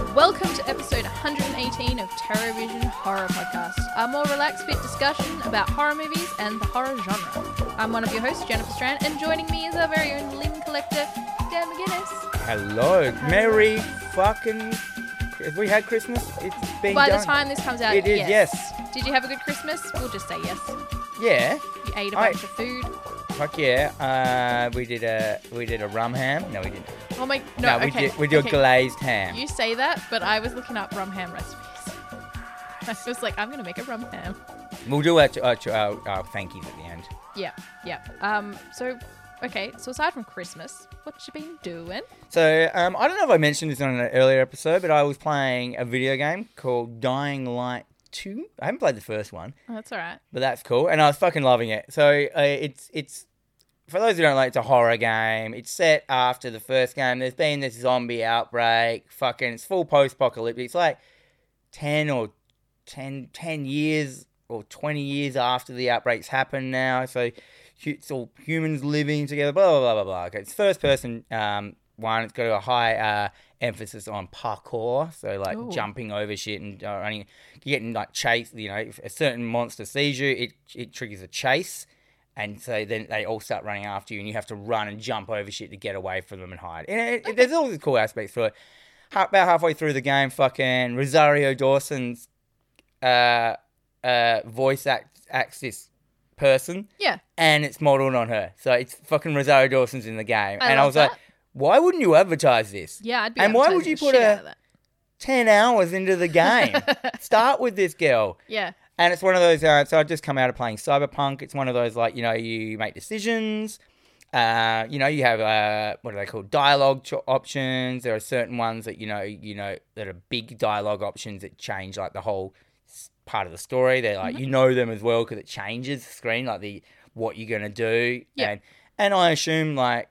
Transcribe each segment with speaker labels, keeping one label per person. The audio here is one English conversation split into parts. Speaker 1: to episode 118 of Terror Vision Horror Podcast, a more relaxed fit discussion about horror movies and the horror genre. I'm one of your hosts, Jennifer Strand, and joining me is our very own limb collector, Dan McGuinness.
Speaker 2: Hello, Merry fucking. Have we had Christmas? It's been
Speaker 1: By
Speaker 2: done.
Speaker 1: the time this comes out,
Speaker 2: It is,
Speaker 1: Did you have a good Christmas? We'll just say yes.
Speaker 2: yeah,
Speaker 1: You ate a
Speaker 2: I-
Speaker 1: bunch of food.
Speaker 2: fuck yeah. Uh, we did a we did a rum ham. No, we didn't.
Speaker 1: Oh my no,
Speaker 2: we
Speaker 1: okay.
Speaker 2: did we did
Speaker 1: okay.
Speaker 2: a glazed ham.
Speaker 1: You say that, but I was looking up rum ham recipes. I was like, I'm gonna make a rum ham.
Speaker 2: We'll do our, our, our, our thank yous at the end.
Speaker 1: Yeah, yeah. Um, so, okay. So aside from Christmas, what you been doing?
Speaker 2: So um, I don't know if I mentioned this on an earlier episode, but I was playing a video game called Dying Light Two. I haven't played the first one.
Speaker 1: Oh, that's all right.
Speaker 2: but that's cool, and I was fucking loving it. So uh, it's it's for those who don't like, it's a horror game. It's set after the first game. There's been this zombie outbreak. Fucking, it's full post-apocalyptic. It's like ten or 10, 10 years or twenty years after the outbreaks happened now. So hu- it's all humans living together. Blah blah blah blah blah. Okay, it's first-person um, one. It's got a high uh, emphasis on parkour. So like
Speaker 1: Ooh.
Speaker 2: jumping over shit and uh, running you're getting like chased. You know, if a certain monster sees you, it it triggers a chase, and so then they all start running after you, and you have to run and jump over shit to get away from them and hide. And it, it- there's all these cool aspects to it. Ha- about halfway through the game, fucking Rosario Dawson's uh, uh, voice act acts this person,
Speaker 1: Yeah,
Speaker 2: and it's modeled on her. So it's fucking Rosario Dawson's in the game,
Speaker 1: I
Speaker 2: and I
Speaker 1: love
Speaker 2: was
Speaker 1: that.
Speaker 2: like, why wouldn't you advertise this?
Speaker 1: yeah. I'd be.
Speaker 2: And why would
Speaker 1: advertising
Speaker 2: you
Speaker 1: the
Speaker 2: put
Speaker 1: shit
Speaker 2: a-
Speaker 1: out of that.
Speaker 2: 10 hours into the game. Start with this girl.
Speaker 1: Yeah,
Speaker 2: And it's one of those. Uh, so I just come out of playing Cyberpunk. It's one of those like you know you make decisions. Uh, you know you have uh, what are they called? Dialogue cho- options. There are certain ones that you know you know that are big dialogue options that change like the whole s- part of the story. They're like you know them as well because it changes the screen like the what you're gonna do.
Speaker 1: Yeah.
Speaker 2: And and I assume like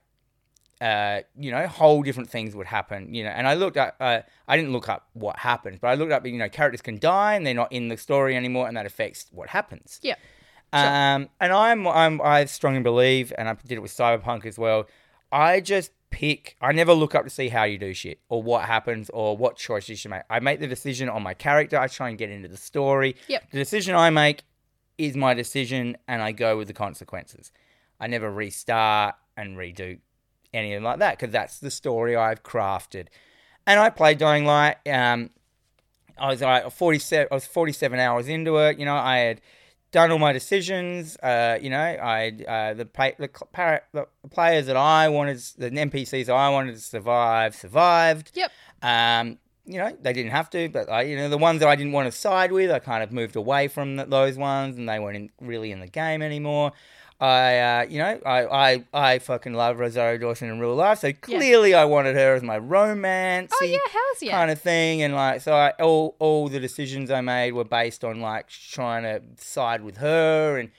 Speaker 2: uh, you know, whole different things would happen, you know. And I looked at, uh, I didn't look up what happens, but I looked up, you know, characters can die and they're not in the story anymore, and that affects what happens.
Speaker 1: yeah.
Speaker 2: Um, and I'm, I'm, I strongly believe, and I did it with Cyberpunk as well. I just pick. I never look up to see how you do shit or what happens or what choices you should make. I make the decision on my character. I try and get into the story.
Speaker 1: Yep.
Speaker 2: The decision I make is my decision, and I go with the consequences. I never restart and redo anything like that because that's the story I've crafted. And I played Dying Light. Um, I was like 47. I was 47 hours into it. You know, I had done all my decisions. Uh, you know, I uh, the, pa- the, cl- para- the players that I wanted, the NPCs I wanted to survive, survived.
Speaker 1: Yep.
Speaker 2: Um, you know, they didn't have to, but I, you know, the ones that I didn't want to side with, I kind of moved away from th- those ones, and they weren't in, really in the game anymore. I, uh, you know, I, I, I fucking love Rosario Dawson in real life, so clearly I wanted her as my romance
Speaker 1: Oh yeah, how's yeah?
Speaker 2: kind of thing and like so I, all all the decisions i made were based on like trying to side with her and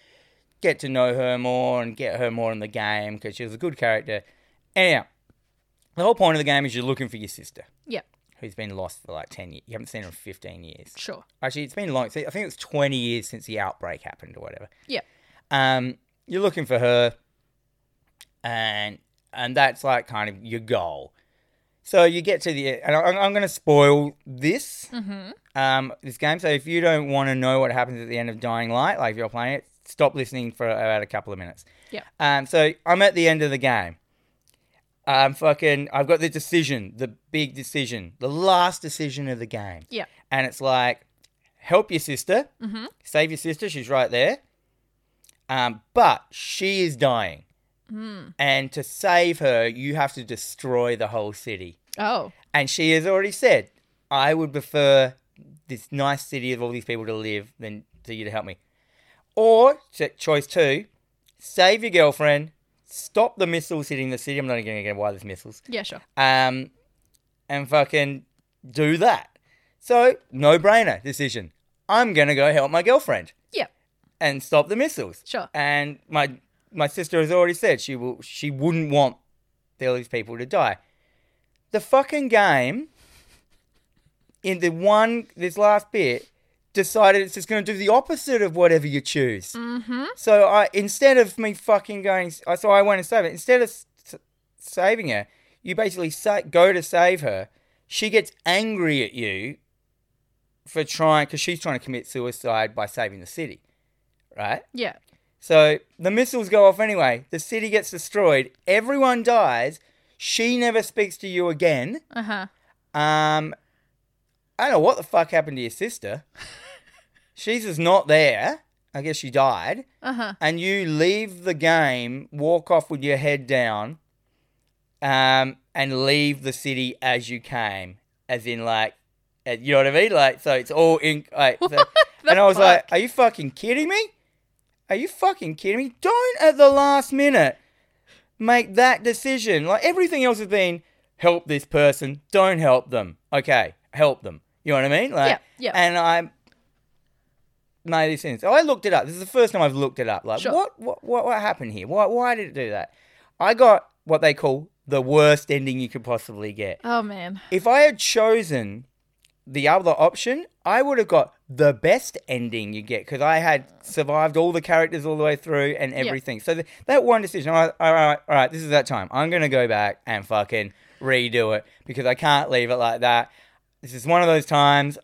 Speaker 2: get to know her more and get her more in the game because she was a good character anyhow the whole point of the game is you're looking for your sister
Speaker 1: Yeah,
Speaker 2: who's been lost for like 10 years you haven't seen her in 15 years
Speaker 1: sure.
Speaker 2: actually it's been long i think it's 20 years since the outbreak happened or whatever
Speaker 1: Yeah,
Speaker 2: um, you're looking for her, and and that's like kind of your goal. So you get to the and I'm, I'm going to spoil this um, this game. So if you don't want to know what happens at the end of Dying Light, like if you're playing it, stop listening for about a couple of minutes.
Speaker 1: yeah.
Speaker 2: Um, so I'm at the end of the game. I'm fucking. I've got the decision, the big decision, the last decision of the game.
Speaker 1: Yeah.
Speaker 2: And it's like, help your sister, save your sister. She's right there. Um, but she is dying, and to save her, you have to destroy the whole city.
Speaker 1: Oh,
Speaker 2: And she has already said, I would prefer this nice city of all these people to live than to you to help me. Or cho- choice two, save your girlfriend, stop the missiles hitting the city. I'm not going to get why there's missiles.
Speaker 1: yeah, sure.
Speaker 2: Um, and fucking do that. So, no brainer decision. I'm going to go help my girlfriend
Speaker 1: Yeah,
Speaker 2: and stop the missiles.
Speaker 1: Sure.
Speaker 2: And my my sister has already said she will she wouldn't want all these people to die. The fucking game in the one this last bit decided it's just going to do the opposite of whatever you choose. Mm-hmm. So I instead of me fucking going, I so I went and saved it. Instead of s- saving her, you basically sa- go to save her. She gets angry at you for trying because she's trying to commit suicide by saving the city, right?
Speaker 1: Yeah.
Speaker 2: So the missiles go off anyway. The city gets destroyed. Everyone dies. She never speaks to you again.
Speaker 1: Uh huh.
Speaker 2: Um, I don't know what the fuck happened to your sister. She's just not there. I guess she died.
Speaker 1: Uh huh.
Speaker 2: And you leave the game, walk off with your head down, um, and leave the city as you came. As in, like, uh, you know what I mean? Like, so it's all in. Like, so, and I was like, are you fucking kidding me? Are you fucking kidding me? Don't at the last minute make that decision. Like everything else has been help this person, don't help them. Okay, help them. You know what I mean? Like,
Speaker 1: Yeah, yeah.
Speaker 2: And I made this sense. So I looked it up. This is the first time I've looked it up. Like,
Speaker 1: Sure.
Speaker 2: what, what, what, what happened here? Why, why did it do that? I got what they call the worst ending you could possibly get.
Speaker 1: oh man.
Speaker 2: If I had chosen the other option, I would have got the best ending you get because I had survived all the characters all the way through and everything. So th- that one decision, all right, all right, all right, this is that time. I'm going to go back and fucking redo it because I can't leave it like that. This is one of those times,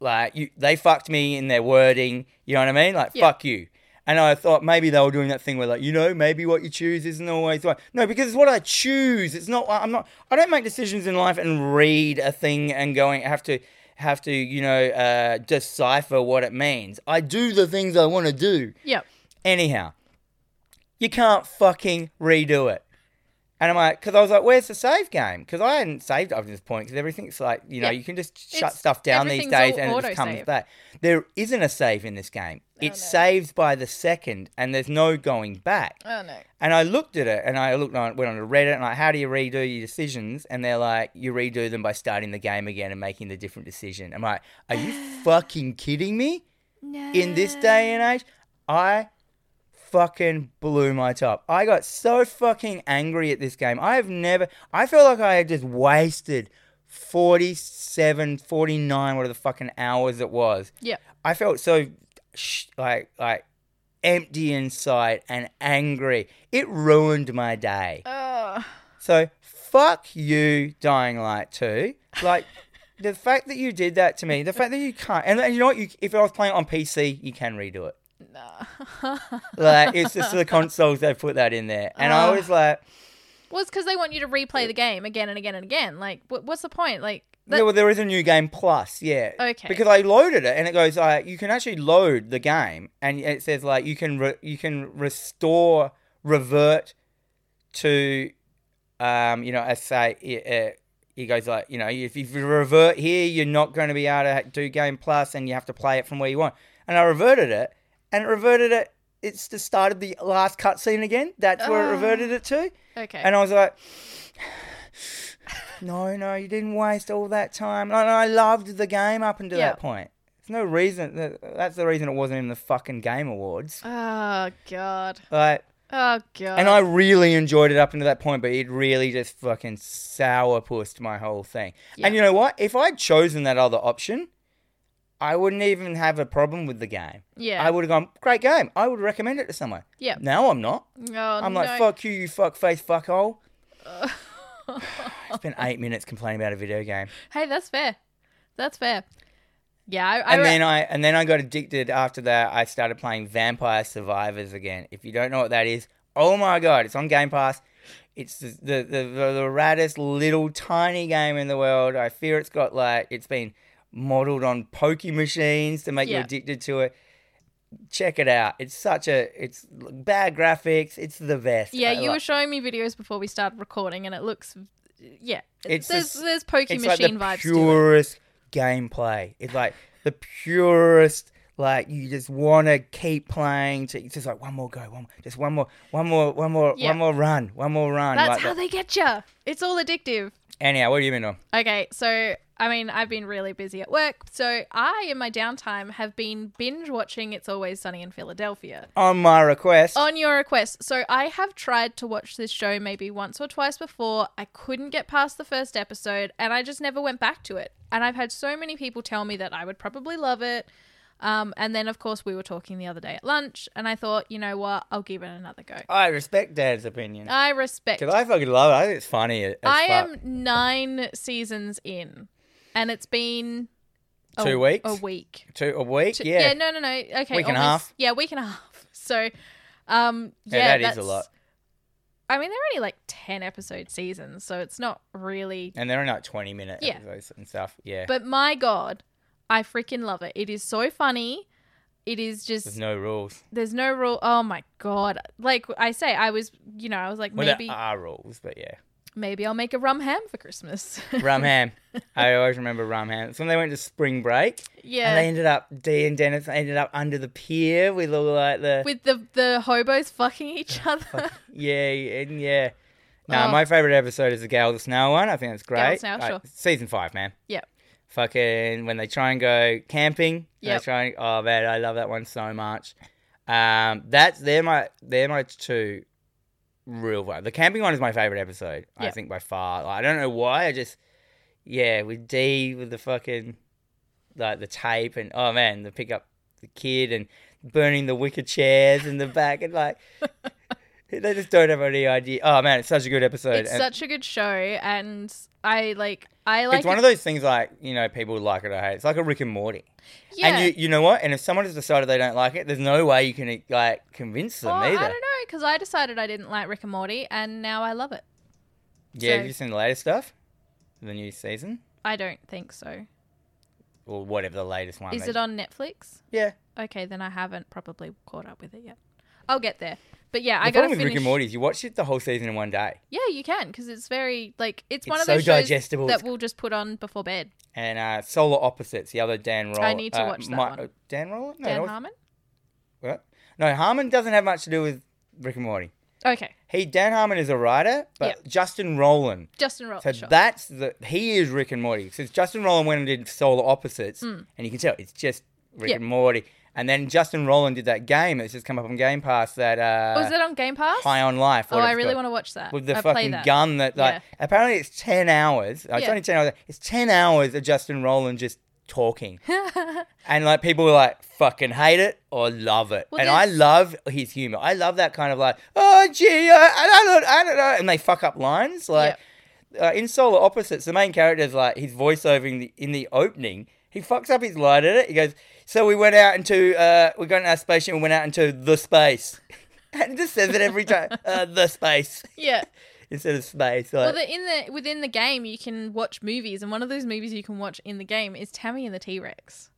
Speaker 2: like, you, they fucked me in their wording. You know what I mean? Like,
Speaker 1: Yeah.
Speaker 2: fuck you. And I thought maybe they were doing that thing where, like, you know, maybe what you choose isn't always right. No, because it's what I choose. It's not. I'm not. I don't make decisions in life and read a thing and going have to have to you know uh, decipher what it means. I do the things I want to do.
Speaker 1: Yep.
Speaker 2: Anyhow, you can't fucking redo it. And I'm like, because I was like, where's the save game? Because I hadn't saved up to this point because everything's like, you know,
Speaker 1: Yeah.
Speaker 2: you can just shut
Speaker 1: It's-
Speaker 2: stuff down these
Speaker 1: everything's
Speaker 2: days
Speaker 1: all
Speaker 2: and it just comes
Speaker 1: autosave.
Speaker 2: back. There isn't a save in this game. It
Speaker 1: no.
Speaker 2: saves by the second and there's no going back.
Speaker 1: Oh no.
Speaker 2: And I looked at it and I looked on went on to Reddit and like, how do you redo your decisions? And they're like, you redo them by starting the game again and making the different decision. I'm like, are you fucking kidding me?
Speaker 1: No.
Speaker 2: In this day and age, I fucking blew my top. I got so fucking angry at this game. I have never I feel like I had just wasted 47, 49, whatever the fucking hours it was.
Speaker 1: Yep.
Speaker 2: I felt so sh- like like empty inside and angry. It ruined my day.
Speaker 1: Oh.
Speaker 2: So fuck you, Dying Light Two. Like the fact that you did that to me, the fact that you can't, and, and you know what? You, if I was playing on PC, you can redo it. Like it's just the consoles they put that in there, and I was like,
Speaker 1: Well, it's because they want you to replay the game again and again and again. Like, what, what's the point? Like, that,
Speaker 2: yeah, well, there is a new game plus, yeah.
Speaker 1: Okay.
Speaker 2: Because I loaded it, and it goes like you can actually load the game, and it says like you can re- you can restore revert to, um, you know, I say it, it, it goes like you know if, if you revert here, you're not going to be able to do game plus, and you have to play it from where you want. And I reverted it, and it reverted it. It's the start of the last cutscene again. That's where it
Speaker 1: Ah.
Speaker 2: reverted it to.
Speaker 1: okay.
Speaker 2: And I was like, no, no, you didn't waste all that time. And I loved the game up until
Speaker 1: Yeah.
Speaker 2: that point. There's no reason. that- That's the reason it wasn't in the fucking Game Awards.
Speaker 1: oh god.
Speaker 2: Like,
Speaker 1: Oh god.
Speaker 2: and I really enjoyed it up until that point, but it really just fucking sourpussed my whole thing.
Speaker 1: Yeah.
Speaker 2: And you know what? If I'd chosen that other option, I wouldn't even have a problem with the game.
Speaker 1: yeah.
Speaker 2: I would have gone, great game. I would recommend it to someone.
Speaker 1: Yeah.
Speaker 2: Now I'm not.
Speaker 1: oh,
Speaker 2: I'm
Speaker 1: no.
Speaker 2: like, fuck you, you fuck face, fuck hole. I spent eight minutes complaining about a video game,
Speaker 1: Hey, that's fair. That's fair. Yeah. I, I
Speaker 2: and
Speaker 1: re-
Speaker 2: then I and then I got addicted. After that, I started playing Vampire Survivors again. If you don't know what that is, oh my god, it's on Game Pass. It's the the the, the, the raddest little tiny game in the world. I fear it's got like it's been modeled on pokey machines to make you
Speaker 1: Yeah.
Speaker 2: addicted to it. Check it out. It's such a it's bad graphics. It's the best.
Speaker 1: yeah,
Speaker 2: I
Speaker 1: you
Speaker 2: like-
Speaker 1: were showing me videos before we started recording, and it looks. Yeah.
Speaker 2: It's
Speaker 1: there's
Speaker 2: just-
Speaker 1: there's pokey
Speaker 2: it's
Speaker 1: machine
Speaker 2: like
Speaker 1: vibes.
Speaker 2: the
Speaker 1: to it.
Speaker 2: purest gameplay. It's like the purest. Like you just want to keep playing. To, it's just like one more go, one more, just one more, one more, one more,
Speaker 1: Yeah.
Speaker 2: one more run, one more run.
Speaker 1: That's
Speaker 2: like
Speaker 1: how
Speaker 2: that.
Speaker 1: they get you. It's all addictive.
Speaker 2: Anyhow, what have you been on?
Speaker 1: Okay, so I mean, I've been really busy at work, so I, in my downtime, have been binge watching It's Always Sunny in Philadelphia.
Speaker 2: On my request,
Speaker 1: On your request. So I have tried to watch this show maybe once or twice before. I couldn't get past the first episode and I just never went back to it. And I've had so many people tell me that I would probably love it. Um, and then, of course, we were talking the other day at lunch and I thought, you know what? I'll give it another go.
Speaker 2: I respect Dad's opinion
Speaker 1: I respect
Speaker 2: because I fucking love it. I think it's funny. As
Speaker 1: Uh, I
Speaker 2: fuck.
Speaker 1: am nine seasons in, and it's been a-
Speaker 2: Two weeks?
Speaker 1: A week.
Speaker 2: Two a week,
Speaker 1: Two-
Speaker 2: yeah.
Speaker 1: no, no, no. Okay.
Speaker 2: Week and a
Speaker 1: almost-
Speaker 2: half.
Speaker 1: Yeah, week and a half. So, um, yeah,
Speaker 2: Yeah, that is a
Speaker 1: that's-
Speaker 2: lot.
Speaker 1: I mean, they're only like ten episode seasons, so it's not really.
Speaker 2: And they're only like twenty minute
Speaker 1: Yeah.
Speaker 2: episodes and stuff. Yeah,
Speaker 1: But my god, I freaking love it. It is so funny. It is just
Speaker 2: there's no rules.
Speaker 1: there's no rule. Oh my god! Like I say, I was, you know, I was like
Speaker 2: Well, uh,
Speaker 1: maybe
Speaker 2: there are rules, but yeah.
Speaker 1: maybe I'll make a rum ham for Christmas.
Speaker 2: Rum ham. I always remember rum ham. It's when they went to spring break, and they
Speaker 1: yeah,
Speaker 2: ended up Dee and Dennis ended up under the pier with all like the
Speaker 1: with the the hobos fucking each other.
Speaker 2: yeah and yeah. No,
Speaker 1: Oh.
Speaker 2: my favorite episode is the Gale of the Snow one. I think that's great.
Speaker 1: Gale of the Snow,
Speaker 2: Like,
Speaker 1: sure.
Speaker 2: Season five, man.
Speaker 1: Yep.
Speaker 2: Fucking when they try and go camping. Yeah.
Speaker 1: Yep.
Speaker 2: They try and, oh man, I love that one so much. Um, that's they're my they're my two real one. The camping one is my favorite episode. I
Speaker 1: Yep.
Speaker 2: think by far. Like, I don't know why. I just yeah with D with the fucking like the tape and oh man the pick up the kid and burning the wicker chairs in the back and like they just don't have any idea. Oh man, it's such a good episode.
Speaker 1: it's
Speaker 2: and
Speaker 1: such a good show, and I like I like
Speaker 2: it's one of those things like you know people like it or hate. it. It's like a Rick and Morty.
Speaker 1: yeah.
Speaker 2: And you you know what? And if someone has decided they don't like it, there's no way you can like convince them
Speaker 1: Oh, I
Speaker 2: either.
Speaker 1: don't know because I decided I didn't like Rick and Morty, and now I love it.
Speaker 2: yeah,
Speaker 1: so-
Speaker 2: have you seen the latest stuff? The new season
Speaker 1: I don't think so.
Speaker 2: or whatever the latest one.
Speaker 1: Is
Speaker 2: they-
Speaker 1: it on Netflix?
Speaker 2: Yeah.
Speaker 1: Okay, then I haven't probably caught up with it yet. I'll get there. But yeah, I
Speaker 2: The
Speaker 1: gotta
Speaker 2: problem with
Speaker 1: finish.
Speaker 2: Rick and Morty is you watch it the whole season in one day.
Speaker 1: Yeah, you can because it's very like it's, one
Speaker 2: It's
Speaker 1: of those
Speaker 2: so
Speaker 1: shows
Speaker 2: digestible.
Speaker 1: that
Speaker 2: It's-
Speaker 1: we'll just put on before bed.
Speaker 2: And uh, Solar Opposites, the other Dan Roll. uh,
Speaker 1: need to watch that one.
Speaker 2: Dan Roll? No,
Speaker 1: Dan
Speaker 2: what's-
Speaker 1: Harmon.
Speaker 2: what? no, Harmon doesn't have much to do with Rick and Morty.
Speaker 1: Okay,
Speaker 2: He Dan Harmon is a writer, but Justin Rowland
Speaker 1: Justin Roll.
Speaker 2: So
Speaker 1: sure.
Speaker 2: that's the he is Rick and Morty. Since Justin Roland went and did Solar Opposites, and you can tell it's just
Speaker 1: Mm.
Speaker 2: Rick
Speaker 1: Yeah.
Speaker 2: and Morty. And then Justin Roland did that game that's just come up on Game Pass that uh,
Speaker 1: Was Oh, it on Game Pass?
Speaker 2: High on Life.
Speaker 1: oh, I really want to watch that.
Speaker 2: with the
Speaker 1: I play
Speaker 2: fucking
Speaker 1: that.
Speaker 2: gun that like apparently it's ten hours. Uh, It's
Speaker 1: Yeah.
Speaker 2: only ten hours. It's ten hours of Justin Roland just talking, and like people were like fucking hate it or love it.
Speaker 1: Well,
Speaker 2: and I
Speaker 1: there's-
Speaker 2: love his humor. I love that kind of like oh gee, I, I don't know, I don't know, and they fuck up lines like
Speaker 1: Yep.
Speaker 2: uh, in Solar Opposites, the main character is like his voiceover in the, in the opening. He fucks up his line at it. He goes, "So we went out into uh, we got in our spaceship and went out into the space." And just says it every time, uh, the space
Speaker 1: Yeah.
Speaker 2: instead of space.
Speaker 1: Well,
Speaker 2: Like,
Speaker 1: the, in the within the game, you can watch movies, and one of those movies you can watch in the game is Tammy and the T Rex.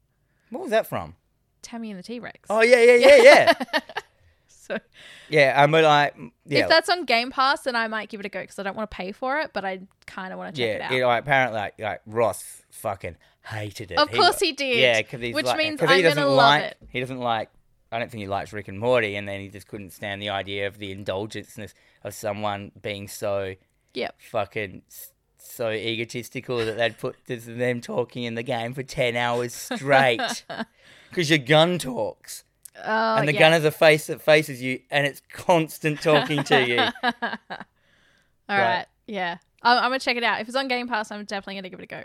Speaker 2: what was that from?
Speaker 1: Tammy and the T Rex.
Speaker 2: Oh yeah, yeah, yeah, yeah,
Speaker 1: so
Speaker 2: yeah. I'm like, yeah,
Speaker 1: if that's on Game Pass, then I might give it a go because I don't want to pay for it, but I kind of want to
Speaker 2: yeah.
Speaker 1: check it
Speaker 2: it-
Speaker 1: out.
Speaker 2: like, apparently, like, like Ross fucking hated it.
Speaker 1: Of course he did,
Speaker 2: Yeah, because he's
Speaker 1: which
Speaker 2: like,
Speaker 1: means
Speaker 2: 'cause he
Speaker 1: I'm
Speaker 2: doesn't
Speaker 1: gonna love
Speaker 2: like,
Speaker 1: it.
Speaker 2: He doesn't like. I don't think he likes Rick and Morty, and then he just couldn't stand the idea of the indulgenceness of someone being so
Speaker 1: Yep.
Speaker 2: fucking s- so egotistical that they'd put this, them talking in the game for ten hours straight because your gun talks.
Speaker 1: Oh,
Speaker 2: and the
Speaker 1: yeah.
Speaker 2: gun has a face that faces you, and it's constant talking to you.
Speaker 1: All
Speaker 2: Right.
Speaker 1: right. Yeah. I'm, I'm going to check it out. If it's on Game Pass, I'm definitely going to give it a go.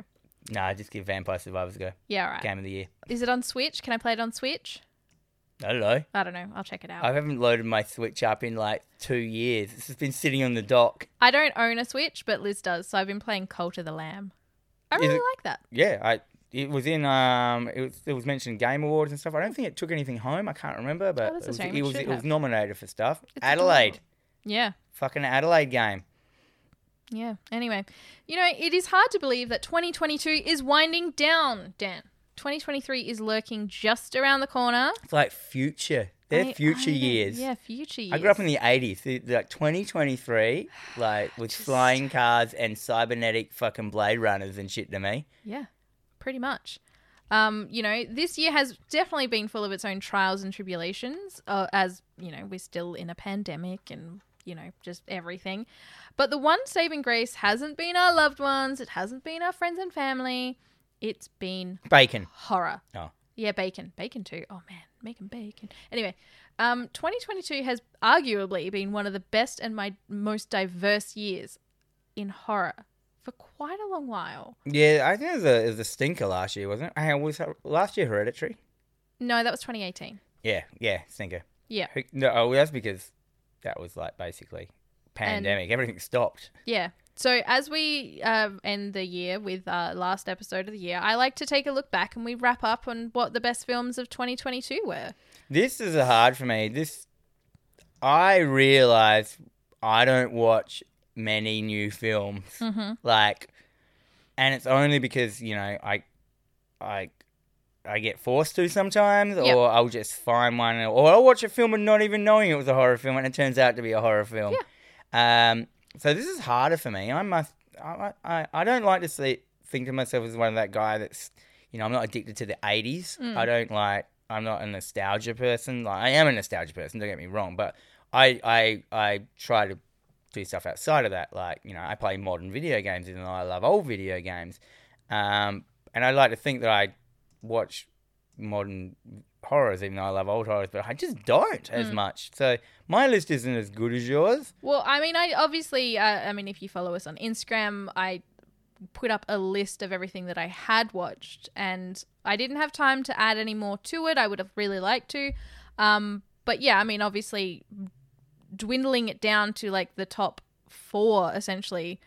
Speaker 2: Nah, just give Vampire Survivors a go.
Speaker 1: Yeah, all right.
Speaker 2: Game of the year.
Speaker 1: Is it on Switch? Can I play it on Switch?
Speaker 2: I don't know.
Speaker 1: I don't know. I'll check it out.
Speaker 2: I haven't loaded my Switch up in like two years. It's just been sitting on the dock.
Speaker 1: I don't own a Switch, but Liz does. So I've been playing Cult of the Lamb. I
Speaker 2: Is
Speaker 1: really
Speaker 2: it-
Speaker 1: like that.
Speaker 2: Yeah, I. It was in. Um, it was, it was mentioned Game Awards and stuff. I don't think it took anything home. I can't remember, but
Speaker 1: Oh, that's a
Speaker 2: it was,
Speaker 1: shame.
Speaker 2: It
Speaker 1: It
Speaker 2: was,
Speaker 1: should
Speaker 2: it was
Speaker 1: have.
Speaker 2: nominated for stuff.
Speaker 1: It's
Speaker 2: Adelaide,
Speaker 1: adorable. Yeah.
Speaker 2: fucking Adelaide game.
Speaker 1: Yeah. Anyway, you know, it is hard to believe that 2022 is winding down, Dan. 2023 is lurking just around the corner.
Speaker 2: It's like future. They're
Speaker 1: I-
Speaker 2: future
Speaker 1: I don't-
Speaker 2: years.
Speaker 1: Yeah, future years.
Speaker 2: I grew up in the eighties, like twenty twenty three, like with flying cars and cybernetic fucking Blade Runners and shit to me.
Speaker 1: Yeah, pretty much. Um, you know, this year has definitely been full of its own trials and tribulations, uh, as, you know, we're still in a pandemic and, you know, just everything. But the one saving grace hasn't been our loved ones, it hasn't been our friends and family, it's been
Speaker 2: Bacon.
Speaker 1: horror.
Speaker 2: Oh.
Speaker 1: Yeah, bacon. Bacon too. Oh man, making bacon. Anyway, um 2022 has arguably been one of the best and my most diverse years in horror for quite a long while.
Speaker 2: Yeah, I think it was a, it was a stinker last year, wasn't it? Hey, was that- last year Hereditary?
Speaker 1: No, that was 2018.
Speaker 2: Yeah, yeah, stinker.
Speaker 1: Yeah.
Speaker 2: Who- No, oh, that's because that was like basically pandemic. Everything stopped.
Speaker 1: Yeah. So, as we uh, end the year with our last episode of the year, I like to take a look back and we wrap up on what the best films of 2022 were.
Speaker 2: This is hard for me. This I realize I don't watch many new films.
Speaker 1: Mm-hmm.
Speaker 2: Like and it's only because, you know, I I I get forced to sometimes
Speaker 1: Yep.
Speaker 2: or I'll just find one or I'll watch a film and not even knowing it was a horror film and it turns out to be a horror film. Um so this is harder for me. I must I I, I don't like to see think to myself as one of that guy that's you know, I'm not addicted to the 80s.
Speaker 1: Mm.
Speaker 2: I don't like, I'm not a nostalgia person. Like, I am a nostalgia person, don't get me wrong, but I, I, I try to do stuff outside of that. Like, you know, I play modern video games and I love old video games. Um, and I like to think that I watch modern horrors, even though I love old horrors, but I just don't as
Speaker 1: Mm.
Speaker 2: much. So my list isn't as good as yours.
Speaker 1: Well, I mean, I obviously, uh, I mean, if you follow us on Instagram, I put up a list of everything that I had watched, and I didn't have time to add any more to it. I would have really liked to, um, but yeah, I mean, obviously, dwindling it down to like the top four essentially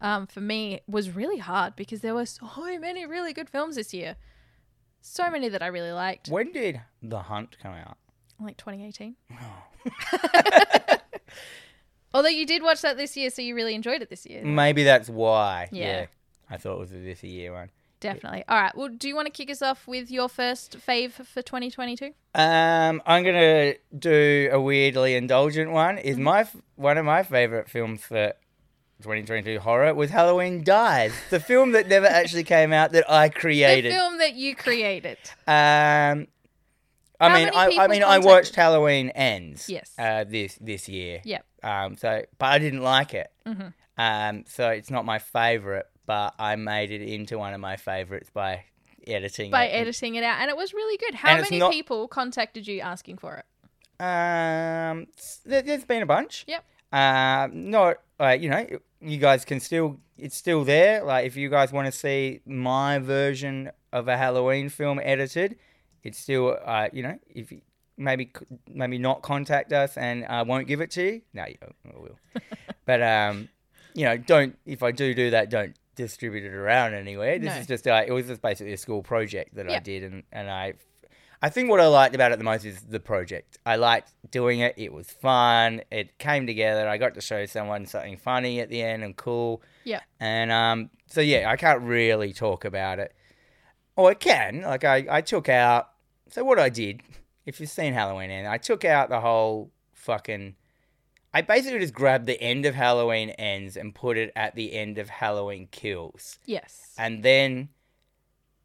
Speaker 1: um, for me was really hard because there were so many really good films this year, so many that I really liked,
Speaker 2: When did The Hunt come out?
Speaker 1: like 2018. Although you did watch that this year, so you really enjoyed it this year.
Speaker 2: Maybe that's why.
Speaker 1: Yeah.
Speaker 2: I thought it was a this year one.
Speaker 1: Definitely. All right. Well, do you want to kick us off with your first fave for 2022?
Speaker 2: Um, I'm gonna do a weirdly indulgent one.
Speaker 1: Mm.
Speaker 2: Is my f- one of my favorite films for 2022 horror was Halloween Dies, the film that never actually came out that I
Speaker 1: The
Speaker 2: created.
Speaker 1: film that you created.
Speaker 2: Um, I
Speaker 1: How
Speaker 2: mean,
Speaker 1: many
Speaker 2: I, I
Speaker 1: people
Speaker 2: mean, I
Speaker 1: contacted-
Speaker 2: watched Halloween Ends.
Speaker 1: Yes.
Speaker 2: Uh, this this year.
Speaker 1: Yep.
Speaker 2: Um, so, but I didn't like it.
Speaker 1: Mhm.
Speaker 2: Um, so it's not my favorite, but I made it into one of my favorites by editing.
Speaker 1: By
Speaker 2: it and-
Speaker 1: editing it out, and it was really good. How
Speaker 2: And it's
Speaker 1: many
Speaker 2: not-
Speaker 1: people contacted you asking for it?
Speaker 2: Um, s- there, there's been a bunch.
Speaker 1: Yep.
Speaker 2: Um, not like you know, you guys can still it's still there. Like if you guys want to see my version of a Halloween film edited, it's still uh, you know, if you, maybe c- maybe not contact us and I won't give it to you. No, you I will. but um, you know, don't if I do do that, don't distribute it around anywhere. This
Speaker 1: No.
Speaker 2: is just uh, it was just basically a school project that I
Speaker 1: Yeah.
Speaker 2: did, and and I I think what I liked about it the most is the project. I liked doing it. It was fun. It came together. I got to show someone something funny at the end and cool.
Speaker 1: Yeah.
Speaker 2: And um, so yeah, I can't really talk about it. Oh, I can. Like I, I took out. So what I did, if you've seen Halloween End, I took out the whole fucking. I basically just grabbed the end of Halloween Ends and put it at the end of Halloween Kills
Speaker 1: Yes.
Speaker 2: and then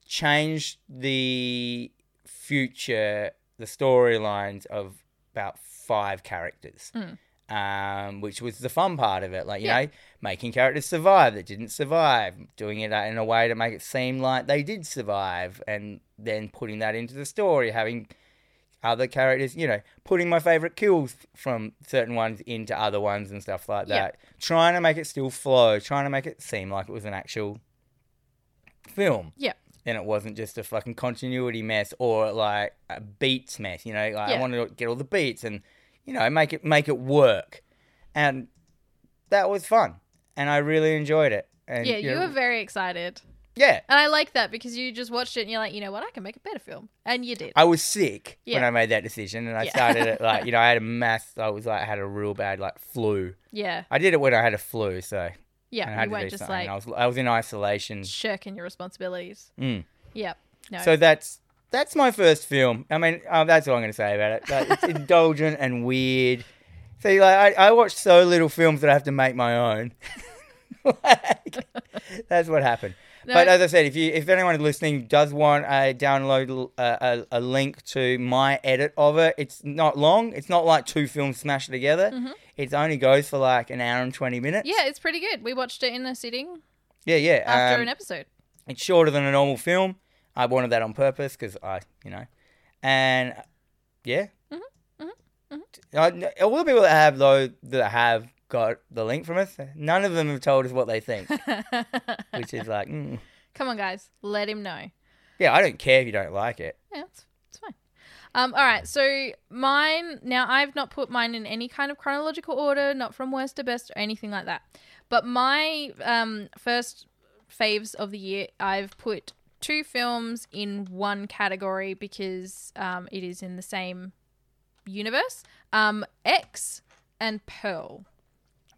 Speaker 2: changed the future, the storylines of about five characters,
Speaker 1: Mm.
Speaker 2: um, which was the fun part of it. Like, you
Speaker 1: Yeah.
Speaker 2: know, making characters survive that didn't survive, doing it in a way to make it seem like they did survive, and then putting that into the story, having other characters, you know, putting my favorite kills from certain ones into other ones and stuff like
Speaker 1: Yeah.
Speaker 2: that. Trying to make it still flow, trying to make it seem like it was an actual film.
Speaker 1: Yeah.
Speaker 2: And it wasn't just a fucking continuity mess or like a beats mess, you know. Like
Speaker 1: Yeah.
Speaker 2: I want to get all the beats and you know make it make it work, and that was fun, and I really enjoyed it. And,
Speaker 1: yeah, you
Speaker 2: know,
Speaker 1: were very excited,
Speaker 2: yeah.
Speaker 1: and I like that because you just watched it and you're like, you know what, I can make a better film, and you did.
Speaker 2: I was sick when
Speaker 1: Yeah.
Speaker 2: I made that decision, and I
Speaker 1: Yeah.
Speaker 2: started it like you know I had a mass. I was like I had a real bad like flu.
Speaker 1: yeah,
Speaker 2: I did it when I had a flu, so and I
Speaker 1: yeah.
Speaker 2: had
Speaker 1: You
Speaker 2: to
Speaker 1: weren't
Speaker 2: do
Speaker 1: just
Speaker 2: something.
Speaker 1: like
Speaker 2: I was I was in isolation.
Speaker 1: shirking your responsibilities.
Speaker 2: Mm.
Speaker 1: Yep. No.
Speaker 2: So that's that's my first film. I mean, um, that's all I'm going to say about it. But it's indulgent and weird. See, like I, I watch so little films that I have to make my own. like, that's what happened.
Speaker 1: No,
Speaker 2: But as I said, if you if anyone listening does want a download uh, a, a link to my edit of it, it's not long. It's not like two films smashed together.
Speaker 1: Mhm.
Speaker 2: It only goes for like an hour and twenty minutes.
Speaker 1: yeah, it's pretty good. We watched it in a sitting
Speaker 2: yeah, yeah.
Speaker 1: after
Speaker 2: um,
Speaker 1: an episode.
Speaker 2: it's shorter than a normal film. I wanted that on purpose because I, you know, and uh, yeah.
Speaker 1: Mhm, mhm, mhm.
Speaker 2: I- all the people that have though that have got the link from us, none of them have told us what they think, which is like, mm.
Speaker 1: Come on, guys, let him know.
Speaker 2: yeah, I don't care if you don't like it.
Speaker 1: Yeah, it's, it's fine. Um, all right, so mine now I've not put mine in any kind of chronological order, not from worst to best or anything like that. But my um, first faves of the year, I've put two films in one category because um, it is in the same universe um, X and Pearl.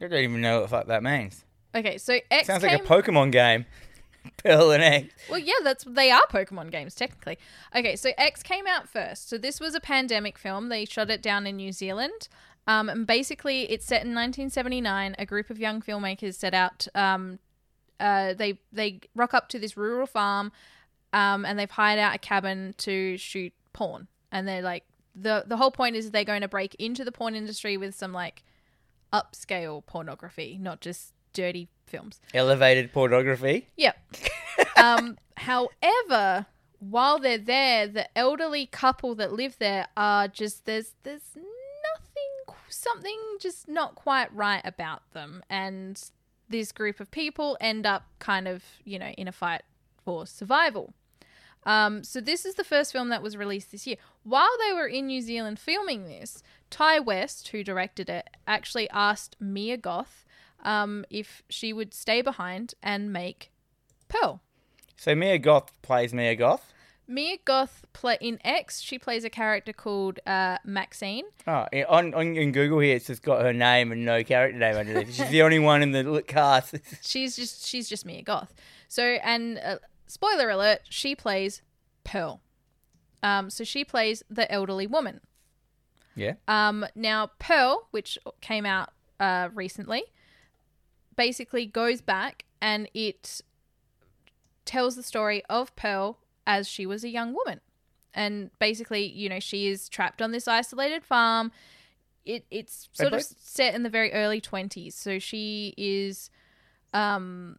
Speaker 2: I don't even know what the fuck that means.
Speaker 1: Okay, so X
Speaker 2: Sounds
Speaker 1: came
Speaker 2: like a Pokemon game. Pearl and egg.
Speaker 1: Well, yeah, that's they are Pokemon games technically. Okay, so X came out first. So this was a pandemic film. They shot it down in New Zealand. Um, and basically, it's set in 1979. A group of young filmmakers set out. Um, uh, they they rock up to this rural farm, um, and they've hired out a cabin to shoot porn. And they're like the the whole point is they're going to break into the porn industry with some like upscale pornography, not just dirty films.
Speaker 2: Elevated pornography.
Speaker 1: Yep. um, however, while they're there, the elderly couple that live there are just there's there's nothing something just not quite right about them, and this group of people end up kind of you know in a fight for survival. Um, so this is the first film that was released this year. While they were in New Zealand filming this, Ty West, who directed it, actually asked Mia Goth um, if she would stay behind and make Pearl.
Speaker 2: So Mia Goth plays Mia Goth.
Speaker 1: Mia Goth play in X. She plays a character called uh, Maxine.
Speaker 2: Oh, yeah, on, on in Google here, it's just got her name and no character name underneath. She's the only one in the l- cast.
Speaker 1: She's just she's just Mia Goth. So and uh, spoiler alert, she plays Pearl. Um, so she plays the elderly woman.
Speaker 2: yeah.
Speaker 1: Um, now, Pearl, which came out uh, recently, basically goes back and it tells the story of Pearl as she was a young woman. And basically, you know, she is trapped on this isolated farm. It, it's
Speaker 2: They
Speaker 1: sort of
Speaker 2: both-
Speaker 1: set in the very early 20s. So she is. Um,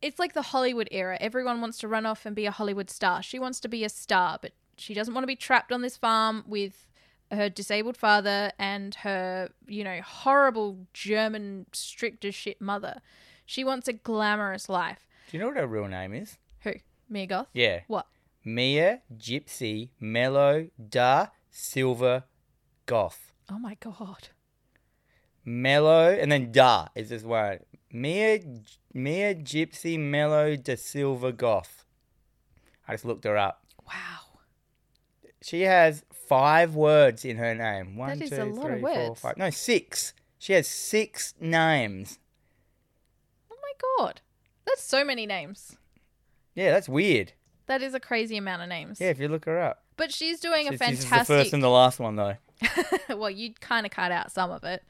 Speaker 1: it's like the Hollywood era. Everyone wants to run off and be a Hollywood star. She wants to be a star, but she doesn't want to be trapped on this farm with her disabled father and her, you know, horrible German strict as shit mother. She wants a glamorous life.
Speaker 2: Do you know what her real name is?
Speaker 1: Who? Mia Goth?
Speaker 2: Yeah.
Speaker 1: What?
Speaker 2: Mia Gypsy Mellow Da Silver Goth.
Speaker 1: Oh my god.
Speaker 2: Mellow and then Da is this word. Mia G- Mia Gypsy Mellow Da Silva Goth. I just looked her up.
Speaker 1: Wow.
Speaker 2: She has five words in her name. One,
Speaker 1: That is
Speaker 2: two,
Speaker 1: a lot of
Speaker 2: three, four,
Speaker 1: words.
Speaker 2: five- No, six. She has six names.
Speaker 1: Oh my god. That's so many names.
Speaker 2: Yeah, that's weird.
Speaker 1: That is a crazy amount of names.
Speaker 2: Yeah, if you look her up.
Speaker 1: But she's doing a
Speaker 2: She's- she's
Speaker 1: fantastic
Speaker 2: the first and the last one though.
Speaker 1: well, you kind of cut out some of it.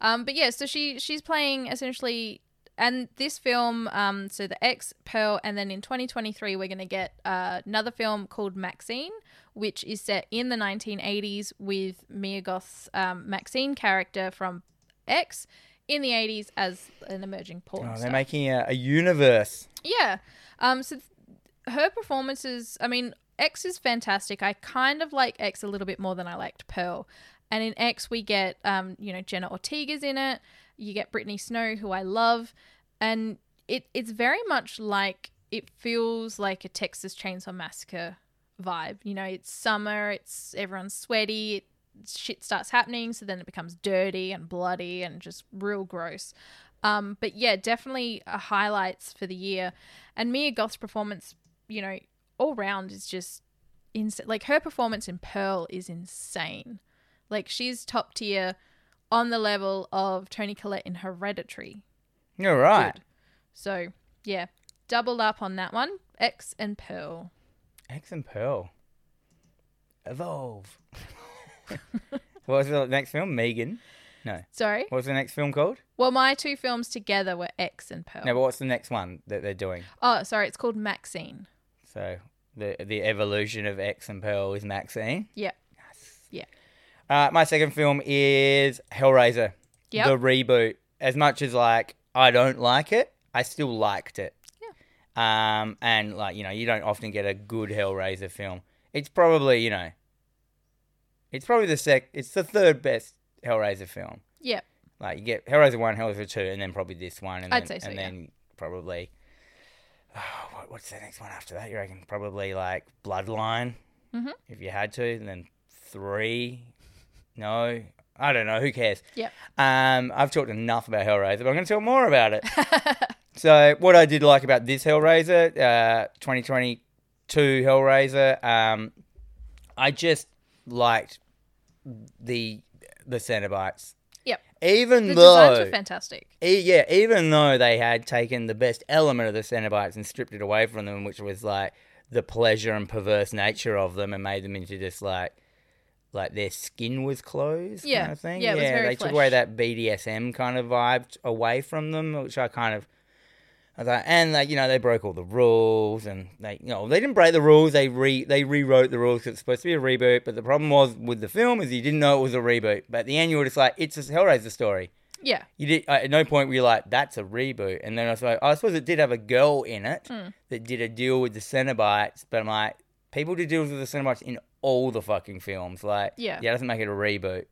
Speaker 1: Um, but yeah, so she she's playing essentially, and this film, um, so the X Pearl, and then in 2023 we're gonna get uh, another film called Maxine, which is set in the 1980s with Mia Goth's um, Maxine character from X in the 80s as an emerging porn
Speaker 2: Oh,
Speaker 1: star.
Speaker 2: they're making a, a universe.
Speaker 1: Yeah. Um. So th- her performances. I mean, X is fantastic. I kind of like X a little bit more than I liked Pearl. And in X, we get um, you know, Jenna Ortega's in it. You get Brittany Snow, who I love, and it it's very much like it feels like a Texas Chainsaw Massacre vibe. You know, it's summer. It's everyone's sweaty. It, shit starts happening so then it becomes dirty and bloody and just real gross um, but yeah, definitely uh, highlights for the year. And Mia Goth's performance, you know, all round is just insane. Like her performance in Pearl is insane. Like she's top tier on the level of Tony Collette in Hereditary.
Speaker 2: You're right.
Speaker 1: Good. So yeah, doubled up on that one. X and Pearl.
Speaker 2: Eggs and Pearl. Evolve. what was the next film? Megan.
Speaker 1: Sorry.
Speaker 2: What was the next film called?
Speaker 1: Well, my two films together were X and Pearl.
Speaker 2: No, but what's the next one that they're doing?
Speaker 1: oh, sorry, it's called Maxine.
Speaker 2: So the the evolution of X and Pearl is Maxine.
Speaker 1: Yeah.
Speaker 2: Uh, my second film is Hellraiser.
Speaker 1: Yep.
Speaker 2: The reboot. As much as like I don't like it, I still liked it.
Speaker 1: Yeah.
Speaker 2: Um, and like you know, you don't often get a good Hellraiser film. It's probably you know, it's probably the sec. It's the third best Hellraiser film.
Speaker 1: Yeah.
Speaker 2: Like you get Hellraiser one, Hellraiser two, and then probably this one, and
Speaker 1: I'd
Speaker 2: then,
Speaker 1: say so,
Speaker 2: and
Speaker 1: yeah.
Speaker 2: then probably oh, what, what's the next one after that? You reckon probably like Bloodline,
Speaker 1: Mhm.
Speaker 2: if you had to, and then three. No, I don't know. Who cares?
Speaker 1: Yep.
Speaker 2: Um, I've talked enough about Hellraiser, but I'm going to talk more about it. so, what I did like about this Hellraiser, uh, 2022 Hellraiser, um, I just liked the the Cenobites.
Speaker 1: Yep.
Speaker 2: Even
Speaker 1: The designs were
Speaker 2: though,
Speaker 1: fantastic.
Speaker 2: e- yeah, even though they had taken the best element of the Cenobites and stripped it away from them, which was like the pleasure and perverse nature of them, and made them into just like like their skin was closed
Speaker 1: Yeah.
Speaker 2: kind of thing.
Speaker 1: Yeah, it was very
Speaker 2: they took away
Speaker 1: flesh.
Speaker 2: that BDSM kind of vibe t- away from them, which I kind of. I was like, and like you know, they broke all the rules, and they you know they didn't break the rules. They re they rewrote the rules. 'cause It's supposed to be a reboot, but the problem was with the film is you didn't know it was a reboot. But at the end, you were just like, it's a Hellraiser story
Speaker 1: Yeah.
Speaker 2: you did at no point were you like that's a reboot and then i was like i suppose it did have a girl in it
Speaker 1: Hmm.
Speaker 2: that did a deal with the cenobites but i'm like people do deals with the cenobites in all the fucking films like
Speaker 1: Yeah.
Speaker 2: yeah it doesn't make it a reboot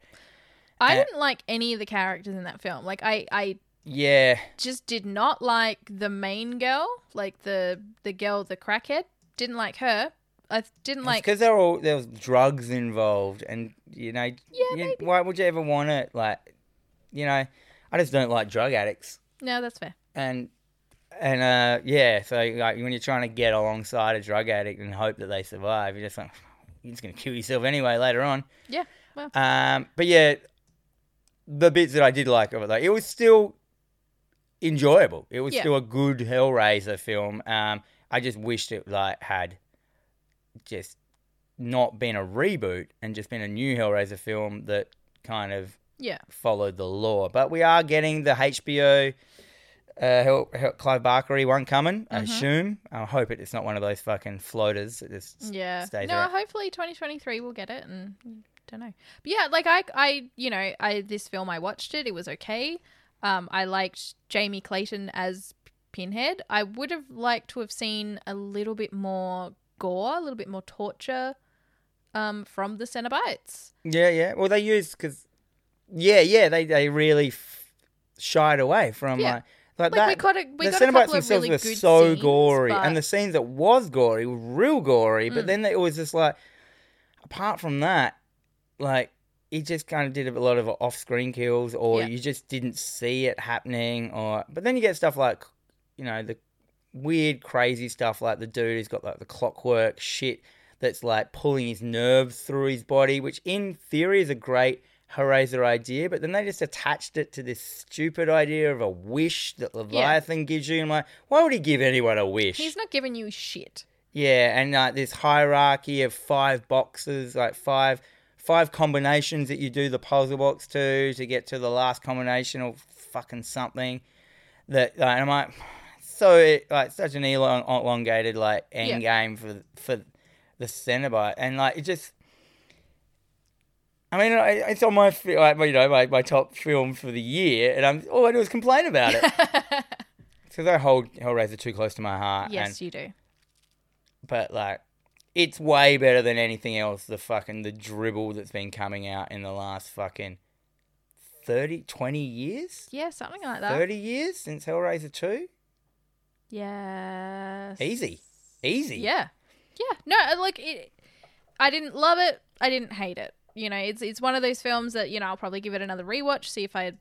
Speaker 1: I
Speaker 2: Uh,
Speaker 1: didn't like any of the characters in that film. Like I, I
Speaker 2: yeah
Speaker 1: just did not like the main girl, like the the girl, the crackhead. Didn't like her. I didn't like.
Speaker 2: because they're all there was drugs involved and you know you-
Speaker 1: maybe.
Speaker 2: why would you ever want it like you know i just don't like drug addicts
Speaker 1: No, that's fair.
Speaker 2: and and uh yeah so like when you're trying to get alongside a drug addict and hope that they survive you're just like you're just gonna kill yourself anyway later on
Speaker 1: Yeah, well.
Speaker 2: um but yeah the bits that i did like of it like it was still enjoyable it was
Speaker 1: Yeah.
Speaker 2: still a good hellraiser film um i just wished it like had just not been a reboot and just been a new hellraiser film that kind of
Speaker 1: Yeah,
Speaker 2: followed the law. But we are getting the HBO uh, Hel- Hel- Clive Barkery one coming, I
Speaker 1: Mhm.
Speaker 2: assume. I hope it, it's not one of those fucking floaters. that just
Speaker 1: yeah.
Speaker 2: stays
Speaker 1: no,
Speaker 2: out.
Speaker 1: hopefully 2023 we'll get it, and don't know. But yeah, like I, I, you know, I this film I watched it. It was okay. Um, I liked Jamie Clayton as Pinhead. I would have liked to have seen a little bit more gore, a little bit more torture, um, from the Cenobites.
Speaker 2: Yeah, yeah. Well, they used, because, yeah, yeah, they, they really f- shied away from
Speaker 1: Yeah. Like
Speaker 2: like, like,
Speaker 1: we
Speaker 2: that.
Speaker 1: got a we
Speaker 2: the
Speaker 1: got a
Speaker 2: Cenobites
Speaker 1: couple
Speaker 2: themselves
Speaker 1: of really
Speaker 2: were
Speaker 1: good
Speaker 2: so
Speaker 1: scenes,
Speaker 2: gory,
Speaker 1: but Mm.
Speaker 2: and the scenes that was gory were real gory. But then it was just like, apart from that, like it just kind of did a lot of off-screen kills, or
Speaker 1: Yeah.
Speaker 2: you just didn't see it happening. Or but then you get stuff like, you know, the weird, crazy stuff like the dude who's got like the clockwork shit that's like pulling his nerves through his body, which in theory is a great Hellraiser idea, but then they just attached it to this stupid idea of a wish that Leviathan gives you. And I'm like, why would he give anyone a wish?
Speaker 1: he's not giving you shit.
Speaker 2: Yeah, and like this hierarchy of five boxes, like five five combinations that you do the puzzle box to to get to the last combination or fucking something. That like, I'm like, so it, like such an elong, elongated like end game for for the Cenobite, and like it just. I mean, I- it's on my fi- like, you know my, my top film for the year, and I'm all I do is complain about it because I hold Hellraiser too close to my heart.
Speaker 1: yes,
Speaker 2: and
Speaker 1: you do.
Speaker 2: but like it's way better than anything else the fucking the dribble that's been coming out in the last fucking 30 20 years
Speaker 1: Yeah, something like that.
Speaker 2: 30 years since hellraiser 2
Speaker 1: Yes.
Speaker 2: easy easy
Speaker 1: Yeah. Yeah. No, I- like it I didn't love it. I didn't hate it. You know, it's it's one of those films that, you know, I'll probably give it another rewatch, see if I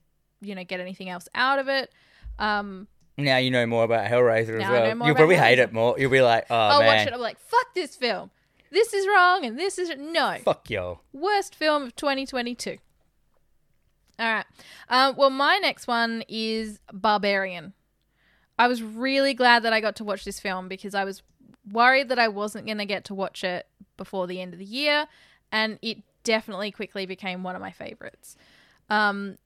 Speaker 1: you know, get anything else out of it. Um
Speaker 2: now you know more about hellraiser as
Speaker 1: Now I
Speaker 2: well
Speaker 1: know more
Speaker 2: you'll
Speaker 1: about
Speaker 2: probably hate
Speaker 1: Hellraiser.
Speaker 2: it more you'll be like oh
Speaker 1: I'll watch
Speaker 2: man
Speaker 1: it, I'm like, fuck this film. This is wrong and this is no.
Speaker 2: fuck y'all
Speaker 1: Worst film of 2022. All right. Um, well, my next one is Barbarian. I was really glad that I got to watch this film because I was worried that I wasn't going to get to watch it before the end of the year, and it definitely quickly became one of my favorites. Um,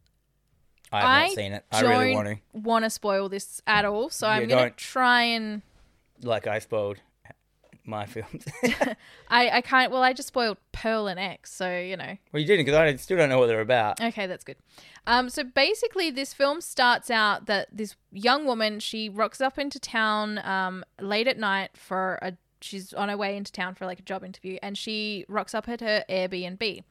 Speaker 2: i have
Speaker 1: I
Speaker 2: not seen it i really want
Speaker 1: don't
Speaker 2: to
Speaker 1: want to spoil this at all, so I'm
Speaker 2: You
Speaker 1: going to
Speaker 2: don't.
Speaker 1: try and
Speaker 2: like i spoiled my films
Speaker 1: I I can't. Well, I just spoiled Pearl and X, so you know
Speaker 2: well you didn't because i still don't know what they're about
Speaker 1: Okay, that's good. Um, so basically, this film starts out that this young woman she rocks up into town um, late at night for a she's on her way into town for like a job interview, and she rocks up at her Airbnb.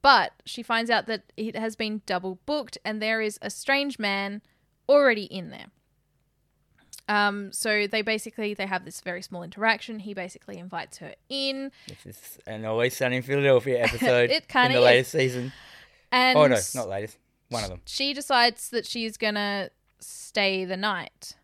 Speaker 1: But she finds out that it has been double booked, and there is a strange man already in there. Um, so they basically they have this very small interaction. He basically invites her in.
Speaker 2: this is an always sunny in philadelphia episode
Speaker 1: It
Speaker 2: in
Speaker 1: kinda
Speaker 2: the
Speaker 1: is.
Speaker 2: latest season
Speaker 1: And
Speaker 2: oh no, not latest. One of them.
Speaker 1: she decides that she's gonna stay the night.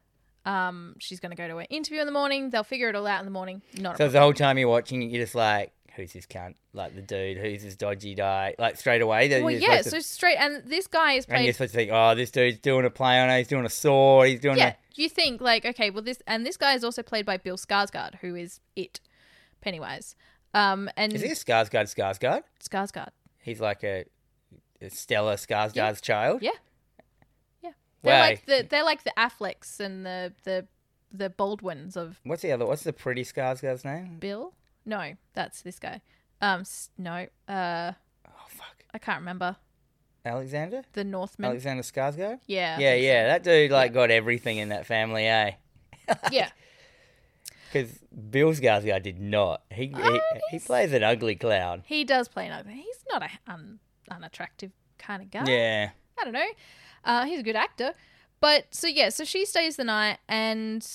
Speaker 1: Um, she's gonna go to an interview in the morning. They'll figure it all out in the morning. Not a
Speaker 2: So the whole time you're watching, it, you're just like, who's this cunt? Like the dude, who's this dodgy guy? Like straight away. they're-
Speaker 1: Well,
Speaker 2: you're
Speaker 1: yeah,
Speaker 2: supposed
Speaker 1: so
Speaker 2: to-
Speaker 1: straight, and this guy is
Speaker 2: and
Speaker 1: played.
Speaker 2: you're supposed to think, oh, this dude's doing a play on it. He's doing a sword. He's doing
Speaker 1: yeah,
Speaker 2: a.
Speaker 1: you think like okay, well this and this guy is also played by Bill Skarsgård, who is it, Pennywise. Um, and
Speaker 2: Is this Skarsgård? Skarsgård?
Speaker 1: Skarsgård,
Speaker 2: He's like a, a Stella Skarsgård's child.
Speaker 1: yeah, yeah, they're
Speaker 2: Wow.
Speaker 1: like the they're like the Afflecks and the the the Baldwins of
Speaker 2: What's the other? What's the pretty Skarsgård's name?
Speaker 1: Bill. No, that's this guy. Um, s- no, uh,
Speaker 2: Oh fuck,
Speaker 1: I can't remember
Speaker 2: Alexander.
Speaker 1: the Northman.
Speaker 2: Alexander Skarsgård.
Speaker 1: yeah, I
Speaker 2: yeah,
Speaker 1: think so.
Speaker 2: yeah. That dude like got everything in that family, eh?
Speaker 1: yeah.
Speaker 2: Because Bill Skarsgård did not. He
Speaker 1: Oh,
Speaker 2: he, he
Speaker 1: he's-
Speaker 2: plays an ugly clown.
Speaker 1: He does play an ugly. He's not a un, unattractive kind of guy.
Speaker 2: Yeah.
Speaker 1: I don't know. Uh, he's a good actor. But so yeah, so she stays the night, and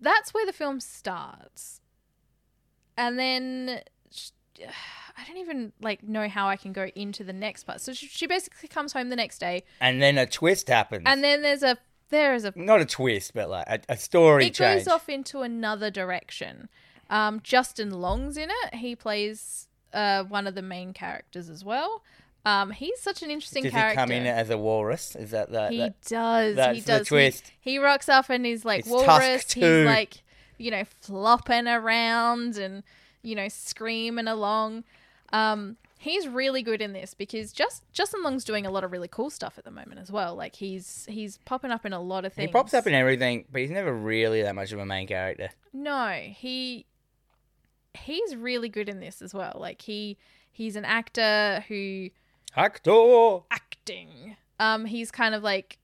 Speaker 1: that's where the film starts. And then sh I don't even like know how I can go into the next part. So she, she basically comes home the next day,
Speaker 2: And then a twist happens.
Speaker 1: and then there's a there is a
Speaker 2: not a twist, but like a, a story
Speaker 1: it
Speaker 2: change.
Speaker 1: goes off into another direction. Um, Justin Long's in it. He plays uh, one of the main characters as well. Um, he's such an interesting
Speaker 2: Does
Speaker 1: character.
Speaker 2: he come in as a walrus? Is that that?
Speaker 1: He
Speaker 2: that-
Speaker 1: does.
Speaker 2: that's
Speaker 1: he
Speaker 2: the
Speaker 1: does.
Speaker 2: twist.
Speaker 1: He, he rocks up and he's like
Speaker 2: It's Tusk
Speaker 1: walrus.
Speaker 2: too.
Speaker 1: He's like, you know, flopping around and you know screaming along. Um, he's really good in this because just Justin Long's doing a lot of really cool stuff at the moment as well. Like he's he's popping up in a lot of
Speaker 2: he
Speaker 1: things.
Speaker 2: pops up in everything, but he's never really that much of a main character.
Speaker 1: No, he he's really good in this as well. Like he he's an actor who
Speaker 2: Actor.
Speaker 1: acting. Um, he's kind of like,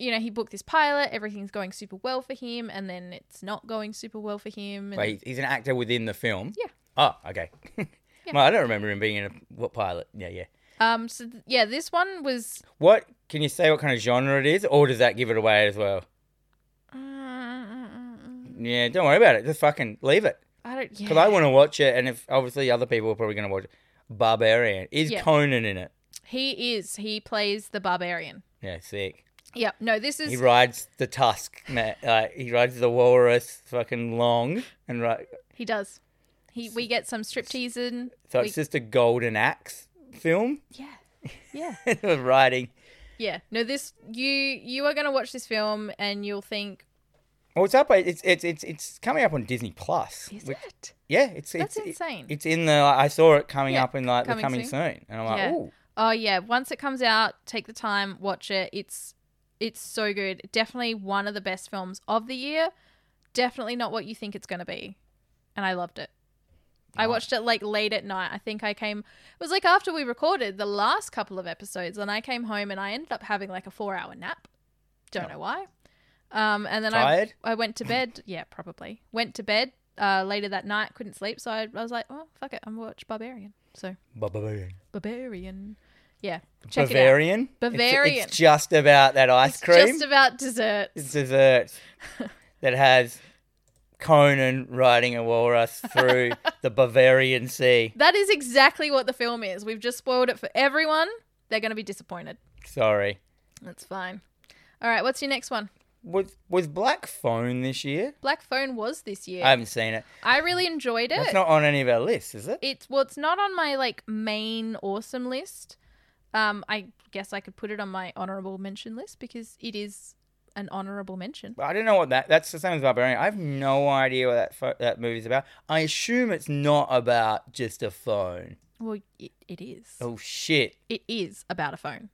Speaker 1: you know, he booked this pilot. Everything's going super well for him, and then it's not going super well for him. And
Speaker 2: Wait, he's an actor within the film.
Speaker 1: Yeah.
Speaker 2: Oh, okay. Well, I don't remember him being in a what pilot. Yeah, yeah.
Speaker 1: um, so th- yeah, this one was.
Speaker 2: What can you say? What kind of genre it is, or does that give it away as well?
Speaker 1: I
Speaker 2: Yeah, don't worry about it. Just fucking leave it.
Speaker 1: um, don't. Yeah.
Speaker 2: Because I want to watch it, and if obviously other people are probably going to watch it. Barbarian. Is
Speaker 1: Yeah.
Speaker 2: Conan in it?
Speaker 1: He is. He plays the barbarian.
Speaker 2: Yeah, sick.
Speaker 1: Yep. No, this is.
Speaker 2: He rides the tusk, Matt. Uh, he rides the walrus fucking long, and right.
Speaker 1: he does. He. We get some striptease in.
Speaker 2: So
Speaker 1: we-
Speaker 2: it's just a golden axe film
Speaker 1: yeah. Yeah.
Speaker 2: with riding.
Speaker 1: Yeah. No, this you you are gonna watch this film and you'll think,
Speaker 2: Well, it's up. It's it's it's it's coming up on Disney Plus.
Speaker 1: is
Speaker 2: which-
Speaker 1: it?
Speaker 2: Yeah, it's
Speaker 1: That's
Speaker 2: it's it-
Speaker 1: insane.
Speaker 2: It's in the. I saw it coming
Speaker 1: Yeah,
Speaker 2: up in like
Speaker 1: coming
Speaker 2: the coming
Speaker 1: soon.
Speaker 2: soon. and I'm like,
Speaker 1: Yeah.
Speaker 2: ooh,
Speaker 1: Oh yeah, once it comes out, take the time, watch it. It's it's so good. Definitely one of the best films of the year. Definitely not what you think it's going to be. And I loved it. I watched it like late at night. I think I came it was like after we recorded the last couple of episodes and I came home and I ended up having like a 4-hour nap. Don't know why. Um and then I
Speaker 2: tired.
Speaker 1: I went to bed. Yeah, probably. Went to bed uh later that night, couldn't sleep, so I, I was like, "Oh, fuck it. I'm gonna watch Barbarian." So,
Speaker 2: Barbarian.
Speaker 1: Barbarian. Yeah. Check it out.
Speaker 2: Bavarian. It's- It's,
Speaker 1: Bavarian.
Speaker 2: just about that ice
Speaker 1: It's
Speaker 2: cream.
Speaker 1: just about desserts.
Speaker 2: It's dessert that has Conan riding a walrus through the Bavarian Sea.
Speaker 1: That is exactly what the film is. We've just spoiled it for everyone. They're going to be disappointed.
Speaker 2: Sorry.
Speaker 1: That's fine. All right, what's your next one?
Speaker 2: Was was Black Phone this year?
Speaker 1: Black Phone was this year.
Speaker 2: I haven't seen it.
Speaker 1: I really enjoyed it.
Speaker 2: Um, That's not on any of our lists, is it?
Speaker 1: it's well, it's not on my like main awesome list. Um, I guess I could put it on my honorable mention list because it is an honorable mention.
Speaker 2: I don't know what that. That's the same as Barbarian. I have no idea what that pho- that movie's about. I assume it's not about just a phone.
Speaker 1: Well, it, it is.
Speaker 2: Oh shit!
Speaker 1: It is about a phone,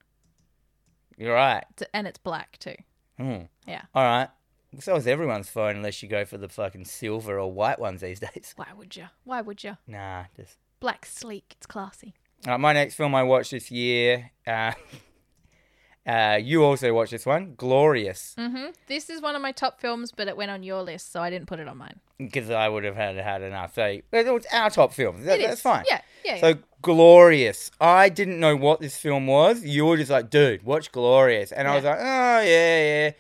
Speaker 2: You're right.
Speaker 1: T- and it's black too.
Speaker 2: Hmm.
Speaker 1: Yeah.
Speaker 2: All right. So is everyone's phone, unless you go for the fucking silver or white ones these days.
Speaker 1: Why would you? Why would you?
Speaker 2: Nah, just
Speaker 1: Black sleek. It's classy.
Speaker 2: Uh, my next film I watched this year. Uh, uh, you also watched this one, Glorious,
Speaker 1: Mm-hmm. This is one of my top films, but it went on your list, so I didn't put it on mine.
Speaker 2: because I would have had had enough. So it- it's our top film. That,
Speaker 1: It is.
Speaker 2: that's fine.
Speaker 1: Yeah, yeah. yeah.
Speaker 2: So Glorious. I didn't know what this film was. You were just like, dude, watch Glorious, and I was
Speaker 1: Yeah.
Speaker 2: like, oh yeah, yeah.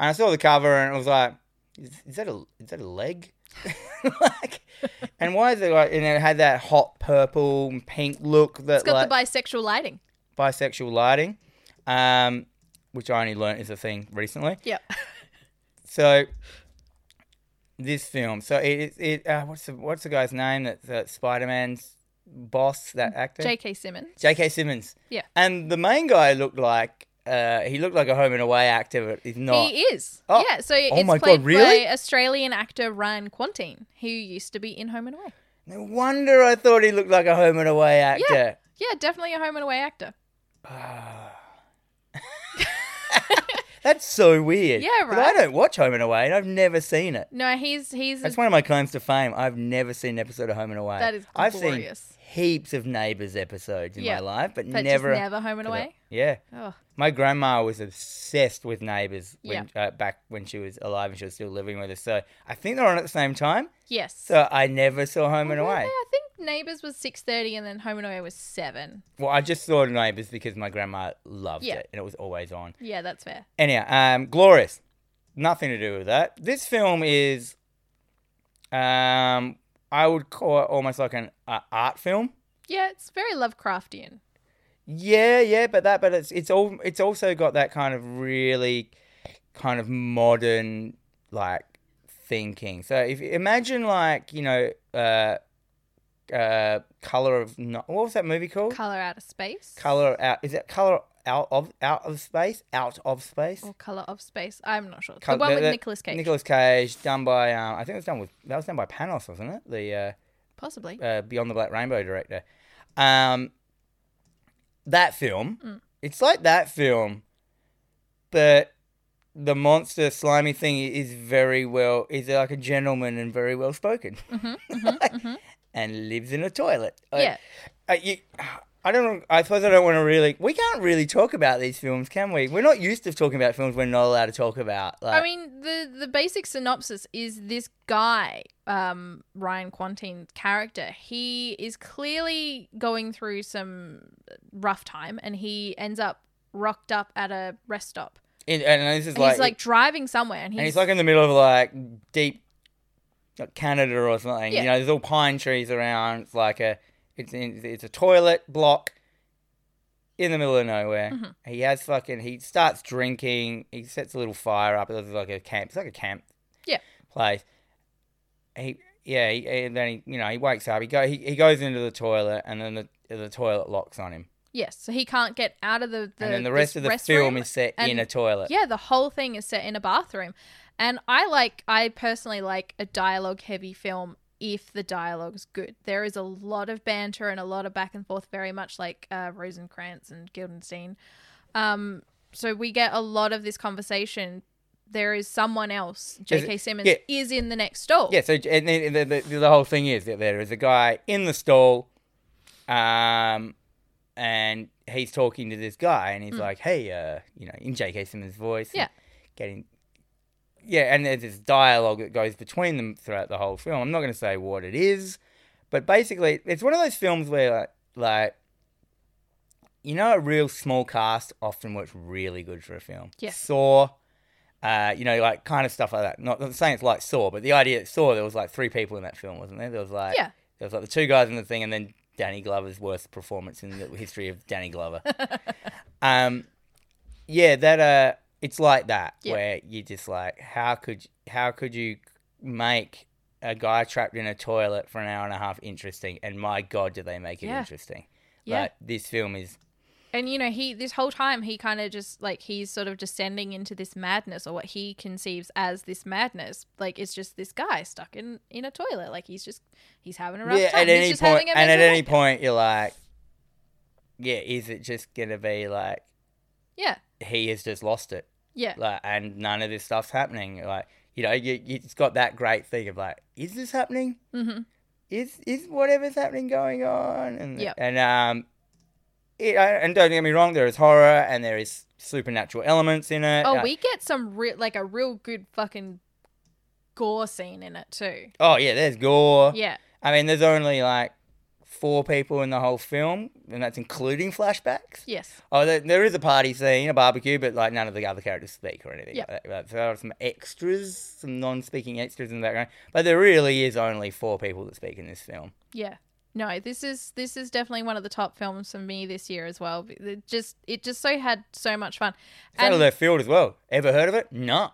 Speaker 2: And I saw the cover, and I was like, is, is that a is that a leg? like, and and why is it like? And it had that hot purple and pink look that
Speaker 1: It's got
Speaker 2: like
Speaker 1: the bisexual lighting.
Speaker 2: bisexual lighting, um, which I only learnt is a thing recently.
Speaker 1: Yep.
Speaker 2: So this film, so it it uh, what's the what's the guy's name that, that Spider Man's boss that actor
Speaker 1: J.K. Simmons.
Speaker 2: J.K. Simmons.
Speaker 1: Yeah.
Speaker 2: And the main guy looked like uh, he looked like a home and away actor, but he's not.
Speaker 1: He is.
Speaker 2: Oh.
Speaker 1: Yeah, so
Speaker 2: Oh
Speaker 1: it's
Speaker 2: my God,
Speaker 1: played
Speaker 2: really?
Speaker 1: by Australian actor Ryan Quantine, who used to be in Home and Away.
Speaker 2: no wonder I thought he looked like a home and away actor.
Speaker 1: Yeah, definitely a Home and Away actor.
Speaker 2: That's so weird.
Speaker 1: Yeah,
Speaker 2: 'Cause
Speaker 1: right.
Speaker 2: I don't watch Home and Away, and I've never seen it.
Speaker 1: No, he's he's
Speaker 2: That's one of my claims to fame. I've never seen an episode of Home and Away.
Speaker 1: That is
Speaker 2: I've seen
Speaker 1: glorious.
Speaker 2: heaps of Neighbours episodes in
Speaker 1: Yeah,
Speaker 2: my life, but,
Speaker 1: but
Speaker 2: never,
Speaker 1: just never Home and Away.
Speaker 2: Yeah.
Speaker 1: Oh,
Speaker 2: My grandma was obsessed with Neighbours when, uh, back when she was alive and she was still living with us. So I think they're on at the same time.
Speaker 1: yes.
Speaker 2: So I never saw Home and
Speaker 1: Were
Speaker 2: Away.
Speaker 1: they? I think Neighbours was six thirty, and then Home and Away was seven.
Speaker 2: Well, I just saw Neighbours because my grandma loved
Speaker 1: Yeah.
Speaker 2: it and it was always on.
Speaker 1: Yeah, that's fair.
Speaker 2: Anyhow, um, Glorious. Nothing to do with that. This film is, um, I would call it almost like an uh, art film.
Speaker 1: Yeah, it's very Lovecraftian.
Speaker 2: Yeah, yeah, but that, but it's it's all it's also got that kind of really kind of modern like thinking. So if imagine like you know, uh, uh, color of no, what was that movie called?
Speaker 1: Color out of space.
Speaker 2: color out is it color out of out of space out of space?
Speaker 1: or color of space. I'm not sure.
Speaker 2: Col-
Speaker 1: Oh, the one
Speaker 2: the-
Speaker 1: with
Speaker 2: the-
Speaker 1: Nicolas Cage,
Speaker 2: Nicolas Cage, done by um, I think it was done with that was done by Panos, wasn't it? The uh,
Speaker 1: possibly.
Speaker 2: uh, Beyond the Black Rainbow director. Um, that film,
Speaker 1: Mm.
Speaker 2: it's like that film, but the monster slimy thing is very well, is like a gentleman and very well spoken, and lives in a toilet. I-
Speaker 1: Mm-hmm, yeah,
Speaker 2: I, you, I don't. know- I suppose I don't want to really. We can't really talk about these films, can we? We're not used to talking about films we're not allowed to talk about. Like,
Speaker 1: I mean the the basic synopsis is this guy, um, Ryan Quantine's character. He is clearly going through some rough time, and he ends up rocked up at a rest stop.
Speaker 2: it- and this is
Speaker 1: And
Speaker 2: like,
Speaker 1: he's like driving somewhere, and he's,
Speaker 2: and he's like in the middle of like deep like Canada or something.
Speaker 1: Yeah.
Speaker 2: You know, there's all pine trees around. It's like a it's in, it's a toilet block in the middle of nowhere.
Speaker 1: Mm-hmm.
Speaker 2: He has fucking he starts drinking. He sets a little fire up. It's like a camp. It's like a camp.
Speaker 1: Yeah.
Speaker 2: Place. He yeah. He, and then he you know he wakes up. He go he, he goes into the toilet and then the the toilet locks on him.
Speaker 1: yes, so he can't get out of the. the
Speaker 2: and then the
Speaker 1: this
Speaker 2: rest of the
Speaker 1: rest
Speaker 2: film
Speaker 1: room.
Speaker 2: is set in
Speaker 1: and-
Speaker 2: a toilet.
Speaker 1: Yeah, the whole thing is set in a bathroom. And I like, I personally like a dialogue heavy film if the dialogue's good. There is a lot of banter and a lot of back and forth, very much like uh, Rosencrantz and Guildenstern. Um, so we get a lot of this conversation. There is someone else, J.K. Simmons,
Speaker 2: yeah.
Speaker 1: is in the next stall.
Speaker 2: Yeah, so and then the, the, the whole thing is that there is a guy in the stall, um, and he's talking to this guy, and he's like, "Hey, uh, you know," in J.K. Simmons' voice, and
Speaker 1: Yeah.
Speaker 2: getting, yeah, and there's this dialogue that goes between them throughout the whole film. I'm not going to say what it is, but basically, it's one of those films where like, like you know, a real small cast often works really good for a film.
Speaker 1: Yeah.
Speaker 2: Saw, uh, you know, like kind of stuff like that. Not, not saying it's like Saw, but the idea that Saw, there was like three people in that film, wasn't there? There was like,
Speaker 1: Yeah.
Speaker 2: there was like the two guys in the thing, and then Danny Glover's worst performance in the history of Danny Glover. um, yeah, that uh, it's like that
Speaker 1: Yeah.
Speaker 2: where you just like, how could how could you make a guy trapped in a toilet for an hour and a half interesting? And my God, do they make it
Speaker 1: Yeah.
Speaker 2: interesting?
Speaker 1: Yeah.
Speaker 2: Like this film is
Speaker 1: and you know he this whole time he kind of just like he's sort of descending into this madness or what he conceives as this madness like it's just this guy stuck in in a toilet like he's just he's having a rough
Speaker 2: yeah,
Speaker 1: time
Speaker 2: at
Speaker 1: he's
Speaker 2: any
Speaker 1: just
Speaker 2: point,
Speaker 1: having a
Speaker 2: and at
Speaker 1: mental
Speaker 2: any
Speaker 1: breakdown.
Speaker 2: point, you're like, yeah, is it just gonna be like
Speaker 1: yeah
Speaker 2: he has just lost it,
Speaker 1: yeah
Speaker 2: like, and none of this stuff's happening? Like, you know, you, you- it's got that great thing of like, is this happening?
Speaker 1: hmm
Speaker 2: Is is whatever's happening going on? And
Speaker 1: Yep.
Speaker 2: and um, it, I- and don't get me wrong, there is horror and there is supernatural elements in it.
Speaker 1: oh
Speaker 2: Uh,
Speaker 1: we get some real like a real good fucking gore scene in it too
Speaker 2: oh yeah, there's gore.
Speaker 1: yeah
Speaker 2: I mean, there's only like four people in the whole film, and that's including flashbacks.
Speaker 1: Yes.
Speaker 2: Oh, there, there is a party scene, a barbecue, but like none of the other characters speak or anything.
Speaker 1: Yep.
Speaker 2: like that. So there are some extras, some non-speaking extras in the background, but there really is only four people that speak in this film.
Speaker 1: Yeah. No, this is this is definitely one of the top films for me this year as well. It just it just so had so much fun.
Speaker 2: It's out of left field as well. Ever heard of it? No.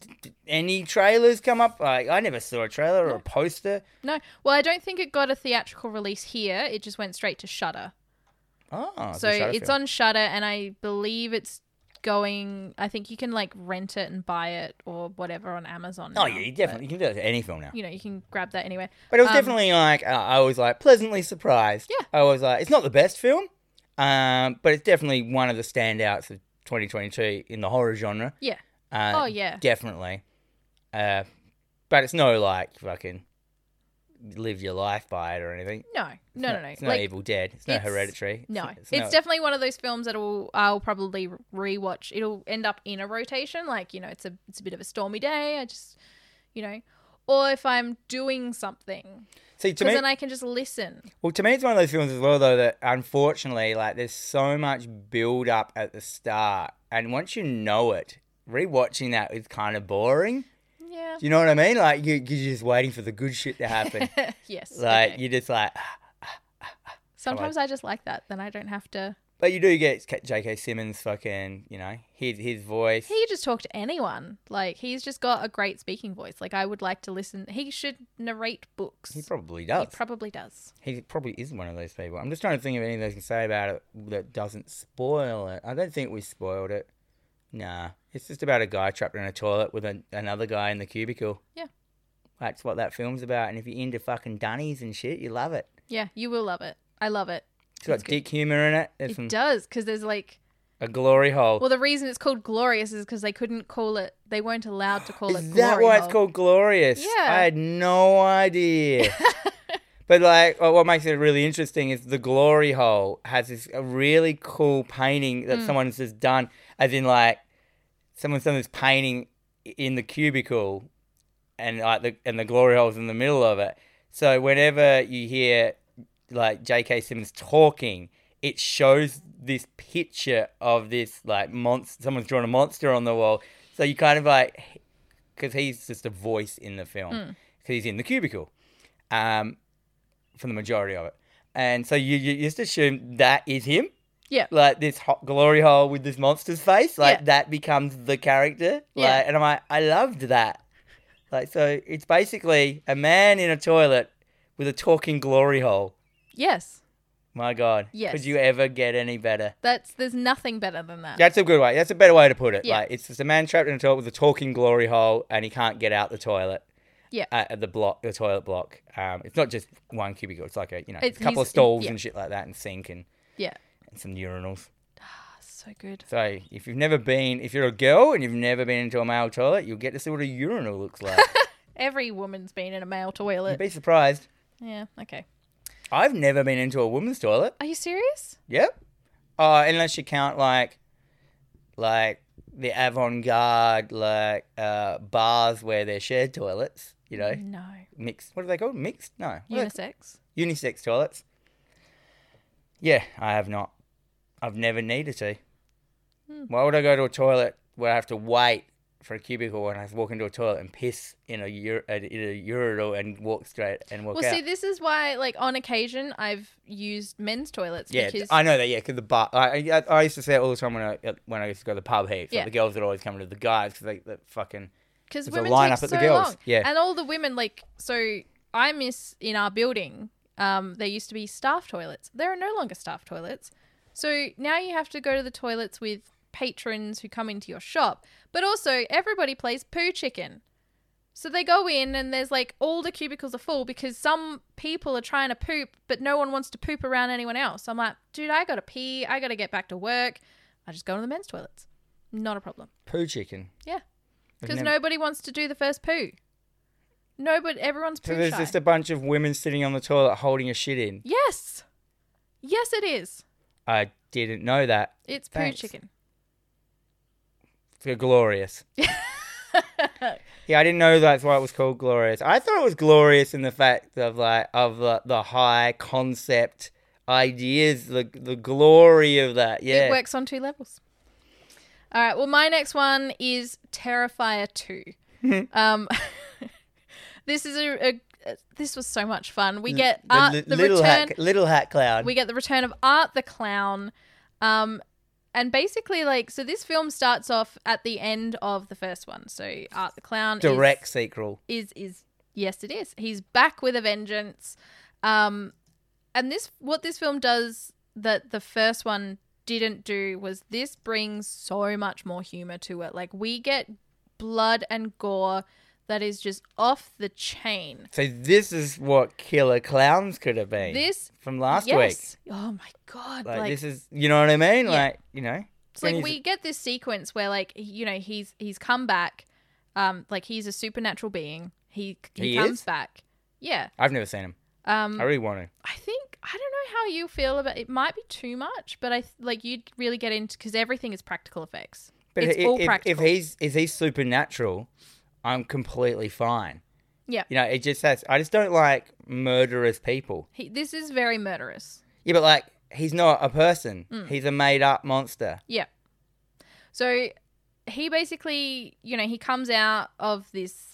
Speaker 2: D- d- Any trailers come up? Like I never saw a trailer or a poster.
Speaker 1: no, well, I don't think it got a theatrical release here. It just went straight to Shutter.
Speaker 2: Oh, a
Speaker 1: so
Speaker 2: Shutter
Speaker 1: it's
Speaker 2: film.
Speaker 1: on Shutter, and I believe it's going. I think you can like rent it and buy it or whatever on Amazon.
Speaker 2: Oh
Speaker 1: now,
Speaker 2: yeah, you definitely you can do that to any film now.
Speaker 1: but, you know, you can grab that anywhere.
Speaker 2: But it was
Speaker 1: Um,
Speaker 2: definitely like uh, I was like pleasantly surprised.
Speaker 1: Yeah.
Speaker 2: I was like, it's not the best film, um, but it's definitely one of the standouts of 2022 in the horror genre.
Speaker 1: Yeah.
Speaker 2: Uh,
Speaker 1: Oh, yeah.
Speaker 2: definitely. Uh, but it's no like fucking live your life by it or anything.
Speaker 1: No, no,
Speaker 2: It's
Speaker 1: no,
Speaker 2: not-
Speaker 1: no.
Speaker 2: It's not
Speaker 1: Like,
Speaker 2: Evil Dead. It's not
Speaker 1: it's-
Speaker 2: Hereditary.
Speaker 1: No,
Speaker 2: not-
Speaker 1: it's,
Speaker 2: not-
Speaker 1: definitely one of those films that will I'll probably rewatch. It'll end up in a rotation, like you know, it's a it's a bit of a stormy day. I just, you know, or if I'm doing something,
Speaker 2: See, to
Speaker 1: because
Speaker 2: me,
Speaker 1: then I can just listen.
Speaker 2: Well, to me, it's one of those films as well, though, that unfortunately, like, there's so much build up at the start. And once you know it, rewatching that is kind of boring.
Speaker 1: Yeah.
Speaker 2: Do you know what I mean? Like, you, you're just waiting for the good shit to happen.
Speaker 1: yes.
Speaker 2: like,
Speaker 1: okay.
Speaker 2: you're just like,
Speaker 1: Sometimes I just like that. Then I don't have to.
Speaker 2: but you do get K- J.K. Simmons fucking, you know, his, his voice.
Speaker 1: He could just talk to anyone. Like he's just got a great speaking voice. Like I would like to listen. He should narrate books.
Speaker 2: He probably does.
Speaker 1: He probably does.
Speaker 2: He probably is one of those people. I'm just trying to think of anything they can say about it that doesn't spoil it. I don't think we spoiled it. Nah, it's just about a guy trapped in a toilet with an another guy in the cubicle.
Speaker 1: Yeah.
Speaker 2: That's what that film's about. And if you're into fucking dunnies and shit, you love it.
Speaker 1: Yeah, you will love it. I love it.
Speaker 2: It's got
Speaker 1: That's good.
Speaker 2: dick humor in it. There's
Speaker 1: It
Speaker 2: some,
Speaker 1: does because there's like
Speaker 2: a glory hole.
Speaker 1: Well, the reason it's called glorious is because they couldn't call it. They weren't allowed to call it.
Speaker 2: Is that
Speaker 1: glory
Speaker 2: why it's
Speaker 1: hole.
Speaker 2: called glorious?
Speaker 1: Yeah.
Speaker 2: I had no idea. but like, uh, what makes it really interesting is the glory hole has this a really cool painting
Speaker 1: Hmm.
Speaker 2: that someone's just done, as in like someone's done this painting i- in the cubicle, and like the and the glory hole's in the middle of it. So whenever you hear like J.K. Simmons talking, it shows this picture of this like monster. Someone's drawn a monster on the wall, so you kind of like because he's just a voice in the film.
Speaker 1: Hmm.
Speaker 2: 'Cause he's in the cubicle, um, for the majority of it, and so you, you just assume that is him.
Speaker 1: Yeah.
Speaker 2: Like this hot glory hole with this monster's face, like
Speaker 1: Yeah.
Speaker 2: that becomes the character.
Speaker 1: Yeah.
Speaker 2: Like, and I'm like, I loved that. Like, so it's basically a man in a toilet with a talking glory hole.
Speaker 1: Yes,
Speaker 2: My God.
Speaker 1: Yes.
Speaker 2: Could you ever get any better?
Speaker 1: that's there's nothing better than that.
Speaker 2: That's a good way. That's a better way to put it.
Speaker 1: Yeah.
Speaker 2: Like it's just a man trapped in a toilet with a talking glory hole, and he can't get out the toilet. Uh,
Speaker 1: Yeah.
Speaker 2: At at the block, the toilet block. Um, it's not just one cubicle. It's like a you know
Speaker 1: It's-
Speaker 2: a couple
Speaker 1: he's-
Speaker 2: of stalls
Speaker 1: yeah.
Speaker 2: and shit like that, and sink and,
Speaker 1: Yeah,
Speaker 2: and some urinals.
Speaker 1: that's so good.
Speaker 2: So if you've never been, if you're a girl and you've never been into a male toilet, you'll get to see what a urinal looks like.
Speaker 1: Every woman's been in a male
Speaker 2: You'd
Speaker 1: toilet.
Speaker 2: be surprised.
Speaker 1: yeah. Okay.
Speaker 2: I've never been into a woman's toilet.
Speaker 1: Are you serious?
Speaker 2: Yep. Uh, unless you count like, like the avant-garde like uh, bars where they're shared toilets. You know,
Speaker 1: No.
Speaker 2: mixed. What are they called? Mixed? No. What are they
Speaker 1: Mm-hmm. Unisex.
Speaker 2: called? unisex toilets. Yeah, I have not. I've never needed to.
Speaker 1: Hmm.
Speaker 2: Why would I go to a toilet where I have to wait for a cubicle when I walk into a toilet and piss in a, ur- in a urinal and walk straight and walk
Speaker 1: Well,
Speaker 2: out?
Speaker 1: see, this is why, like, on occasion, I've used men's toilets
Speaker 2: Yeah,
Speaker 1: because
Speaker 2: I know that. Yeah, because the bar. I, I I used to say it all the time when I uh, when I used to go to the pub heaps.
Speaker 1: Yeah.
Speaker 2: Like the girls would always come to the guys because they, they fucking.
Speaker 1: because
Speaker 2: There's a
Speaker 1: women
Speaker 2: line
Speaker 1: take
Speaker 2: up at the
Speaker 1: so
Speaker 2: girls.
Speaker 1: long.
Speaker 2: Yeah.
Speaker 1: And all the women, like, so I miss in our building, um, there used to be staff toilets. There are no longer staff toilets. So now you have to go to the toilets with patrons who come into your shop. But also, everybody plays poo chicken. So they go in and there's like all the cubicles are full because some people are trying to poop, but no one wants to poop around anyone else. I'm like, dude, I gotta pee. I gotta get back to work. I just go to the men's toilets. Not a problem.
Speaker 2: Poo chicken.
Speaker 1: Yeah.
Speaker 2: I've
Speaker 1: Because
Speaker 2: never-
Speaker 1: nobody wants to do the first poo. Nobody, everyone's
Speaker 2: So
Speaker 1: poo
Speaker 2: there's
Speaker 1: shy.
Speaker 2: just a bunch of women sitting on the toilet holding a shit in.
Speaker 1: yes, yes, it is.
Speaker 2: I didn't know that.
Speaker 1: It's poo
Speaker 2: Thanks.
Speaker 1: chicken.
Speaker 2: They're glorious. Yeah, I didn't know that's why it was called glorious. I thought it was glorious in the fact of like of the, the high concept ideas, the the glory of that. Yeah,
Speaker 1: It works on two levels. All right. Well, my next one is Terrifier Two. um, this is a, a this was so much fun. We get
Speaker 2: the,
Speaker 1: art,
Speaker 2: li-
Speaker 1: Uh, the
Speaker 2: little
Speaker 1: return.
Speaker 2: hat, little hat cloud.
Speaker 1: We get the return of Art the Clown. Um, and basically, like, so this film starts off at the end of the first one. So Art the Clown is-
Speaker 2: Direct sequel.
Speaker 1: is is yes it is he's back with a vengeance um and this what this film does that the first one didn't do was this brings so much more humor to it like we get blood and gore that is just off the chain
Speaker 2: So this is what Killer Clowns could have been.
Speaker 1: this
Speaker 2: from last week.
Speaker 1: yes oh my god
Speaker 2: Like,
Speaker 1: like,
Speaker 2: this is, you know what I mean?
Speaker 1: Yeah.
Speaker 2: Like, you know,
Speaker 1: It's like
Speaker 2: When
Speaker 1: we
Speaker 2: he's-
Speaker 1: get this sequence where like you know he's he's come back um like he's a supernatural being he he,
Speaker 2: He
Speaker 1: comes
Speaker 2: is?
Speaker 1: back yeah
Speaker 2: I've never seen him.
Speaker 1: um
Speaker 2: I really want to.
Speaker 1: I think I don't know how you feel about it. Might be too much, but I th- like you'd really get into because everything is practical effects.
Speaker 2: But
Speaker 1: it's
Speaker 2: i-
Speaker 1: all
Speaker 2: if, if
Speaker 1: practical.
Speaker 2: he's if he's supernatural, I'm completely fine.
Speaker 1: Yeah.
Speaker 2: You know, it just has. I just don't like murderous people.
Speaker 1: He, this is very murderous.
Speaker 2: Yeah, but like he's not a person.
Speaker 1: Mm.
Speaker 2: He's a made up monster.
Speaker 1: Yeah. So he basically, you know, he comes out of this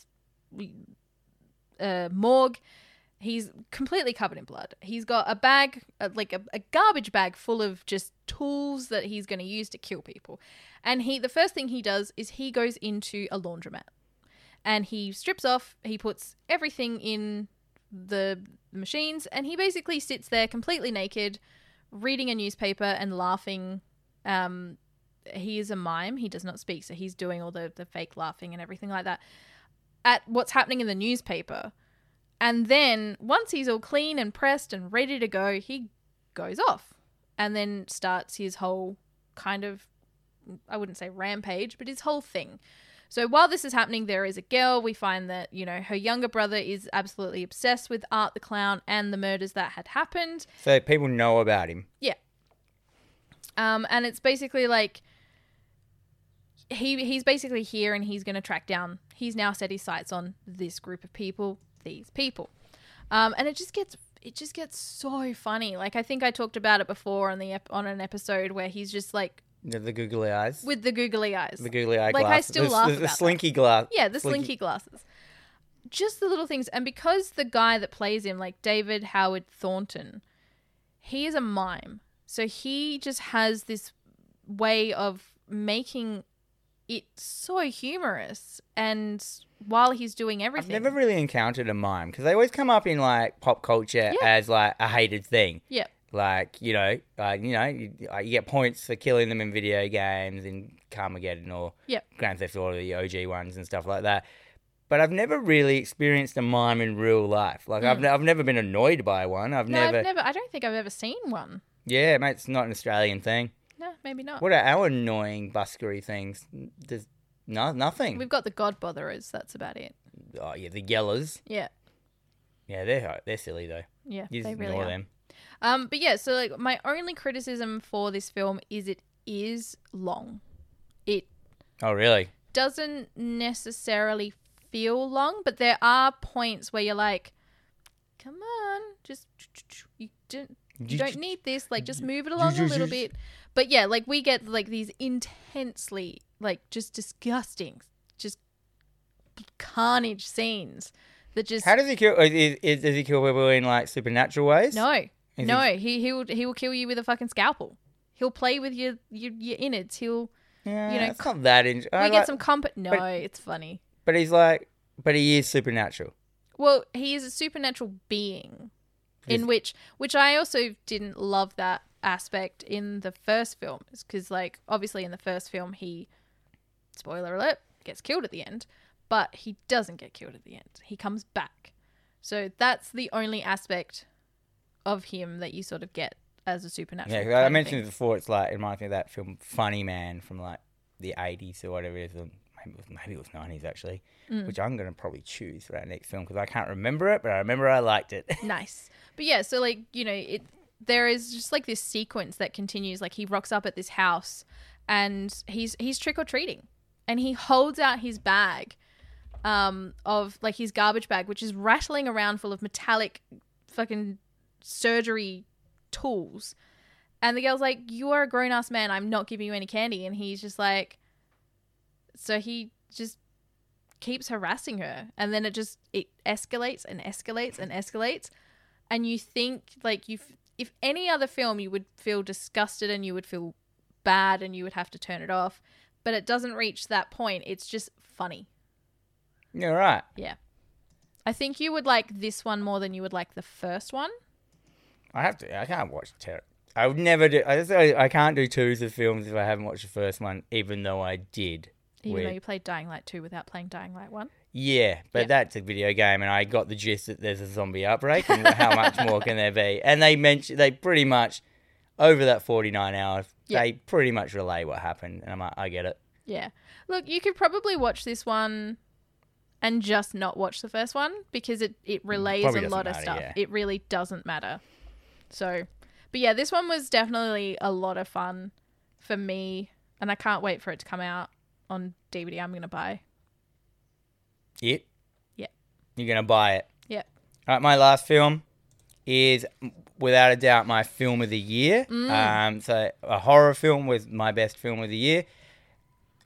Speaker 1: uh, morgue. He's completely covered in blood. He's got a bag, uh, like a, a garbage bag full of just tools that he's going to use to kill people. And he, the first thing he does is he goes into a laundromat and he strips off, he puts everything in the machines, and he basically sits there completely naked, reading a newspaper and laughing um he is a mime he does not speak so he's doing all the the fake laughing and everything like that at what's happening in the newspaper and then once he's all clean and pressed and ready to go he goes off and then starts his whole kind of i wouldn't say rampage but his whole thing so while this is happening there is a girl we find that you know her younger brother is absolutely obsessed with art the clown and the murders that had happened
Speaker 2: So people know about him.
Speaker 1: Um, and it's basically like he he's basically here and he's going to track down. He's now set his sights on this group of people, these people, um, and it just gets it just gets so funny. Like I think I talked about it before on the ep- on an episode where he's just like
Speaker 2: The, the googly eyes.
Speaker 1: with the googly eyes.
Speaker 2: the googly eye
Speaker 1: Like, I
Speaker 2: glasses.
Speaker 1: still
Speaker 2: the,
Speaker 1: laugh
Speaker 2: the, the
Speaker 1: about that.
Speaker 2: slinky glass.
Speaker 1: Yeah, the
Speaker 2: Slinky-
Speaker 1: slinky glasses. Just the little things. And because the guy that plays him, like David Howard Thornton, he is a mime. So he just has this way of making it so humorous. And while he's doing
Speaker 2: I've
Speaker 1: everything.
Speaker 2: never really encountered a mime because they always come up in like pop culture
Speaker 1: Yeah.
Speaker 2: as like a hated thing.
Speaker 1: Yeah.
Speaker 2: Like you know, like you know, you, like, you get points for killing them in video games in Carmageddon or
Speaker 1: Yep.
Speaker 2: Grand Theft Auto, the OG ones and stuff like that. But I've never really experienced a mime in real life. Like I've, ne- I've never been annoyed by one. I've
Speaker 1: Hmm. no,
Speaker 2: never,
Speaker 1: I've never. I don't think I've ever seen one.
Speaker 2: Yeah, mate, it's not an Australian thing.
Speaker 1: No, maybe not.
Speaker 2: What are our annoying buskery things? There's no nothing.
Speaker 1: We've got the God Botherers. That's about it.
Speaker 2: Oh yeah, the yellers.
Speaker 1: Yeah.
Speaker 2: Yeah, they're they're silly though.
Speaker 1: Yeah.
Speaker 2: You just
Speaker 1: they really
Speaker 2: ignore
Speaker 1: are.
Speaker 2: them.
Speaker 1: Um, but yeah, so like my only criticism for this film is it is long. It
Speaker 2: Oh really?
Speaker 1: doesn't necessarily feel long, but there are points where you're like, "Come on, just you don't you don't need this. Like, just move it along a little bit." But yeah, like we get like these intensely like just disgusting, just carnage scenes that just
Speaker 2: How does he kill? Is, is, does he kill people in like supernatural ways?
Speaker 1: no,
Speaker 2: Is
Speaker 1: no. He he will he will kill you with a fucking scalpel. He'll play with your your, your innards. He'll
Speaker 2: Yeah,
Speaker 1: you know,
Speaker 2: it's not that. In-
Speaker 1: we get some comp. No,
Speaker 2: Uh, but-
Speaker 1: it's funny.
Speaker 2: But he's like, but he is supernatural.
Speaker 1: Well, he is a supernatural being, in which which I also didn't love that aspect in the first film, because like obviously in the first film he, spoiler alert, gets killed at the end, but he doesn't get killed at the end. He comes back, so that's the only aspect of him that you sort of get as a supernatural.
Speaker 2: Yeah, 'cause
Speaker 1: kind
Speaker 2: I, I
Speaker 1: of thing.
Speaker 2: mentioned it before. It's like it reminds me of that film Funny Man from like the eighties or whatever it is. or Maybe it was, maybe it was nineties actually,
Speaker 1: Mm.
Speaker 2: which I'm gonna probably choose for our next film because I can't remember it, but I remember I liked it.
Speaker 1: nice. But yeah, so like, you know, it there is just like this sequence that continues like he rocks up at this house and he's he's trick or treating and he holds out his bag um, of like his garbage bag, which is rattling around full of metallic fucking surgery tools. And the girl's like, You are a grown ass man. I'm not giving you any candy. And he's just like, So he just keeps harassing her. And then it just, it escalates and escalates and escalates. And you think, like, you, if any other film, you would feel disgusted and you would feel bad and you would have to turn it off. But it doesn't reach that point. It's just funny.
Speaker 2: You're right.
Speaker 1: Yeah. I think you would like this one more than you would like the first one.
Speaker 2: I have to. I can't watch Terror. I would never do. I, just, I, I can't do twos of films if I haven't watched the first one, even though I did.
Speaker 1: Even though
Speaker 2: with-
Speaker 1: you played Dying Light 2 without playing Dying Light 1.
Speaker 2: yeah, but
Speaker 1: Yeah.
Speaker 2: that's a video game, and I got the gist that there's a zombie outbreak, and how much more can there be? And they mentioned they pretty much over that 49 hours,
Speaker 1: Yeah.
Speaker 2: they pretty much relay what happened, and I'm like, I get it.
Speaker 1: Yeah. Look, you could probably watch this one and just not watch the first one because it, it relays
Speaker 2: Mm, Probably
Speaker 1: a
Speaker 2: doesn't
Speaker 1: lot of
Speaker 2: matter,
Speaker 1: stuff.
Speaker 2: yeah.
Speaker 1: It really doesn't matter. So, but yeah, this one was definitely a lot of fun for me. And I can't wait for it to come out on DVD. I'm going to buy.
Speaker 2: It.
Speaker 1: Yeah.
Speaker 2: You're gonna buy it.
Speaker 1: Yeah.
Speaker 2: All right, my last film is mm, without a doubt my film of the year.
Speaker 1: Mm.
Speaker 2: Um, so a horror film was my best film of the year.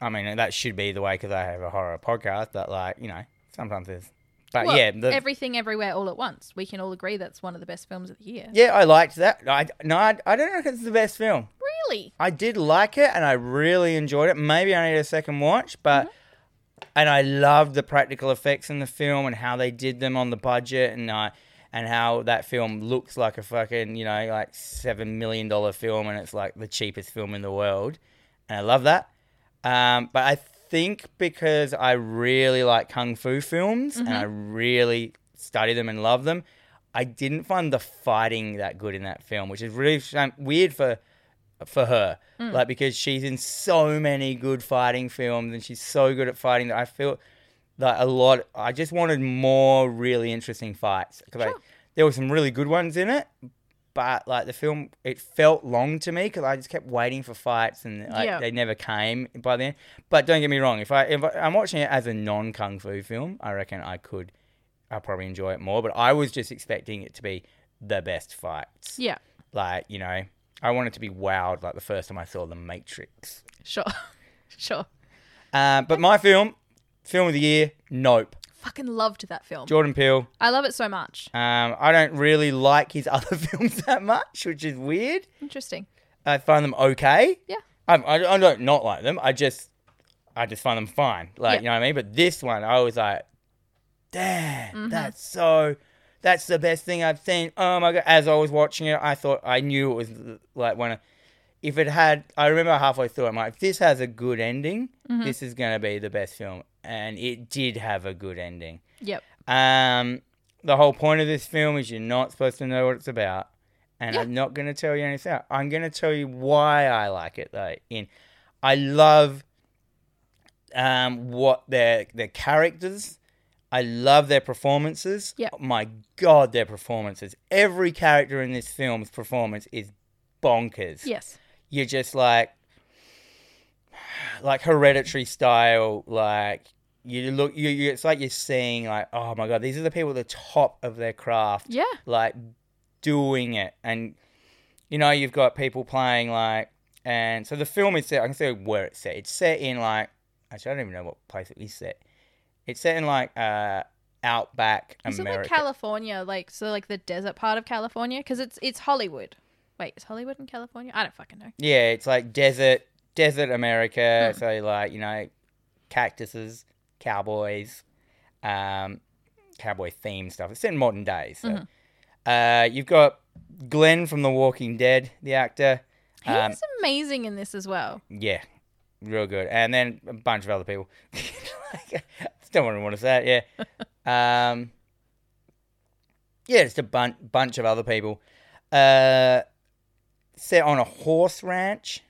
Speaker 2: I mean, that should be the way because I have a horror podcast, but like you know, sometimes there's. But
Speaker 1: Well,
Speaker 2: Uh, yeah, the,
Speaker 1: Everything Everywhere All at Once. We can all agree that's one of the best films of the year.
Speaker 2: yeah, I liked that. I no, I, I don't know if it's the best film.
Speaker 1: Really?
Speaker 2: I did like it and I really enjoyed it. Maybe I need a second watch, but and I loved the practical effects in the film and how they did them on the budget and I and how that film looks like a fucking, you know, like 7 million dollar film and it's like the cheapest film in the world. And I love that. Um, but I think because I really like kung fu films and I really study them and love them, I didn't find the fighting that good in that film, which is really shame, weird for for her,
Speaker 1: Hmm.
Speaker 2: like because she's in so many good fighting films and she's so good at fighting that I feel like a lot. I just wanted more really interesting fights because
Speaker 1: Sure.
Speaker 2: there were some really good ones in it, but like the film, it felt long to me because I just kept waiting for fights and like,
Speaker 1: Yeah.
Speaker 2: they never came by the end. But don't get me wrong, if I if I, I'm watching it as a non kung fu film, I reckon I could, I probably enjoy it more. But I was just expecting it to be the best fights
Speaker 1: Yeah,
Speaker 2: like you know i wanted to be wowed like the first time i saw the matrix
Speaker 1: sure. sure.
Speaker 2: uh, but my film film of the year nope
Speaker 1: Fucking loved that film.
Speaker 2: jordan peele
Speaker 1: I love it so much.
Speaker 2: um, i don't really like his other films that much which is weird
Speaker 1: Interesting.
Speaker 2: i find them okay
Speaker 1: Yeah.
Speaker 2: I, I, I don't not like them i just i just find them fine like
Speaker 1: Yeah.
Speaker 2: you know what i mean but this one i was like damn that's so that's the best thing i've seen oh my god as i was watching it i thought i knew it was like when I, if it had, I remember halfway through, I'm like, if this has a good ending, this is going to be the best film. And it did have a good ending.
Speaker 1: Yep.
Speaker 2: Um, the whole point of this film is you're not supposed to know what it's about. And
Speaker 1: Yeah.
Speaker 2: I'm not going to tell you anything. I'm going to tell you why I like it, though. In I love um, what their their characters. I love their performances.
Speaker 1: Yeah.
Speaker 2: My God, their performances. Every character in this film's performance is bonkers
Speaker 1: Yes.
Speaker 2: you're just like like hereditary style like you look you, you it's like you're seeing like oh my god these are the people at the top of their craft
Speaker 1: Yeah.
Speaker 2: like doing it and you know you've got people playing like and so the film is set i can say where it's set it's set in like actually i don't even know what place it is set it's set in like uh outback
Speaker 1: Is it like
Speaker 2: america
Speaker 1: California, like so, like the desert part of California? Because it's it's Hollywood. Wait, is Hollywood in California? I don't fucking know.
Speaker 2: Yeah, it's like desert, desert America. So like you know, cactuses, cowboys, um, cowboy theme stuff. It's in modern days. So. Uh, you've got Glenn from The Walking Dead, the actor.
Speaker 1: He
Speaker 2: Um,
Speaker 1: is amazing in this as well.
Speaker 2: yeah, real good. And then a bunch of other people. like, I still wouldn't want to say it. Yeah. um, yeah, just a bun- bunch of other people. Uh, set on a horse ranch.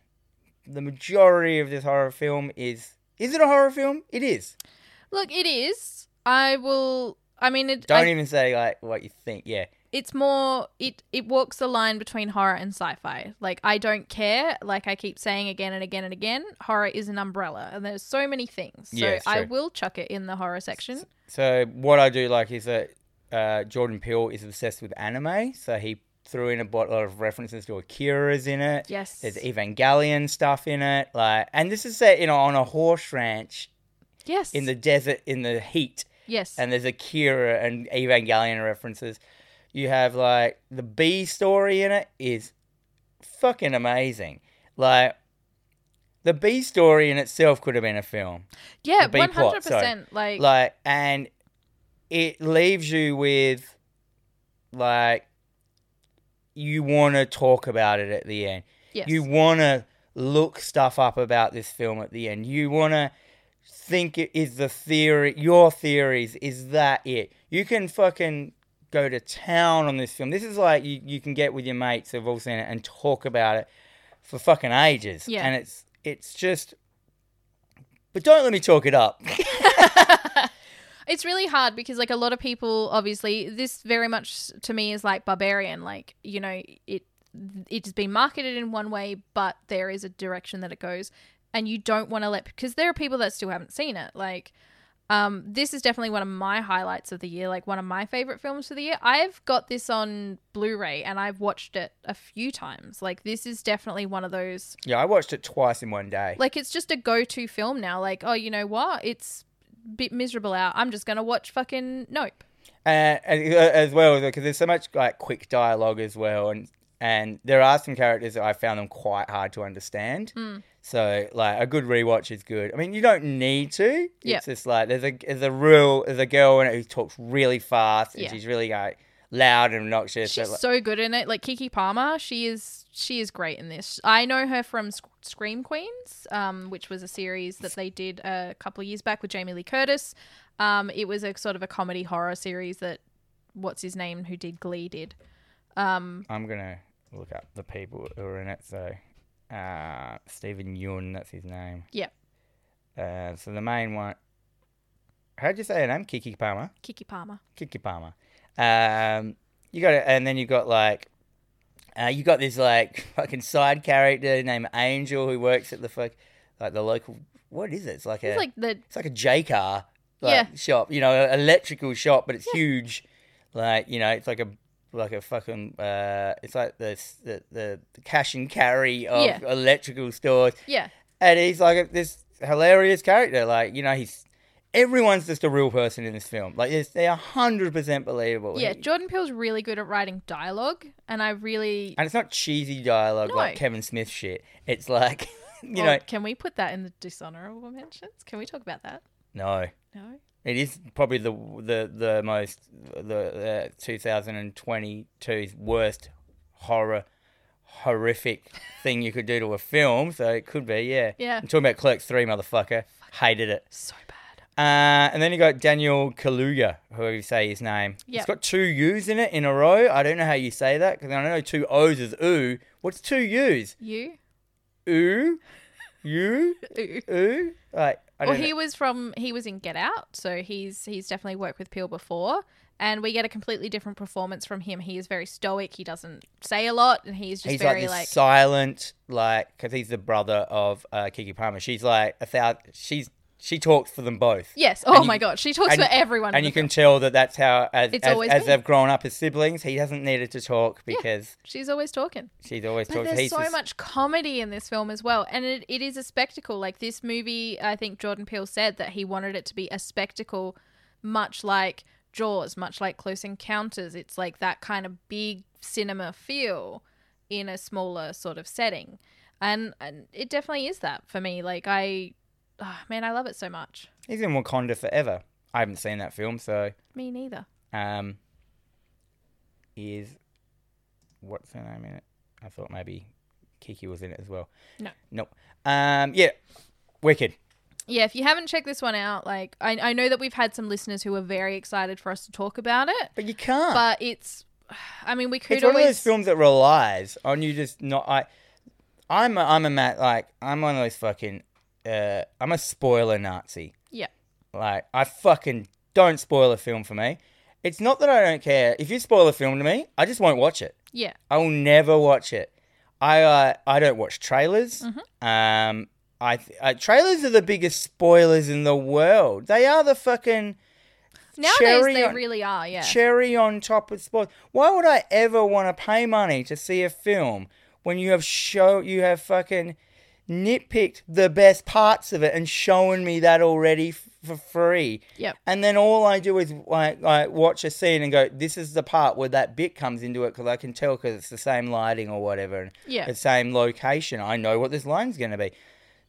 Speaker 2: The majority of this horror film is. Is it a horror film? It is.
Speaker 1: Look, it is. I will. I mean, it.
Speaker 2: Don't
Speaker 1: I,
Speaker 2: even say like what you think. Yeah,
Speaker 1: it's more it it walks the line between horror and sci-fi. Like I don't care, like I keep saying again and again and again, horror is an umbrella and there's so many things. So
Speaker 2: Yeah, it's
Speaker 1: I
Speaker 2: true.
Speaker 1: will chuck it in the horror section.
Speaker 2: So what I do like is that uh, Jordan Peele is obsessed with anime, so he threw in a bot- lot of references to Akira's in it.
Speaker 1: Yes.
Speaker 2: There's e Evangelion stuff in it, like, and this is set, you know, on a horse ranch
Speaker 1: yes.
Speaker 2: in the desert in the heat,
Speaker 1: Yes.
Speaker 2: and there's Akira and Evangelion references. You have like the B story in it is fucking amazing. Like, the B story in itself could have been a film
Speaker 1: yeah,
Speaker 2: the B
Speaker 1: one hundred
Speaker 2: plot, sorry.
Speaker 1: percent. Like,
Speaker 2: like and it leaves you with like you want to talk about it at the end
Speaker 1: yes.
Speaker 2: you want to look stuff up about this film at the end you want to think it is the theory your theories is that it you can fucking go to town on this film this is like you, you can get with your mates who've all seen it and talk about it for fucking ages
Speaker 1: Yeah.
Speaker 2: and it's it's just but don't let me talk it up
Speaker 1: it's really hard because like a lot of people obviously this very much to me is like barbarian like you know it it's been marketed in one way but there is a direction that it goes and you don't want to let because there are people that still haven't seen it like um, this is definitely one of my highlights of the year like one of my favorite films for the year i've got this on blu-ray and i've watched it a few times like this is definitely one of those
Speaker 2: Yeah, I watched it twice in one day.
Speaker 1: like it's just a go-to film now like oh you know what it's a bit miserable out i'm just gonna watch fucking nope
Speaker 2: and, and uh, as well because there's so much like quick dialogue as well and and there are some characters that I found them quite hard to understand.
Speaker 1: Hmm.
Speaker 2: So like a good rewatch is good. I mean, you don't need to.
Speaker 1: Yeah.
Speaker 2: It's just like there's a there's a real there's a girl in it who talks really fast and
Speaker 1: Yeah.
Speaker 2: she's really like loud and obnoxious.
Speaker 1: she's
Speaker 2: so, like,
Speaker 1: so good in it like kiki palmer she is she is great in this i know her from Sc- scream queens um, which was a series that they did a couple of years back with jamie lee curtis um, it was a sort of a comedy horror series that what's his name who did glee did um,
Speaker 2: I'm gonna look up the people who are in it. So uh, Stephen Yun, that's his name.
Speaker 1: Yep.
Speaker 2: Uh, so the main one. How'd you say her name? Kiki Palmer.
Speaker 1: kiki palmer
Speaker 2: Kiki Palmer. Um, you got it, and then you got like, uh, you got this like fucking side character named Angel who works at the fuck, like the local. What is it? It's like a
Speaker 1: it's like the
Speaker 2: it's like a J car like,
Speaker 1: Yeah.
Speaker 2: shop, you know, an electrical shop, but it's huge. Like you know, it's like a like a fucking uh, it's like the the, the cash and carry of
Speaker 1: Yeah.
Speaker 2: electrical stores,
Speaker 1: yeah
Speaker 2: and he's like a, this hilarious character. Like you know, he's everyone's just a real person in this film. Like it's, they're hundred percent believable.
Speaker 1: yeah
Speaker 2: He-
Speaker 1: jordan peele's really good at writing dialogue and i really
Speaker 2: and it's not cheesy dialogue like
Speaker 1: No.
Speaker 2: Kevin Smith shit. It's like you
Speaker 1: Well,
Speaker 2: know,
Speaker 1: oh, can we put that in the dishonorable mentions? Can we talk about that?
Speaker 2: no.
Speaker 1: No.
Speaker 2: It is probably the the the most the uh, 2022's worst horror horrific thing you could do to a film. So it could be, yeah.
Speaker 1: Yeah.
Speaker 2: I'm talking about Clerks Three, motherfucker. Hated it.
Speaker 1: So bad.
Speaker 2: Uh, and then you got Daniel Kaluuya, however you say his name.
Speaker 1: Yeah.
Speaker 2: It's got two U's in it in a row. I don't know how you say that because I know two O's is ooh. What's two U's?
Speaker 1: You?
Speaker 2: Ooh, you,
Speaker 1: Ooh.
Speaker 2: ooh. Like I
Speaker 1: Well,
Speaker 2: don't know.
Speaker 1: he was from he was in Get Out, so he's he's definitely worked with Peel before, and we get a completely different performance from him. He is very stoic. He doesn't say a lot, and he's just
Speaker 2: he's like
Speaker 1: very
Speaker 2: this
Speaker 1: like,
Speaker 2: silent, like because he's the brother of uh, Kiki Palmer. She's like a thousand. She's she talks for them both.
Speaker 1: yes. Oh
Speaker 2: you-
Speaker 1: my god, she talks
Speaker 2: and-
Speaker 1: for everyone. in
Speaker 2: And you
Speaker 1: the film.
Speaker 2: can tell that that's how as
Speaker 1: It's
Speaker 2: as,
Speaker 1: always
Speaker 2: as
Speaker 1: been.
Speaker 2: they've grown up as siblings, he hasn't needed to talk because
Speaker 1: She's always talking.
Speaker 2: she's always
Speaker 1: But
Speaker 2: talking.
Speaker 1: there's
Speaker 2: he's
Speaker 1: so
Speaker 2: just-
Speaker 1: much comedy in this film as well, and it, it is a spectacle. Like this movie, I think Jordan Peele said that he wanted it to be a spectacle, much like Jaws, much like Close Encounters. It's like that kind of big cinema feel in a smaller sort of setting, and, and it definitely is that for me. Like I, oh, man, I love it so much.
Speaker 2: He's in Wakanda forever. I haven't seen that film, so
Speaker 1: Me neither.
Speaker 2: um, is what's her name in it? I thought maybe Kiki was in it as well.
Speaker 1: No.
Speaker 2: Nope. Um, yeah, Wicked.
Speaker 1: yeah, if you haven't checked this one out, like I, I know that we've had some listeners who are very excited for us to talk about it.
Speaker 2: But you can't.
Speaker 1: but it's I mean we could
Speaker 2: it's one
Speaker 1: always
Speaker 2: of those films that relies on you just not. I, I'm a, I'm a mat like I'm one of those fucking. Uh, I'm a spoiler Nazi.
Speaker 1: Yeah.
Speaker 2: Like I fucking don't spoil a film for me, It's not that I don't care. If you spoil a film to me, I just won't watch it.
Speaker 1: Yeah.
Speaker 2: I will never watch it. I uh, I don't watch trailers. Um, I th- uh, trailers are the biggest spoilers in the world. They are the fucking
Speaker 1: Nowadays
Speaker 2: Cherry
Speaker 1: they
Speaker 2: on-
Speaker 1: really are. Yeah.
Speaker 2: cherry on top of spoilers. Why would I ever want to pay money to see a film when you have show you have fucking nitpicked the best parts of it and shown me that already f- for free?
Speaker 1: Yep.
Speaker 2: And then all I do is like, like watch a scene and go, "This is the part where that bit comes into it because I can tell because it's the same lighting or whatever, and
Speaker 1: Yeah.
Speaker 2: the same location. I know what this line's going to be."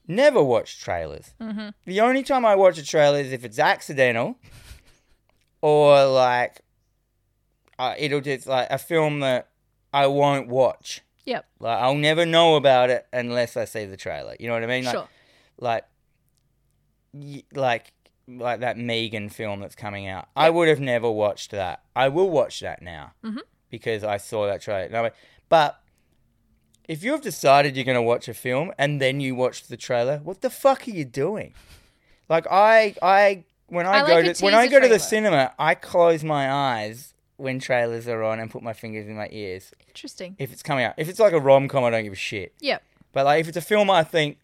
Speaker 2: Never watch trailers. Mm-hmm. The only time I watch a trailer is if it's accidental, or like uh, it'll just like a film that I won't watch.
Speaker 1: Yep.
Speaker 2: Like I'll never know about it unless I see the trailer. You know what I mean? Like,
Speaker 1: Sure.
Speaker 2: like y- like like that Megan film that's coming out. I would have never watched that. I will watch that now
Speaker 1: Mm-hmm.
Speaker 2: because I saw that trailer. No, but- but if you have decided you're going to watch a film and then you watch the trailer, what the fuck are you doing? Like I I when I,
Speaker 1: I
Speaker 2: go
Speaker 1: like a
Speaker 2: to when I
Speaker 1: teaser
Speaker 2: go to the
Speaker 1: trailer.
Speaker 2: cinema, I close my eyes when trailers are on and put my fingers in my ears
Speaker 1: Interesting.
Speaker 2: if it's coming out. If it's like a rom com, I don't give a shit.
Speaker 1: Yep.
Speaker 2: But like, if it's a film, I think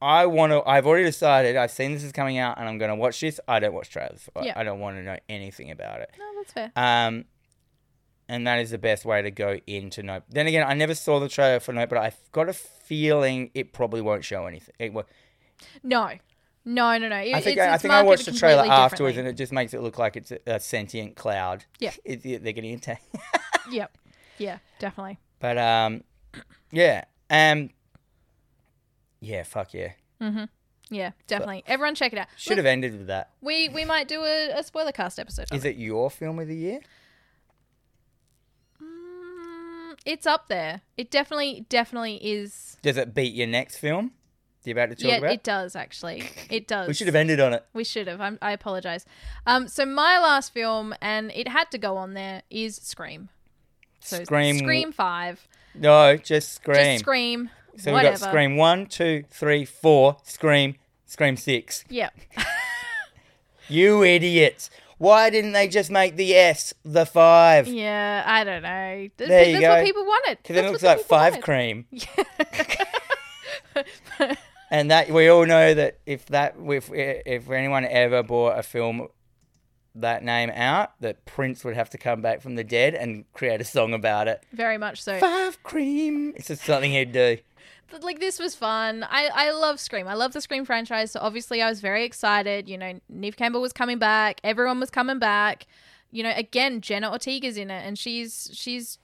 Speaker 2: I want to. I've already decided. I've seen this is coming out, and I'm going to watch this. I don't watch trailers. for it.
Speaker 1: Yeah.
Speaker 2: I don't want to know anything about it.
Speaker 1: No, that's fair.
Speaker 2: Um, and that is the best way to go into Nope. Then again, I never saw the trailer for Nope, but I've got a feeling it probably won't show anything. It, wa-
Speaker 1: No. No, no, no. It-
Speaker 2: I think
Speaker 1: it's,
Speaker 2: I, I
Speaker 1: it's
Speaker 2: think I
Speaker 1: marketed
Speaker 2: watched the trailer
Speaker 1: completely
Speaker 2: afterwards, and
Speaker 1: differently.
Speaker 2: it just makes it look like it's a, a sentient cloud.
Speaker 1: Yeah.
Speaker 2: It- it- they're getting attacked.
Speaker 1: Yep. Yeah, definitely.
Speaker 2: But um, yeah, um, yeah, fuck yeah.
Speaker 1: Yeah, definitely. Everyone check it out.
Speaker 2: Should have ended with that.
Speaker 1: We we might do a, a spoiler cast episode. on
Speaker 2: Is it your film of the year?
Speaker 1: it. Mm, It's up there. It definitely definitely is.
Speaker 2: Does it beat your next film? Do you about to talk
Speaker 1: yeah,
Speaker 2: about?
Speaker 1: it does actually. It does.
Speaker 2: we should have ended on it.
Speaker 1: We should have. I'm, I apologize. Um, so my last film, and it had to go on there, is Scream. So
Speaker 2: Scream-
Speaker 1: Scream Five.
Speaker 2: No, just Scream.
Speaker 1: Just Scream.
Speaker 2: so we
Speaker 1: whatever.
Speaker 2: got Scream one, two, three, four. Scream, Scream six.
Speaker 1: Yeah.
Speaker 2: You idiots! Why didn't they just make the S the five?
Speaker 1: Yeah. I don't know. Th-
Speaker 2: There you
Speaker 1: that's
Speaker 2: go.
Speaker 1: what people wanted.
Speaker 2: Because then it
Speaker 1: That's
Speaker 2: looks
Speaker 1: what
Speaker 2: like
Speaker 1: people
Speaker 2: five
Speaker 1: wanted.
Speaker 2: cream,
Speaker 1: Yeah.
Speaker 2: and that we all know that if that if if anyone ever bought a film that name out, that Prince would have to come back from the dead and create a song about it.
Speaker 1: Very much so.
Speaker 2: Five cream. It's just something he'd do.
Speaker 1: But, like this was fun. I I love Scream. I love the Scream franchise. So obviously I was very excited. You know, Neve Campbell was coming back. Everyone was coming back. You know, again Jenna Ortega's in it, and she's she's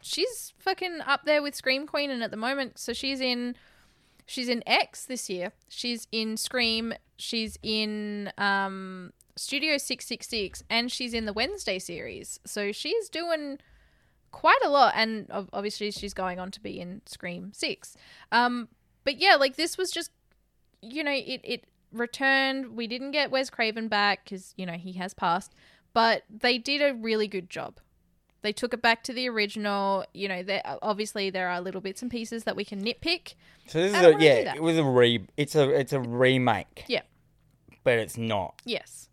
Speaker 1: she's fucking up there with Scream Queen. And at the moment, so she's in she's in X this year. She's in Scream. She's in um Studio Six Six Six, and she's in the Wednesday series. So she's doing quite a lot and ob- obviously she's going on to be in scream 6 um but yeah like this was just you know it it returned we didn't get wes craven back because you know he has passed but they did a really good job they took it back to the original you know there obviously there are little bits and pieces that we can nitpick
Speaker 2: So this
Speaker 1: I
Speaker 2: is
Speaker 1: don't
Speaker 2: a
Speaker 1: wanna do
Speaker 2: yeah,
Speaker 1: that.
Speaker 2: it was a re it's a it's a remake.
Speaker 1: Yeah.
Speaker 2: But it's not.
Speaker 1: yes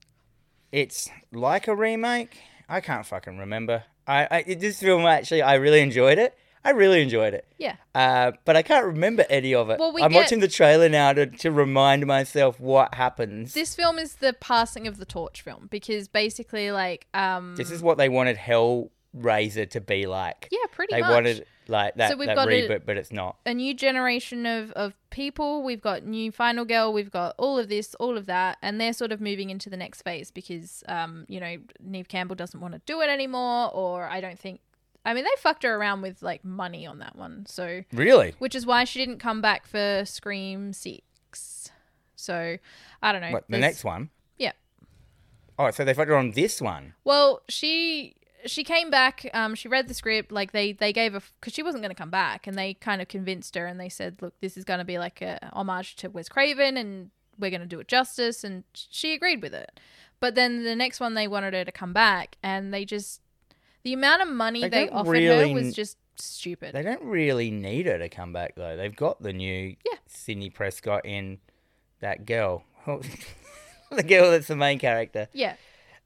Speaker 2: It's like a remake. I can't fucking remember. I, I it- this film actually I really enjoyed it. I really enjoyed it.
Speaker 1: yeah
Speaker 2: Uh, but I can't remember any of it.
Speaker 1: Well, we
Speaker 2: I'm
Speaker 1: get-
Speaker 2: watching the trailer now to, to remind myself what happens. This,
Speaker 1: this film is the passing of the torch film because basically like um
Speaker 2: is what they wanted Hellraiser to be like.
Speaker 1: yeah pretty
Speaker 2: they
Speaker 1: much
Speaker 2: wanted like that,
Speaker 1: So we've
Speaker 2: that
Speaker 1: got a-
Speaker 2: reboot, but it's not.
Speaker 1: a new generation of, of people. We've got new Final Girl. We've got all of this, all of that, and they're sort of moving into the next phase because, um, you know, Neve Campbell doesn't want to do it anymore, or I don't think. I mean, they fucked her around with like money on that one, so
Speaker 2: Really?
Speaker 1: which is why she didn't come back for Scream Six. So I don't know.
Speaker 2: What the
Speaker 1: There's-
Speaker 2: next one?
Speaker 1: Yeah.
Speaker 2: Oh, so they fucked her on this one.
Speaker 1: Well, she she came back. Um, she read the script. Like they they gave her because she wasn't going to come back, and they kind of convinced her, and they said, "Look, this is going to be like a homage to Wes Craven, and we're going to do it justice." And she agreed with it. But then the next one, they wanted her to come back, and they just the amount of money
Speaker 2: They
Speaker 1: they,
Speaker 2: don't
Speaker 1: offered
Speaker 2: really
Speaker 1: her
Speaker 2: n-
Speaker 1: was just stupid.
Speaker 2: They don't really need her to come back though. They've got the new
Speaker 1: Yeah.
Speaker 2: Sydney Prescott in that girl, the girl that's the main character,
Speaker 1: yeah,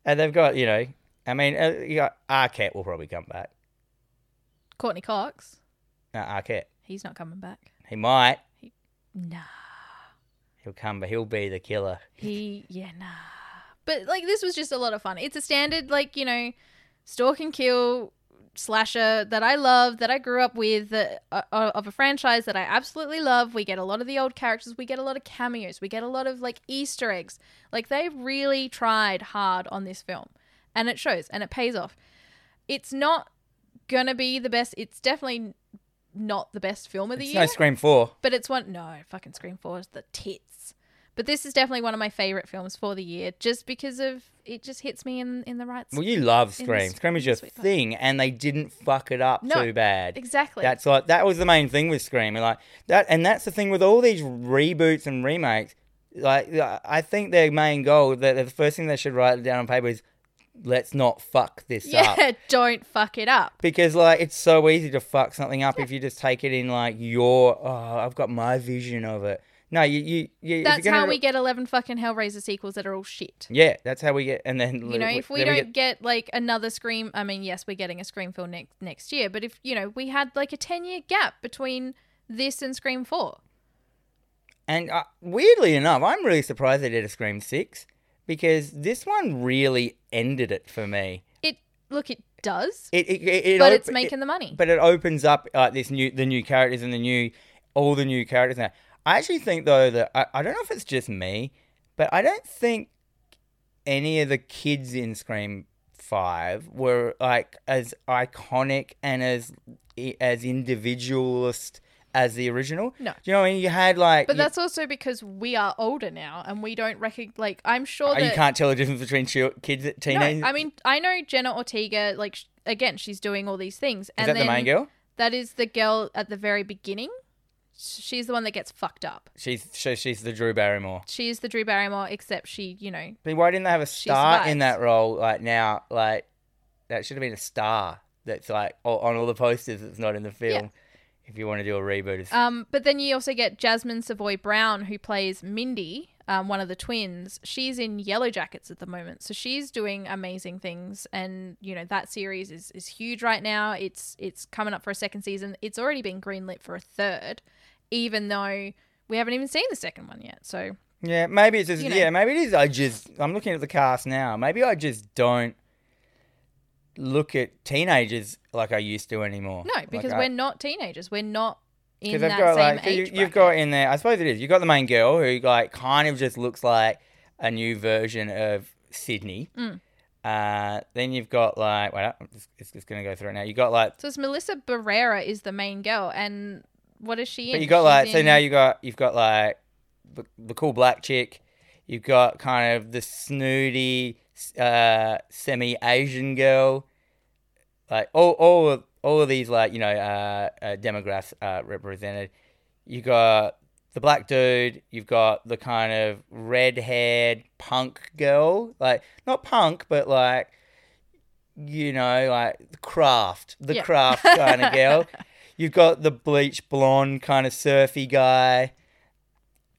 Speaker 2: and they've got you know I mean, uh, you got Arquette will probably come back.
Speaker 1: Courtney Cox,
Speaker 2: No, Arquette.
Speaker 1: he's not coming back.
Speaker 2: He might.
Speaker 1: Nah.
Speaker 2: He'll come, but he'll be the killer.
Speaker 1: He, yeah, nah. But like, this was just a lot of fun. It's a standard, like, you know, stalk and kill slasher that I love, that I grew up with, that, uh, uh, of a franchise that I absolutely love. We get a lot of the old characters, we get a lot of cameos, we get a lot of like Easter eggs. Like, they really tried hard on this film, and it shows and it pays off. It's not gonna be the best, it's definitely not the best film of the
Speaker 2: It's
Speaker 1: year.
Speaker 2: no Scream 4.
Speaker 1: But it's one no fucking Scream Four is the tits. But this is definitely one of my favorite films for the year, just because of it just hits me in in the right
Speaker 2: Well,
Speaker 1: spot.
Speaker 2: you love
Speaker 1: In the
Speaker 2: Scream.
Speaker 1: sweet-
Speaker 2: Scream is your
Speaker 1: sweet spot.
Speaker 2: thing, and they didn't fuck it up
Speaker 1: No,
Speaker 2: too bad.
Speaker 1: exactly.
Speaker 2: That's like that was the main thing with Scream, and like that, and that's the thing with all these reboots and remakes. Like, uh, I think their main goal, the, the first thing they should write down on paper is, let's not fuck this
Speaker 1: yeah.
Speaker 2: up.
Speaker 1: Don't fuck it up.
Speaker 2: Because like it's so easy to fuck something up if you just take it in like your oh I've got my vision of it. No, you you, you if
Speaker 1: That's
Speaker 2: you're gonna-
Speaker 1: how we get eleven fucking Hellraiser sequels that are all shit.
Speaker 2: Yeah, that's how we get. And then
Speaker 1: You know, if we
Speaker 2: then
Speaker 1: don't get... like another Scream, I mean, yes, we're getting a Scream film next next year, but if you know, we had like a ten year gap between this and Scream Four.
Speaker 2: and uh, weirdly enough, I'm really surprised they did a Scream Six because this one really ended it for me.
Speaker 1: It look, it does,
Speaker 2: It it, it, it
Speaker 1: but
Speaker 2: op-
Speaker 1: it's making
Speaker 2: it-
Speaker 1: the money.
Speaker 2: but it opens up uh, this new the new characters and the new all the new characters now. I actually think though that I, I don't know if it's just me, but I don't think any of the kids in Scream Five were like as iconic and as as individualist as the original.
Speaker 1: No.
Speaker 2: Do you know what I mean? You had like
Speaker 1: But
Speaker 2: you-
Speaker 1: that's also because we are older now and we don't recognize. Like, I'm sure
Speaker 2: Oh,
Speaker 1: that.
Speaker 2: you can't tell the difference between chil- kids, teenagers.
Speaker 1: No, I mean, I know Jenna Ortega. Like, sh- again, she's doing all these things.
Speaker 2: is
Speaker 1: And
Speaker 2: that
Speaker 1: then
Speaker 2: the main girl?
Speaker 1: That is the girl at the very beginning. She's the one that gets fucked up.
Speaker 2: She's she, she's the Drew Barrymore.
Speaker 1: She is the Drew Barrymore, except she, you know,
Speaker 2: But why didn't they have a star in
Speaker 1: survived.
Speaker 2: that role? Like now, like that should have been a star. That's like o- on all the posters. That's not in the film. If you want to do a reboot, of,
Speaker 1: Um, but then you also get Jasmine Savoy Brown, who plays Mindy, um, one of the twins. She's in Yellow Jackets at the moment, so she's doing amazing things. And you know that series is is huge right now. It's it's coming up for a second season. It's already been greenlit for a third, even though we haven't even seen the second one yet. So
Speaker 2: yeah, maybe it's just
Speaker 1: You know.
Speaker 2: yeah, maybe it is. I just I'm looking at the cast now. Maybe I just don't look at teenagers like I used to anymore.
Speaker 1: no, because
Speaker 2: like I-
Speaker 1: we're not teenagers. We're not in
Speaker 2: Because I've
Speaker 1: that
Speaker 2: got
Speaker 1: same
Speaker 2: like so
Speaker 1: age.
Speaker 2: you, you've
Speaker 1: bracket.
Speaker 2: got in there. I suppose it is. You've got the main girl who like kind of just looks like a new version of Sydney.
Speaker 1: Mm.
Speaker 2: Uh, then you've got like wait, up, I'm just, it's just gonna go through it now. You got like,
Speaker 1: so it's Melissa Barrera is the main girl, and what is she in?
Speaker 2: but you got
Speaker 1: She's
Speaker 2: like so
Speaker 1: in-
Speaker 2: now you got you've got like the, the cool black chick. You've got kind of the snooty uh, semi Asian girl. Like all all of, all of these like you know uh, uh, demographics uh, represented. you got the black dude, you've got the kind of red haired punk girl, like not punk, but like you know, like the craft, the
Speaker 1: Yeah.
Speaker 2: craft kind of girl. You've got the bleach blonde kind of surfy guy,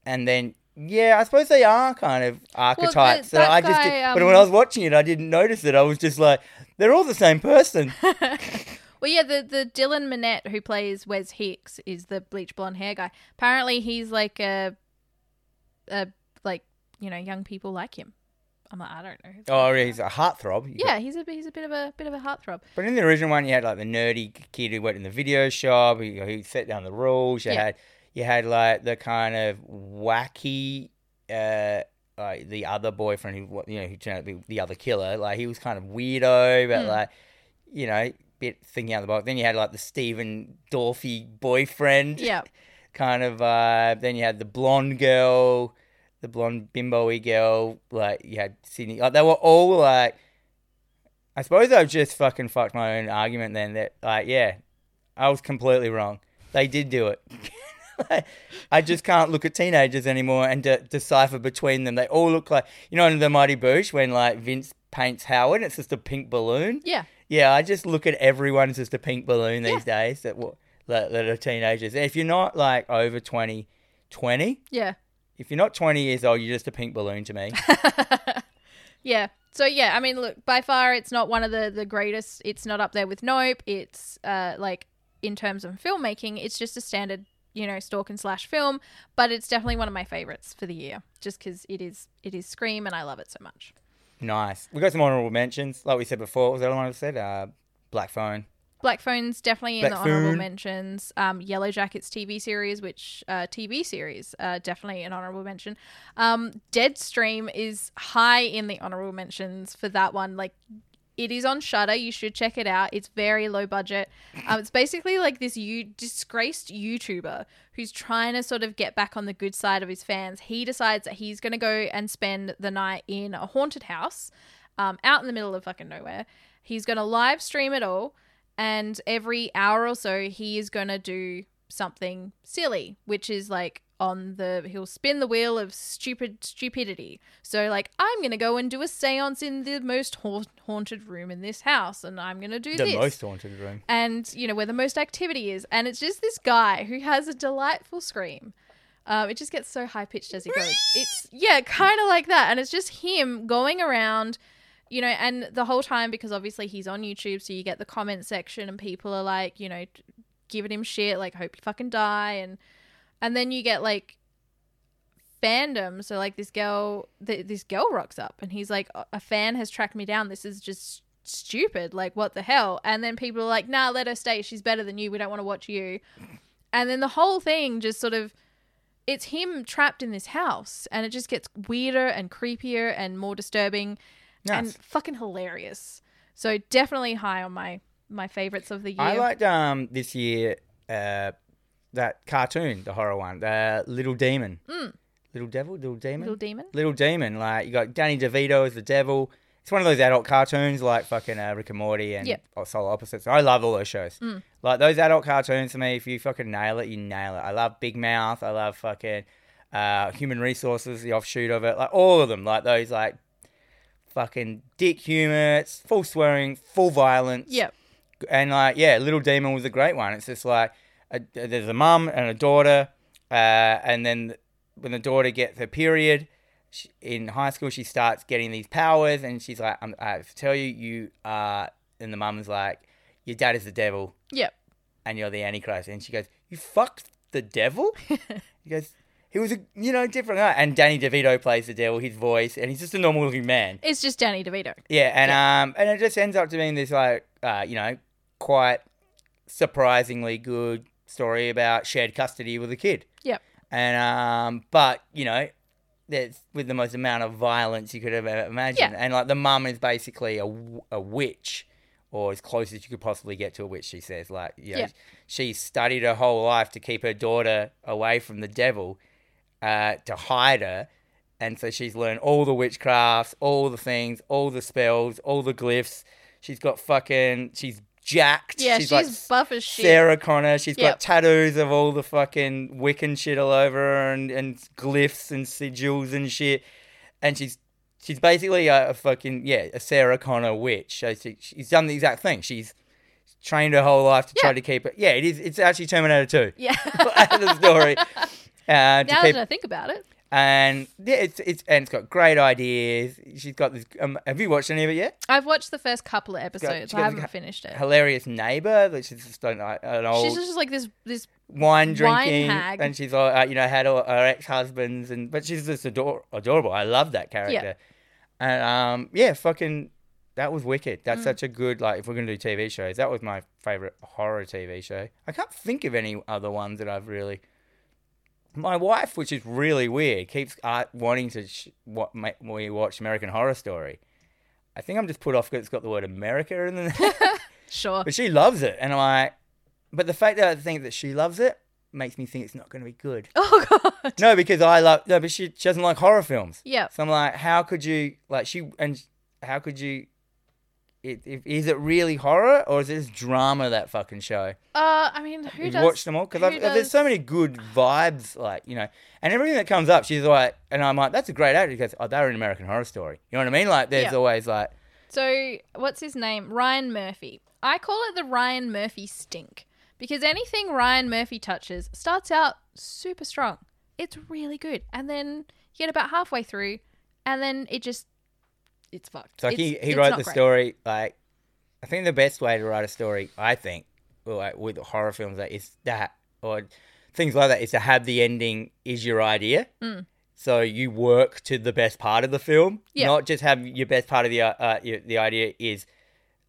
Speaker 2: and then yeah, I suppose they are kind of archetypes
Speaker 1: that
Speaker 2: I just.
Speaker 1: guy,
Speaker 2: did- but when
Speaker 1: um,
Speaker 2: I was watching it, I didn't notice it. I was just like, they're all the same person.
Speaker 1: Well, yeah, the the Dylan Minnette who plays Wes Hicks is the bleach blonde hair guy. Apparently, he's like a, a like you know, young people like him. I'm like, I don't know.
Speaker 2: oh, he's a heartthrob. You got-
Speaker 1: yeah, he's a he's a bit of a bit of a heartthrob.
Speaker 2: But in the original one, you had like the nerdy kid who worked in the video shop, who, who set down the rules. You
Speaker 1: Yeah.
Speaker 2: had you had like the kind of wacky, uh, like the other boyfriend who wa- you know who turned out to be the other killer. Like he was kind of weirdo, but
Speaker 1: Hmm.
Speaker 2: like you know, bit thinking out of the box. Then you had like the Stephen Dorffy boyfriend
Speaker 1: Yeah,
Speaker 2: kind of vibe. Then you had the blonde girl, the blonde bimbo-y girl. Like you had Sydney. Like they were all like. I suppose I've just fucking fucked my own argument then. That like yeah, I was completely wrong. They did do it. I just can't look at teenagers anymore and de- decipher between them. They all look like you know in the Mighty Boosh when like Vince paints Howard, it's just a pink balloon.
Speaker 1: yeah.
Speaker 2: Yeah, I just look at everyone as just a pink balloon these days that, wa- that that are teenagers. If you're not like over 20, 20,
Speaker 1: Yeah.
Speaker 2: if you're not 20 years old, you're just a pink balloon to me.
Speaker 1: yeah. So yeah, I mean, look, by far it's not one of the the greatest. It's not up there with Nope. It's uh like in terms of filmmaking, it's just a standard, you know, stalk and slash film, but it's definitely one of my favorites for the year just cuz it is it is Scream and I love it so much.
Speaker 2: Nice. We got some honorable mentions, like we said before. What was the other one I said? Uh, Black Phone.
Speaker 1: Black Phone's definitely in
Speaker 2: Black
Speaker 1: the honorable
Speaker 2: Phone.
Speaker 1: mentions. Um, Yellow Jackets TV series, which uh, TV series, uh, definitely an honorable mention. Um, Deadstream is high in the honorable mentions for that one. Like, it is on Shutter. You should check it out. It's very low budget. Um, it's basically like this you disgraced YouTuber who's trying to sort of get back on the good side of his fans. He decides that he's going to go and spend the night in a haunted house, um, out in the middle of fucking nowhere. He's going to live stream it all and every hour or so he is going to do something silly which is like on the he'll spin the wheel of stupid stupidity so like i'm going to go and do a séance in the most haunt, haunted room in this house and i'm going to do
Speaker 2: The
Speaker 1: this
Speaker 2: most haunted room.
Speaker 1: and you know where the most activity is and it's just this guy who has a delightful scream um, it just gets so high pitched as he goes it's yeah kind of like that and it's just him going around you know and the whole time because obviously he's on youtube so you get the comment section and people are like you know t- giving him shit like hope you fucking die and and then you get like fandom so like this girl th- this girl rocks up and he's like a fan has tracked me down this is just stupid like what the hell and then people are like nah let her stay she's better than you we don't want to watch you and then the whole thing just sort of it's him trapped in this house and it just gets weirder and creepier and more disturbing
Speaker 2: Nice.
Speaker 1: and fucking hilarious so definitely high on my my favorites of the year
Speaker 2: I liked um this year uh that cartoon, the horror one, the Little Demon. Little Devil, Little Demon.
Speaker 1: little demon
Speaker 2: Little Demon. Like you got Danny DeVito as the devil. It's one of those adult cartoons like fucking uh, Rick and Morty and
Speaker 1: Yep.
Speaker 2: or Solar Opposites. I love all those shows. Like those adult cartoons for me, if you fucking nail it, you nail it. I love Big Mouth. I love fucking uh, Human Resources, the offshoot of it. Like all of them. Like those like fucking dick humor. It's full swearing, full violence
Speaker 1: yep
Speaker 2: and like yeah, Little Demon was a great one. It's just like a, there's a mum and a daughter, uh, and then when the daughter gets her period she, in high school, she starts getting these powers, and she's like, I'm, "I have to tell you, you are." And the mum's like, "Your dad is the devil,
Speaker 1: yep
Speaker 2: and you're the Antichrist." And she goes, "You fucked the devil." he goes. He was a you know different guy, and Danny DeVito plays the devil. His voice, and he's just a normal looking man.
Speaker 1: it's just danny devito
Speaker 2: Yeah, and um, and it just ends up to being this like, uh, you know, quite surprisingly good story about shared custody with a kid.
Speaker 1: yep
Speaker 2: And um, but you know, that's with the most amount of violence you could have ever imagined.
Speaker 1: Yeah.
Speaker 2: And like the mum is basically a, w- a witch, or as close as you could possibly get to a witch. She says, like, you know,
Speaker 1: Yeah.
Speaker 2: she studied her whole life to keep her daughter away from the devil, uh, to hide her. And so she's learned all the witchcrafts, all the things, all the spells, all the glyphs. She's got fucking. She's jacked.
Speaker 1: yeah she's,
Speaker 2: like,
Speaker 1: buff as shit
Speaker 2: Sarah Connor. she's
Speaker 1: Yep.
Speaker 2: got tattoos of all the fucking Wiccan shit all over her and, and glyphs and sigils and shit. And she's she's basically a, a fucking yeah a Sarah Connor witch. So she, she's done the exact thing. She's trained her whole life to try
Speaker 1: Yeah.
Speaker 2: to keep it. Yeah, it is. It's actually Terminator Two.
Speaker 1: yeah
Speaker 2: the story. Uh, to
Speaker 1: now
Speaker 2: keep,
Speaker 1: that i think about it
Speaker 2: and yeah, it's it's and it's got great ideas. She's got this. Um, have you watched any of it yet?
Speaker 1: I've watched the first couple of
Speaker 2: she's
Speaker 1: episodes.
Speaker 2: got
Speaker 1: I
Speaker 2: the
Speaker 1: haven't
Speaker 2: ca-
Speaker 1: finished it.
Speaker 2: Hilarious neighbor, which is just an, an old.
Speaker 1: She's just like this. This
Speaker 2: wine
Speaker 1: Wine
Speaker 2: drinking,
Speaker 1: hag.
Speaker 2: and she's all, uh, you know had all her ex husbands, and but she's just ador- adorable. I love that character, and um, yeah, fucking, that was wicked. That's such a good like. If we're gonna do TV shows, that was my favorite horror TV show. I can't think of any other ones that I've really. My wife, which is really weird, keeps uh, wanting to sh- what ma- we watch American Horror Story. I think I'm just put off because it's got the word America in the name.
Speaker 1: sure.
Speaker 2: But she loves it, and I'm like, but the fact that I think that she loves it makes me think it's not going to be good.
Speaker 1: Oh god.
Speaker 2: No, because I love no, but she, she doesn't like horror films.
Speaker 1: Yep.
Speaker 2: So I'm like, how could you like she and how could you? It, if, is it really horror or is this drama that fucking show?
Speaker 1: Uh, I mean, who
Speaker 2: You've
Speaker 1: does?
Speaker 2: watched them all because
Speaker 1: who
Speaker 2: there's so many good vibes, like you know, and everything that comes up, she's like, and I'm like, that's a great actor. She goes, oh, they're an American Horror Story. You know what I mean? Like, there's
Speaker 1: Yeah.
Speaker 2: always like,
Speaker 1: So what's his name? Ryan Murphy. I call it the Ryan Murphy stink because anything Ryan Murphy touches starts out super strong. It's really good, and then you get about halfway through, and then it just it's fucked.
Speaker 2: It's like he,
Speaker 1: It's-
Speaker 2: he
Speaker 1: it's
Speaker 2: wrote
Speaker 1: not
Speaker 2: the
Speaker 1: great.
Speaker 2: story. Like, I think the best way to write a story, I think, well, like, with horror films, like, is that or things like that, is to have the ending is your idea.
Speaker 1: Mm.
Speaker 2: So you work to the best part of the film,
Speaker 1: Yeah.
Speaker 2: not just have your best part of the uh, uh, your, the idea is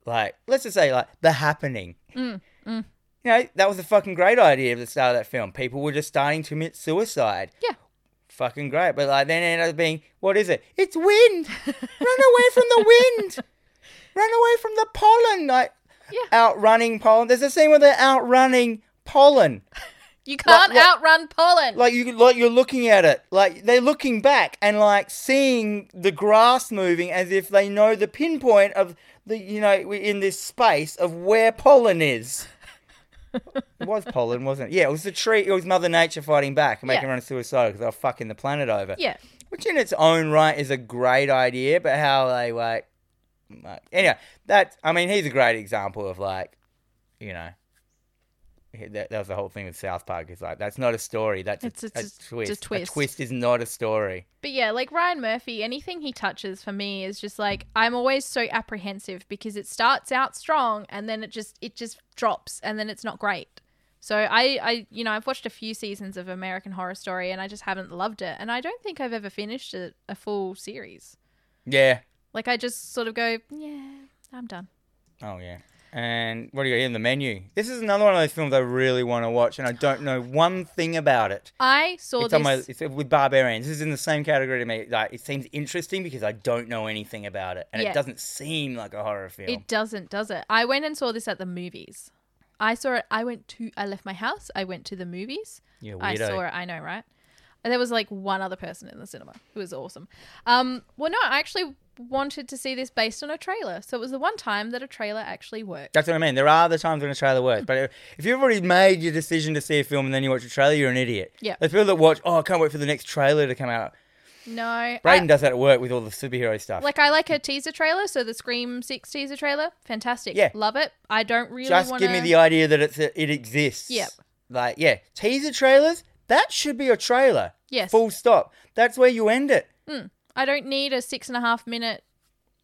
Speaker 2: like let's just say like the happening.
Speaker 1: Mm, mm.
Speaker 2: You know that was a fucking great idea at the start of that film. People were just starting to commit suicide.
Speaker 1: Yeah.
Speaker 2: fucking great. But like then it ended up being what is it? It's wind. Run away from the wind. Run away from the pollen. Like
Speaker 1: Yeah.
Speaker 2: outrunning pollen. There's a scene where they're outrunning pollen.
Speaker 1: You can't
Speaker 2: what-
Speaker 1: outrun pollen.
Speaker 2: Like you like you're looking at it. Like they're looking back and like seeing the grass moving as if they know the pinpoint of the you know we're in this space of where pollen is. it was pollen, wasn't it? Yeah, it was the tree. It was Mother Nature fighting back and making
Speaker 1: Yeah.
Speaker 2: everyone suicidal because they were fucking the planet over
Speaker 1: yeah.
Speaker 2: which in its own right is a great idea, but how they like, like anyway, that I mean, he's a great example of like, you know, that, that was the whole thing with South Park. It's like that's not a story. That's
Speaker 1: It's-
Speaker 2: a,
Speaker 1: it's
Speaker 2: a
Speaker 1: just-
Speaker 2: twist.
Speaker 1: just twist.
Speaker 2: A twist is not a story.
Speaker 1: But yeah, like Ryan Murphy, anything he touches for me is just like I'm always so apprehensive because it starts out strong and then it just it just drops and then it's not great. So I I you know, I've watched a few seasons of American Horror Story and I just haven't loved it and I don't think I've ever finished a, a full series.
Speaker 2: Yeah.
Speaker 1: Like I just sort of go, yeah, I'm done.
Speaker 2: Oh yeah. And what do you got here in the menu? This is another one of those films I really want to watch, and I don't know one thing about it.
Speaker 1: I saw
Speaker 2: it's
Speaker 1: this
Speaker 2: on my it's with barbarians. This is in the same category to me. Like it seems interesting because I don't know anything about it, and
Speaker 1: Yeah.
Speaker 2: it doesn't seem like a horror film.
Speaker 1: It doesn't, does it? I went and saw this at the movies. I saw it. I went to. I left my house. I went to the movies.
Speaker 2: Yeah, weirdo.
Speaker 1: I saw it. I know, right? And There was like one other person in the cinema who was awesome. Um, well, no, I actually wanted to see this based on a trailer, so it was the one time that a trailer actually worked.
Speaker 2: That's what I mean. There are the times when a trailer works, but if you've already made your decision to see a film and then you watch a trailer, you're an idiot.
Speaker 1: Yeah.
Speaker 2: There's people that watch, oh, I can't wait for the next trailer to come out.
Speaker 1: No,
Speaker 2: Braden
Speaker 1: I,
Speaker 2: does that at work with all the superhero stuff.
Speaker 1: like I like a teaser trailer, so the Scream Six teaser trailer, fantastic.
Speaker 2: Yeah.
Speaker 1: love it. I don't really
Speaker 2: Just
Speaker 1: wanna...
Speaker 2: give me the idea that it's it exists.
Speaker 1: Yep.
Speaker 2: Like, yeah, teaser trailers. That should be a trailer.
Speaker 1: Yes.
Speaker 2: Full stop. That's where you end it.
Speaker 1: I don't need a six and a half minute.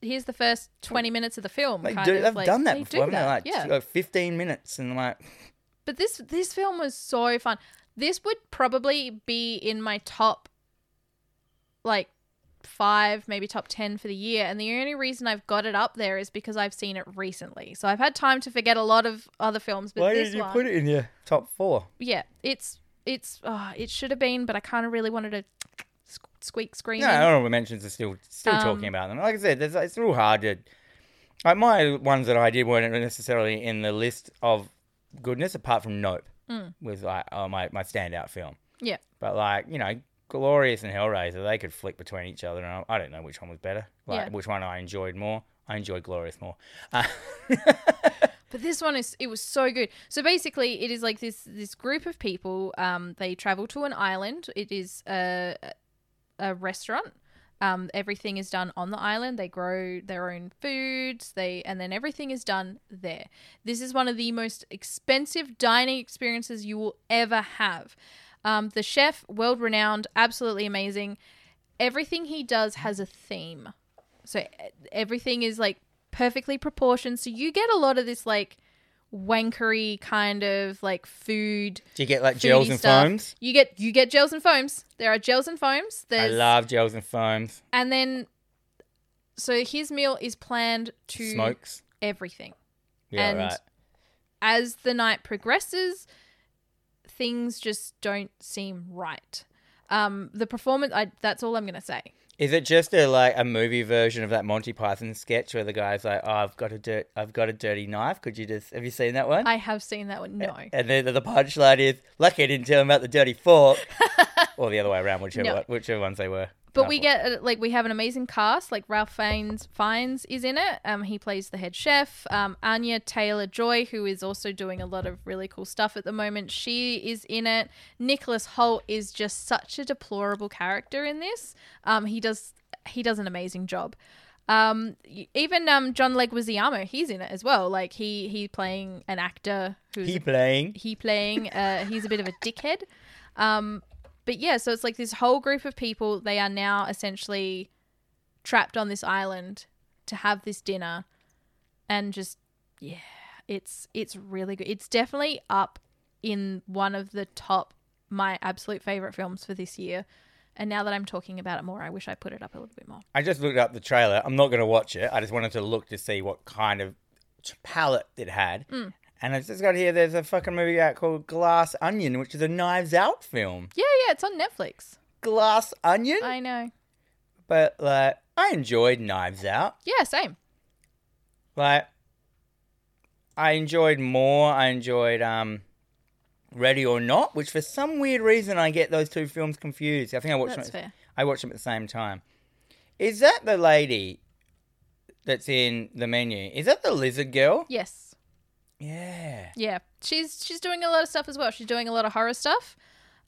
Speaker 1: Here's the first twenty minutes of the film.
Speaker 2: Like,
Speaker 1: kind
Speaker 2: do,
Speaker 1: of,
Speaker 2: they've
Speaker 1: like,
Speaker 2: done that
Speaker 1: they
Speaker 2: before,
Speaker 1: do
Speaker 2: haven't they?
Speaker 1: that,
Speaker 2: Like,
Speaker 1: yeah.
Speaker 2: like, 15 minutes, and I'm like,
Speaker 1: But this this film was so fun. This would probably be in my top like 5, maybe top 10 for the year, and the only reason I've got it up there is because I've seen it recently. So I've had time to forget a lot of other films, but
Speaker 2: why
Speaker 1: this
Speaker 2: did you
Speaker 1: one
Speaker 2: put it in your top four?
Speaker 1: Yeah, it's it's oh, it should have been, but I kind of really wanted to squ- squeak scream.
Speaker 2: No,
Speaker 1: in.
Speaker 2: honorable mentions are still still talking
Speaker 1: Um,
Speaker 2: about them. Like I said, there's, it's real hard to. Like my ones that I did weren't necessarily in the list of goodness, apart from Nope,
Speaker 1: Mm.
Speaker 2: was like oh, my my standout film.
Speaker 1: Yeah.
Speaker 2: But like you know, Glorious and Hellraiser, they could flick between each other, and I, I don't know which one was better.
Speaker 1: Yeah.
Speaker 2: Like which one I enjoyed more. I enjoyed Glorious more. Uh,
Speaker 1: But this one is it was so good. So basically, it is like this this group of people. Um, they travel to an island. It is a a restaurant. Um, everything is done on the island. They grow their own foods. They and then everything is done there. This is one of the most expensive dining experiences you will ever have. Um, the chef, world renowned, absolutely amazing. Everything he does has a theme. So e- everything is like perfectly proportioned. So you get a lot of this like wankery kind of like food,
Speaker 2: do you get like
Speaker 1: foody
Speaker 2: gels and
Speaker 1: stuff.
Speaker 2: foams?
Speaker 1: You get you get gels and foams. There are gels and foams.
Speaker 2: I
Speaker 1: There's
Speaker 2: love gels and foams.
Speaker 1: and then so his meal is planned to
Speaker 2: Smokes.
Speaker 1: everything.
Speaker 2: Yeah,
Speaker 1: and
Speaker 2: right.
Speaker 1: As the night progresses, things just don't seem right. Um, the performance, I, that's all I'm going to say.
Speaker 2: Is it just a like a movie version of that Monty Python sketch where the guy's like, "Oh, I've got a dirt, I've got a dirty knife. Could you just have you seen that one?"
Speaker 1: I have seen that one. No.
Speaker 2: and then the punchline is, "Lucky I didn't tell him about the dirty fork," or the other way around, whichever
Speaker 1: No.
Speaker 2: one- whichever ones they were.
Speaker 1: But
Speaker 2: Knife
Speaker 1: we
Speaker 2: fork.
Speaker 1: get uh, like we have an amazing cast. Like Ralph Fiennes, Fiennes is in it. Um, he plays the head chef. Um, Anya Taylor Joy, who is also doing a lot of really cool stuff at the moment, she is in it. Nicholas Holt is just such a deplorable character in this. Um, he does he does an amazing job. Um, y- even um, John Leguizamo, he's in it as well. Like he he playing an actor who's
Speaker 2: he playing.
Speaker 1: he playing uh he's a bit of a dickhead um but yeah so it's like this whole group of people they are now essentially trapped on this island to have this dinner and just yeah, it's it's really good. It's definitely up in one of the top my absolute favorite films for this year. And now that I'm talking about it more, I wish I put it up a little bit more.
Speaker 2: I just looked up the trailer. I'm not going to watch it. I just wanted to look to see what kind of t- palette it had.
Speaker 1: Hmm.
Speaker 2: And I just got here. There's a fucking movie out called Glass Onion, which is a Knives Out film.
Speaker 1: Yeah, yeah, it's on Netflix.
Speaker 2: Glass Onion,
Speaker 1: I know.
Speaker 2: but like I enjoyed Knives Out.
Speaker 1: Yeah, same.
Speaker 2: Like I enjoyed more. I enjoyed um Ready or Not, which for some weird reason I get those two films confused. I think I watched
Speaker 1: That's
Speaker 2: them. at-
Speaker 1: fair.
Speaker 2: I watched them at the same time. Is that the lady that's in the menu? Is that the lizard girl?
Speaker 1: Yes.
Speaker 2: Yeah.
Speaker 1: Yeah. She's she's doing a lot of stuff as well. She's doing a lot of horror stuff.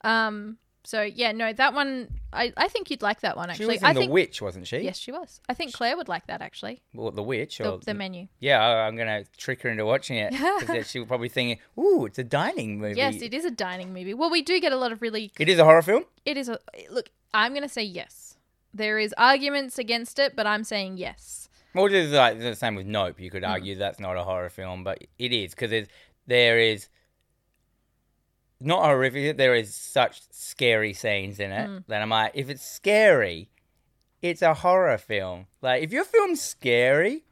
Speaker 1: Um so yeah, no, that one I, I think you'd like that one
Speaker 2: She
Speaker 1: actually.
Speaker 2: was in
Speaker 1: I
Speaker 2: The
Speaker 1: think
Speaker 2: Witch, wasn't she?
Speaker 1: Yes, she was. I think Claire would like that actually.
Speaker 2: Well, The Witch.
Speaker 1: The,
Speaker 2: Or
Speaker 1: the menu.
Speaker 2: yeah, I- I'm going to trick her into watching it because she'll probably thinking, ooh, it's a dining movie.
Speaker 1: Yes, it is a dining movie. Well, we do get a lot of really
Speaker 2: It is a horror film?
Speaker 1: it is a look, I'm going to say yes. There is arguments against it, but I'm saying yes.
Speaker 2: Well, it's like the same with Nope. You could argue that's not a horror film, but it is because there is not horrific. There is such scary scenes in it that I'm like, if it's scary, it's a horror film. Like if your film's scary,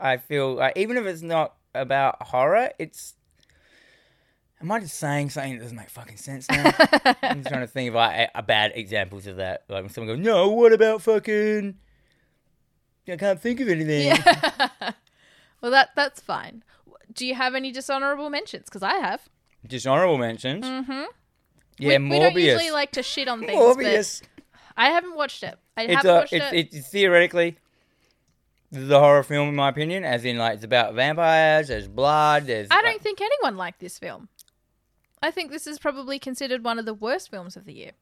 Speaker 2: I feel like even if it's not about horror, it's. Am I just saying something that doesn't make fucking sense now? I'm just trying to think of like a, a bad examples of that. Like when someone goes, "No, what about fucking?" I can't think of anything.
Speaker 1: well, that that's fine. Do you have any dishonorable mentions? Because I have.
Speaker 2: Dishonorable mentions. Mm-hmm. Yeah,
Speaker 1: we,
Speaker 2: Morbius.
Speaker 1: we don't usually like to shit on things.
Speaker 2: Morbius.
Speaker 1: But I haven't watched it. I
Speaker 2: It's
Speaker 1: haven't
Speaker 2: a,
Speaker 1: watched
Speaker 2: it's,
Speaker 1: it.
Speaker 2: it's theoretically the horror film, in my opinion, as in like it's about vampires. There's blood. There's
Speaker 1: I don't think anyone liked this film. I think this is probably considered one of the worst films of the year.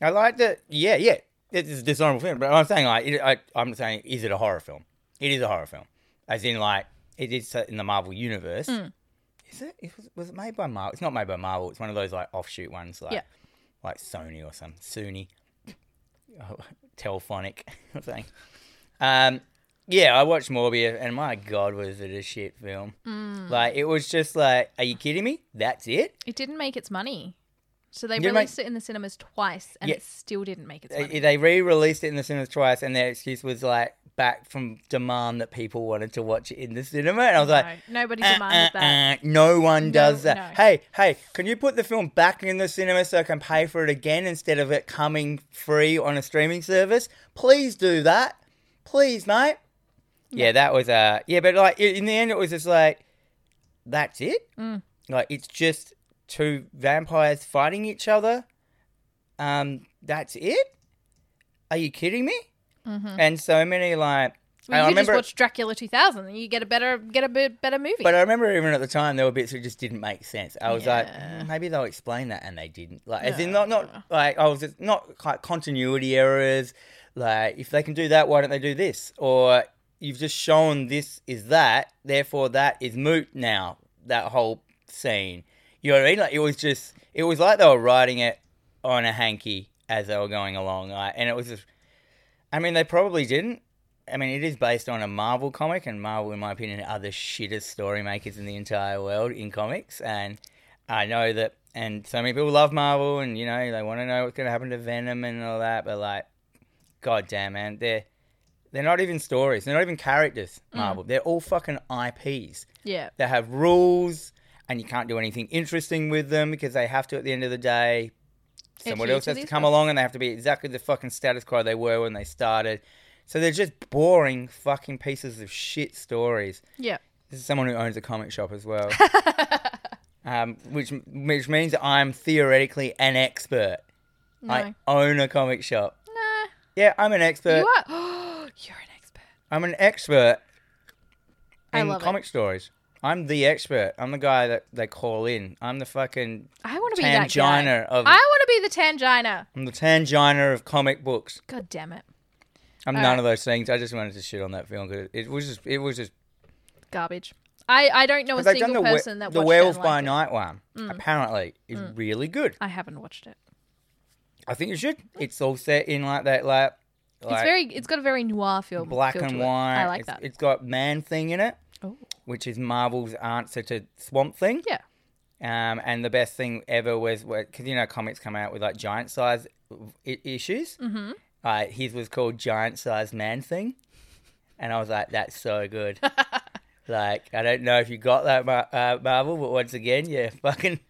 Speaker 2: I like that. Yeah, yeah. This is a dishonorable film, but I'm saying like it, I, I'm saying, is it a horror film? It is a horror film, as in like it is set in the Marvel universe. Is it? it was, was it made by Marvel? It's not made by Marvel. It's one of those like offshoot ones, like
Speaker 1: Yeah.
Speaker 2: like Sony or some Sony, oh, Telphonic or something. Um, yeah, I watched Morbius, and my god, was it a shit film? Like it was just like, are you kidding me? That's it.
Speaker 1: It didn't make its money. So they
Speaker 2: Didn't make-
Speaker 1: released it in the cinemas twice and
Speaker 2: Yeah.
Speaker 1: it still didn't make its money.
Speaker 2: they, they re-released it in the cinemas twice, and their excuse was like back from demand that people wanted to watch it in the cinema, and I was like.
Speaker 1: no, nobody
Speaker 2: "Uh,
Speaker 1: demanded
Speaker 2: uh,
Speaker 1: that.
Speaker 2: uh, no one does that.
Speaker 1: no.
Speaker 2: Hey, hey, can you put the film back in the cinema so I can pay for it again instead of it coming free on a streaming service? Please do that. Please, mate. Yeah, that was uh yeah, but like i- in the end it was just like that's it.
Speaker 1: Mm.
Speaker 2: Like it's just two vampires fighting each other. Um, that's it. Are you kidding me? And so many like
Speaker 1: Mm-hmm. Well, you
Speaker 2: I
Speaker 1: could just
Speaker 2: remember,
Speaker 1: watch Dracula 2000 and you get a better get a bit better movie.
Speaker 2: but uh, I remember even at the time there were bits that just didn't make sense. I was like,
Speaker 1: Yeah.
Speaker 2: "Hmm, maybe they'll explain that, and they didn't. Like, as in not not like I was just not like continuity errors. Like, if they can do that, why don't they do this? Or you've just shown this is that, therefore that is moot now. That whole scene, you know what I mean? Like, it was just it was like they were writing it on a hanky as they were going along, like, and it was just. I mean, they probably didn't. I mean, it is based on a Marvel comic, and Marvel, in my opinion, are the shittest story makers in the entire world in comics. And I know that, and so many people love Marvel, and you know they want to know what's going to happen to Venom and all that. But like, god damn, man, they're they're not even stories. They're not even characters. Marvel. They're all fucking IPs.
Speaker 1: yeah.
Speaker 2: They have rules, and you can't do anything interesting with them because they have to, at the end of the day, someone
Speaker 1: Adhere
Speaker 2: else
Speaker 1: to
Speaker 2: has to
Speaker 1: these
Speaker 2: come along and they have to be exactly the fucking status quo they were when they started. So they're just boring fucking pieces of shit stories.
Speaker 1: Yeah.
Speaker 2: This is someone who owns a comic shop as well. um, which, which means that I'm theoretically an expert. I Uh, own a comic shop.
Speaker 1: Nah.
Speaker 2: Yeah, I'm an expert.
Speaker 1: You are You're an expert.
Speaker 2: I'm an expert
Speaker 1: I
Speaker 2: in
Speaker 1: love it.
Speaker 2: comic stories. I'm the expert. I'm the guy that they call in. I'm the fucking
Speaker 1: I want to be that guy.
Speaker 2: Tangina of-
Speaker 1: I want to be the Tangina.
Speaker 2: I'm the tangina of comic books.
Speaker 1: God damn it.
Speaker 2: I'm
Speaker 1: All
Speaker 2: none
Speaker 1: right.
Speaker 2: of those things. I just wanted to shit on that film because it was just it was just
Speaker 1: Garbage. I, I don't know a
Speaker 2: because they've done
Speaker 1: single
Speaker 2: the we-
Speaker 1: person that
Speaker 2: the
Speaker 1: watched
Speaker 2: Werewolf
Speaker 1: it and
Speaker 2: by
Speaker 1: liked it. Mm.
Speaker 2: Night one apparently is really good.
Speaker 1: I haven't watched it.
Speaker 2: I think you should. It's all set in like that like
Speaker 1: it's
Speaker 2: Like,
Speaker 1: very. It's got a very noir feel.
Speaker 2: black
Speaker 1: feel to
Speaker 2: and
Speaker 1: it.
Speaker 2: white.
Speaker 1: I like
Speaker 2: It's-
Speaker 1: that.
Speaker 2: It's got Man Thing in it,
Speaker 1: Oh.
Speaker 2: which is Marvel's answer to Swamp Thing.
Speaker 1: Yeah.
Speaker 2: Um, and the best thing ever was because you know comics come out with like giant size I- issues.
Speaker 1: Mm-hmm.
Speaker 2: Uh, his was called Giant Size Man Thing, and I was like, that's so good. like I don't know if you got that Mar- uh, Marvel, but once again, yeah, fucking.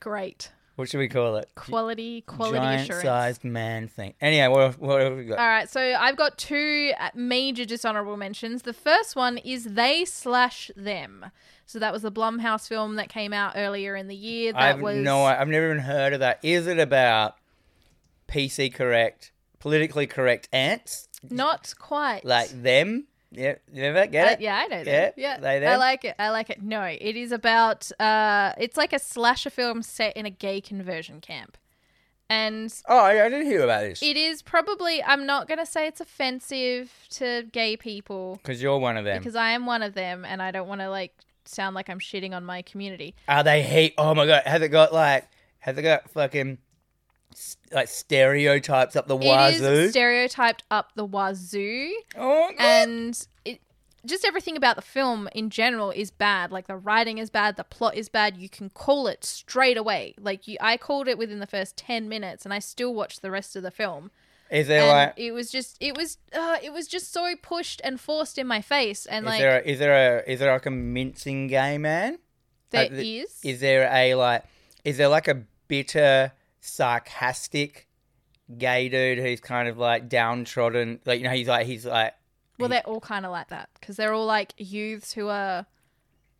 Speaker 1: Great
Speaker 2: What should we call it?
Speaker 1: quality. Quality
Speaker 2: giant
Speaker 1: assurance.
Speaker 2: sized man thing. Anyway, what, what have we got?
Speaker 1: All right, so I've got two uh, major dishonorable mentions. The first one is they slash them. So that was the Blumhouse film that came out earlier in the year. That
Speaker 2: I have
Speaker 1: was
Speaker 2: no. I've never even heard of that. Is it about PC correct, politically correct ants
Speaker 1: not quite
Speaker 2: like them? Yeah, you never get
Speaker 1: Uh,
Speaker 2: it.
Speaker 1: yeah, I know
Speaker 2: Yeah,
Speaker 1: that. Yeah,
Speaker 2: they
Speaker 1: I
Speaker 2: them.
Speaker 1: like it. I like it. No, it is about. Uh, it's like a slasher film set in a gay conversion camp, and
Speaker 2: Oh, I, I didn't hear about this
Speaker 1: it is probably. I'm not gonna say it's offensive to gay people
Speaker 2: because you're one of them.
Speaker 1: because I am one of them, and I don't want to like sound like I'm shitting on my community.
Speaker 2: Are they hate? Oh my god, has it got like? Has it got fucking s- like stereotypes up the
Speaker 1: It
Speaker 2: wazoo?
Speaker 1: is stereotyped up the wazoo,
Speaker 2: oh god.
Speaker 1: and it just everything about the film in general is bad. Like the writing is bad, the plot is bad. You can call it straight away. Like you, I called it within the first ten minutes, and I still watched the rest of the film.
Speaker 2: is there
Speaker 1: and
Speaker 2: like?
Speaker 1: it was just, it was, uh, it was just so pushed and forced in my face, and
Speaker 2: is
Speaker 1: like
Speaker 2: there a, is there a is there like a mincing gay man?
Speaker 1: there
Speaker 2: uh, the-
Speaker 1: is-
Speaker 2: Is there a like? Is there like a bitter, sarcastic gay dude who's kind of like downtrodden? Like you know, he's like he's like
Speaker 1: well, they're all kind of like that because they're all like youths who are,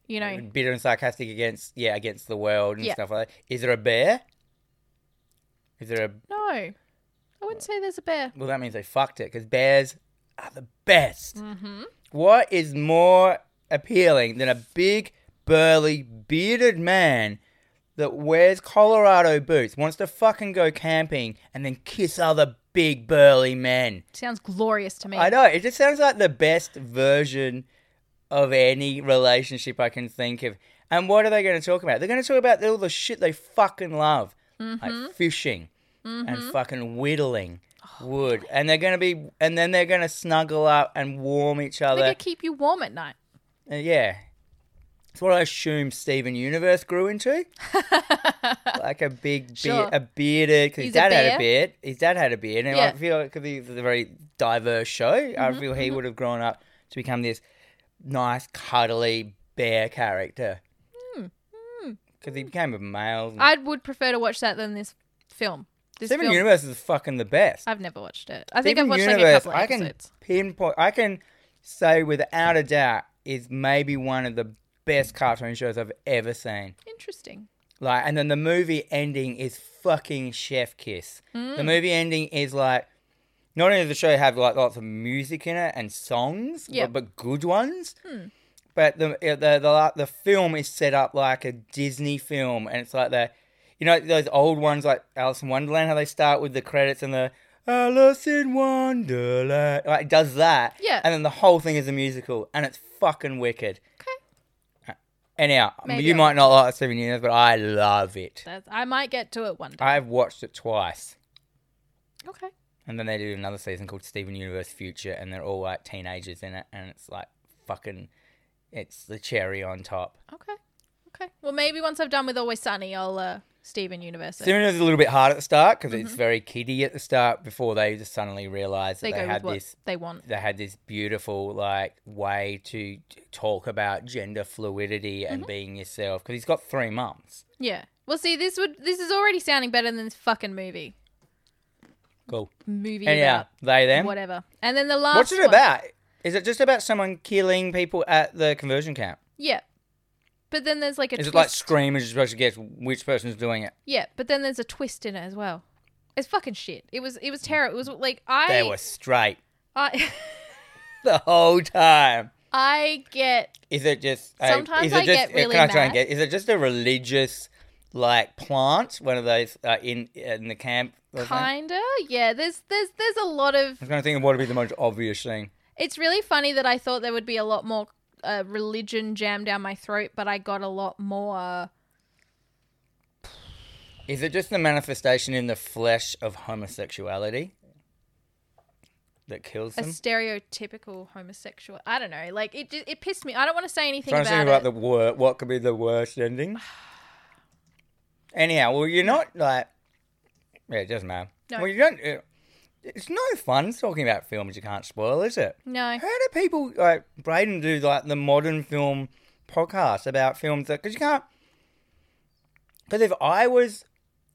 Speaker 1: you know,
Speaker 2: bitter and sarcastic against yeah against the world and
Speaker 1: Yeah.
Speaker 2: stuff like that. Is there a bear? Is there a
Speaker 1: no, I wouldn't say there's a bear.
Speaker 2: well? That means they fucked it because bears are the best.
Speaker 1: Mm-hmm.
Speaker 2: What is more appealing than a big, burly, bearded man that wears Colorado boots, wants to fucking go camping, and then kiss other big, burly men?
Speaker 1: Sounds glorious to me.
Speaker 2: I know, it just sounds like the best version of any relationship I can think of. And what are they going to talk about? They're going to talk about all the shit they fucking love,
Speaker 1: Mm-hmm.
Speaker 2: like fishing and fucking whittling
Speaker 1: Oh,
Speaker 2: wood. And they're going to be, and then they're going to snuggle up and warm each
Speaker 1: They're
Speaker 2: other.
Speaker 1: gonna keep you warm at night.
Speaker 2: Uh, yeah. It's what I assume Steven Universe grew into. like a big
Speaker 1: Sure.
Speaker 2: beard, a bearded, because his
Speaker 1: He's a
Speaker 2: dad had a
Speaker 1: bear.
Speaker 2: beard. His dad had a beard. And I
Speaker 1: Yeah. Mm-hmm,
Speaker 2: feel because he's a very diverse show, I feel he would have grown up to become this nice, cuddly bear character. Because he became a male.
Speaker 1: Hmm, I would prefer to watch that than this film. This
Speaker 2: Steven
Speaker 1: film,
Speaker 2: Universe is fucking the best.
Speaker 1: I've never watched it. I think
Speaker 2: Steven
Speaker 1: I've watched like a
Speaker 2: Universe,
Speaker 1: couple
Speaker 2: I
Speaker 1: of
Speaker 2: can
Speaker 1: episodes.
Speaker 2: pinpoint. I can say without a doubt is maybe one of the best cartoon shows I've ever seen.
Speaker 1: Interesting.
Speaker 2: Like, and then the movie ending is fucking chef kiss.
Speaker 1: Mm.
Speaker 2: The movie ending is like, not only does the show have like lots of music in it and songs,
Speaker 1: Yeah.
Speaker 2: but, but good ones.
Speaker 1: Hmm.
Speaker 2: But the, uh, the the la- the film is set up like a Disney film, and it's like the, you know, those old ones like Alice in Wonderland, how they start with the credits and the Alice in Wonderland, like it does that,
Speaker 1: Yeah.
Speaker 2: and then the whole thing is a musical, and it's fucking wicked.
Speaker 1: Okay.
Speaker 2: Anyhow,
Speaker 1: Maybe
Speaker 2: you
Speaker 1: I'll
Speaker 2: might not like Seven Years, but I love it.
Speaker 1: That's, I might get to it one day.
Speaker 2: I've watched it twice.
Speaker 1: okay.
Speaker 2: And then they do another season called Steven Universe Future, and they're all like teenagers in it, and it's like fucking, it's the cherry on top.
Speaker 1: Okay. Okay. Well, maybe once I've done with Always Sunny, I'll uh, Steven Universe. it.
Speaker 2: Steven Universe is a little bit hard at the start because it's very kiddie at the start before they just suddenly realize
Speaker 1: Mm-hmm. They
Speaker 2: that
Speaker 1: go
Speaker 2: they
Speaker 1: with
Speaker 2: had
Speaker 1: what
Speaker 2: this
Speaker 1: they want.
Speaker 2: they had this beautiful like way to t- talk about gender fluidity and
Speaker 1: Mm-hmm.
Speaker 2: being yourself because he's got three months.
Speaker 1: Yeah. Well, see, this would this is already sounding better than this fucking movie.
Speaker 2: Cool.
Speaker 1: Movie
Speaker 2: And yeah, they them.
Speaker 1: about whatever. And then the last.
Speaker 2: What's it
Speaker 1: one-
Speaker 2: about? Is it just about someone killing people at the conversion camp?
Speaker 1: Yeah. But then there's like a
Speaker 2: Is
Speaker 1: twist.
Speaker 2: it like Scream and you're supposed to guess which person's doing it?
Speaker 1: yeah, but then there's a twist in it as well. It's fucking shit. It was it was terrible. It was like I
Speaker 2: They were straight
Speaker 1: I
Speaker 2: the whole time.
Speaker 1: I get
Speaker 2: Is it just? a-
Speaker 1: Sometimes
Speaker 2: is
Speaker 1: I
Speaker 2: it just,
Speaker 1: get really
Speaker 2: can I try and
Speaker 1: mad.
Speaker 2: get? Is it just a religious like plant? One of those uh, in in the camp. or something?
Speaker 1: kinda yeah. There's there's there's a lot of.
Speaker 2: I was going to think of what would be the most obvious thing.
Speaker 1: It's really funny that I thought there would be a lot more uh, religion jammed down my throat, but I got a lot more. uh,
Speaker 2: Is it just the manifestation in the flesh of homosexuality? that kills
Speaker 1: a
Speaker 2: them.
Speaker 1: stereotypical homosexual. I don't know. Like it, ju- it pissed me. I don't want to say anything
Speaker 2: Trying to
Speaker 1: about,
Speaker 2: think about
Speaker 1: it.
Speaker 2: the wor- what could be the worst ending. Anyhow, well, you're not like, yeah, it doesn't matter.
Speaker 1: No.
Speaker 2: Well, you don't. It, it's no fun talking about films you can't spoil, is it?
Speaker 1: no,
Speaker 2: How do people like Braden do like the modern film podcast about films that because you can't because if I was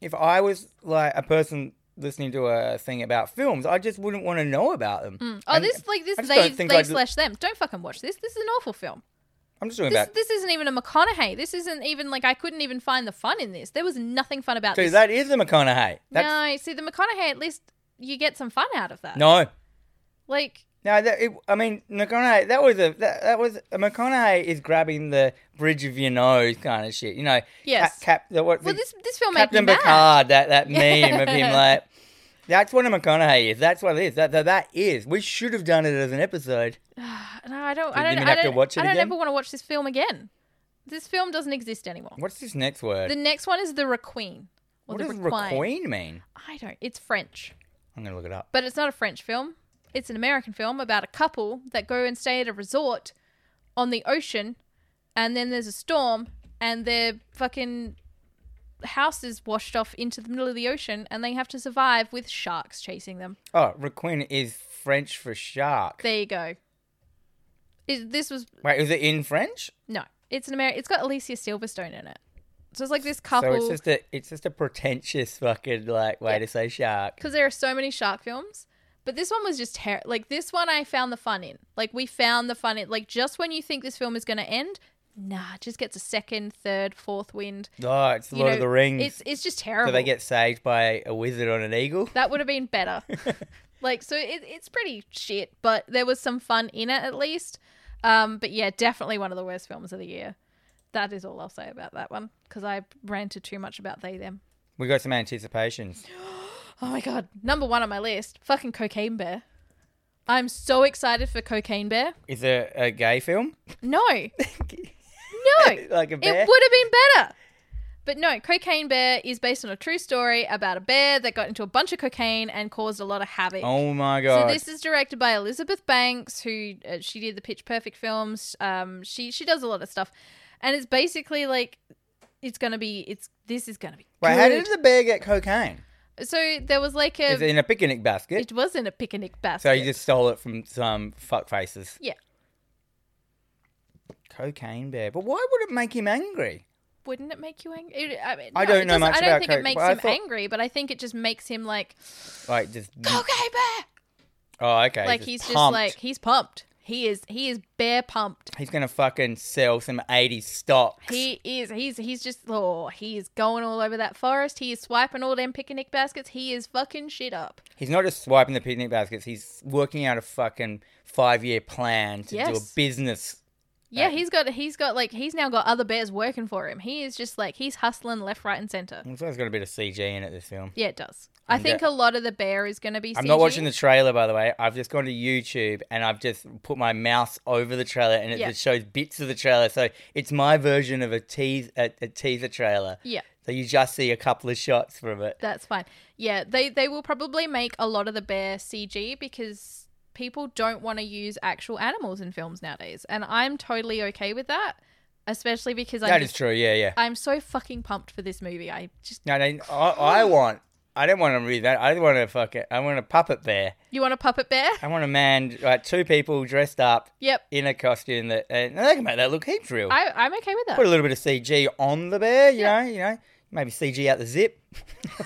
Speaker 2: if I was like a person listening to a thing about films, I just wouldn't want to know about them.
Speaker 1: oh
Speaker 2: And
Speaker 1: this like this
Speaker 2: I just
Speaker 1: they
Speaker 2: don't think
Speaker 1: they
Speaker 2: I'd-
Speaker 1: slash them. Don't fucking watch this. This is an awful film.
Speaker 2: I'm just talking
Speaker 1: This,
Speaker 2: about.
Speaker 1: this isn't even a McConaughey. This isn't even like I couldn't even find the fun in this. There was nothing fun about
Speaker 2: So
Speaker 1: this.
Speaker 2: that is the McConaughey. That's,
Speaker 1: no, see the McConaughey at least you get some fun out of that.
Speaker 2: no, no,
Speaker 1: Like
Speaker 2: that it, I mean McConaughey. That was a that, that was a McConaughey is grabbing the bridge of your nose kind of shit. You know,
Speaker 1: Yes.
Speaker 2: Cap, cap the, what,
Speaker 1: well
Speaker 2: the-
Speaker 1: this this film
Speaker 2: Captain
Speaker 1: made me mad.
Speaker 2: Picard, that, that meme of him
Speaker 1: Yeah.
Speaker 2: like, that's what a McConaughey is. That's what it is. That, that, that is. We should have done it as an episode.
Speaker 1: No, I don't. I
Speaker 2: Didn't
Speaker 1: don't.
Speaker 2: even
Speaker 1: I
Speaker 2: have to
Speaker 1: don't,
Speaker 2: watch it
Speaker 1: I don't
Speaker 2: again?
Speaker 1: ever want to watch this film again. This film doesn't exist anymore.
Speaker 2: What's this next word?
Speaker 1: The next one is the Requeen. Or
Speaker 2: what
Speaker 1: the
Speaker 2: does
Speaker 1: Requiem.
Speaker 2: requeen mean?
Speaker 1: I don't. It's French,
Speaker 2: I'm going to look it up.
Speaker 1: but it's not a French film. It's an American film about a couple that go and stay at a resort on the ocean, and then there's a storm, and their fucking house is washed off into the middle of the ocean, and they have to survive with sharks chasing them.
Speaker 2: Oh, requeen is French for shark.
Speaker 1: There you go. Is this was
Speaker 2: Wait, is it in French?
Speaker 1: no. It's an American. It's got Alicia Silverstone in it. So it's like this couple.
Speaker 2: So it's just a it's just a pretentious fucking like way to say shark.
Speaker 1: because there are so many shark films. But this one was just ter- like this one. I found the fun in. Like we found the fun in. Like just when you think this film is going to end, nah, it just gets a second, third, fourth wind.
Speaker 2: Oh, it's
Speaker 1: You
Speaker 2: Lord
Speaker 1: know,
Speaker 2: of the Rings.
Speaker 1: It's it's just terrible.
Speaker 2: so they get saved by a wizard on an eagle.
Speaker 1: that would have been better. like so, it, it's pretty shit. But there was some fun in it at least. Um, but yeah, definitely one of the worst films of the year. That is all I'll say about that one because I ranted too much about they them.
Speaker 2: We got some anticipations.
Speaker 1: Oh my god, number one on my list, fucking Cocaine Bear. I'm so excited for Cocaine Bear.
Speaker 2: Is it a gay film?
Speaker 1: No. no. It
Speaker 2: like a
Speaker 1: would have
Speaker 2: bear?
Speaker 1: been better. But no, Cocaine Bear is based on a true story about a bear that got into a bunch of cocaine and caused a lot of havoc.
Speaker 2: oh my
Speaker 1: so
Speaker 2: god.
Speaker 1: this is directed by Elizabeth Banks, who uh, she did the Pitch Perfect films. Um, she she does a lot of stuff, and it's basically like it's gonna be it's this is gonna be.
Speaker 2: Wait, how
Speaker 1: good.
Speaker 2: did the bear get cocaine?
Speaker 1: so there was like a
Speaker 2: Is it in a picnic basket?
Speaker 1: it was in a picnic basket.
Speaker 2: so you just stole it from some fuck faces.
Speaker 1: Yeah.
Speaker 2: Cocaine bear. But why would it make him angry?
Speaker 1: wouldn't it make you angry? It- I, mean,
Speaker 2: I
Speaker 1: no,
Speaker 2: don't
Speaker 1: it
Speaker 2: know
Speaker 1: doesn't-
Speaker 2: much
Speaker 1: I don't
Speaker 2: about
Speaker 1: think
Speaker 2: coke,
Speaker 1: it makes
Speaker 2: but I
Speaker 1: him
Speaker 2: thought-
Speaker 1: angry, but I think it just makes him like
Speaker 2: Like just
Speaker 1: cocaine bear.
Speaker 2: Oh, okay.
Speaker 1: like he's just
Speaker 2: Hmm. pumped.
Speaker 1: like he's pumped. He is he is bear pumped.
Speaker 2: he's gonna fucking sell some 80 stocks.
Speaker 1: He is he's he's just oh he is going all over that forest. He is swiping all them picnic baskets. He is fucking shit up.
Speaker 2: he's not just swiping the picnic baskets, he's working out a fucking five year plan to do a
Speaker 1: Yes.
Speaker 2: business.
Speaker 1: Yeah,
Speaker 2: Right.
Speaker 1: he's got he's got like he's now got other bears working for him. He is just like he's hustling left, right, and center.
Speaker 2: It's always got a bit of CG in it this film.
Speaker 1: Yeah, it does. I
Speaker 2: Hmm. And,
Speaker 1: think
Speaker 2: uh,
Speaker 1: a lot of the bear is going to be.
Speaker 2: I'm not
Speaker 1: CG.
Speaker 2: watching the trailer, by the way. I've just gone to YouTube and I've just put my mouse over the trailer, and it
Speaker 1: Yeah.
Speaker 2: just shows bits of the trailer. So it's my version of a tease, a, a teaser trailer.
Speaker 1: Yeah.
Speaker 2: So you just see a couple of shots from it.
Speaker 1: That's fine. Yeah, they they will probably make a lot of the bear CG because people don't want to use actual animals in films nowadays, and I'm totally okay with that, especially because I'm
Speaker 2: That is
Speaker 1: just,
Speaker 2: true. Yeah, yeah.
Speaker 1: I'm so fucking pumped for this movie. I just
Speaker 2: No, no. I, I want. I don't want to read that. I want to fuck it. I want a puppet bear.
Speaker 1: you want a puppet bear?
Speaker 2: I want a man, like two people dressed up
Speaker 1: Yep,
Speaker 2: in a costume that, and they can make that look heaps real.
Speaker 1: I I'm okay with
Speaker 2: put
Speaker 1: that.
Speaker 2: a little bit of CG on the bear. You
Speaker 1: Yeah.
Speaker 2: know, you know, maybe CG out the zip.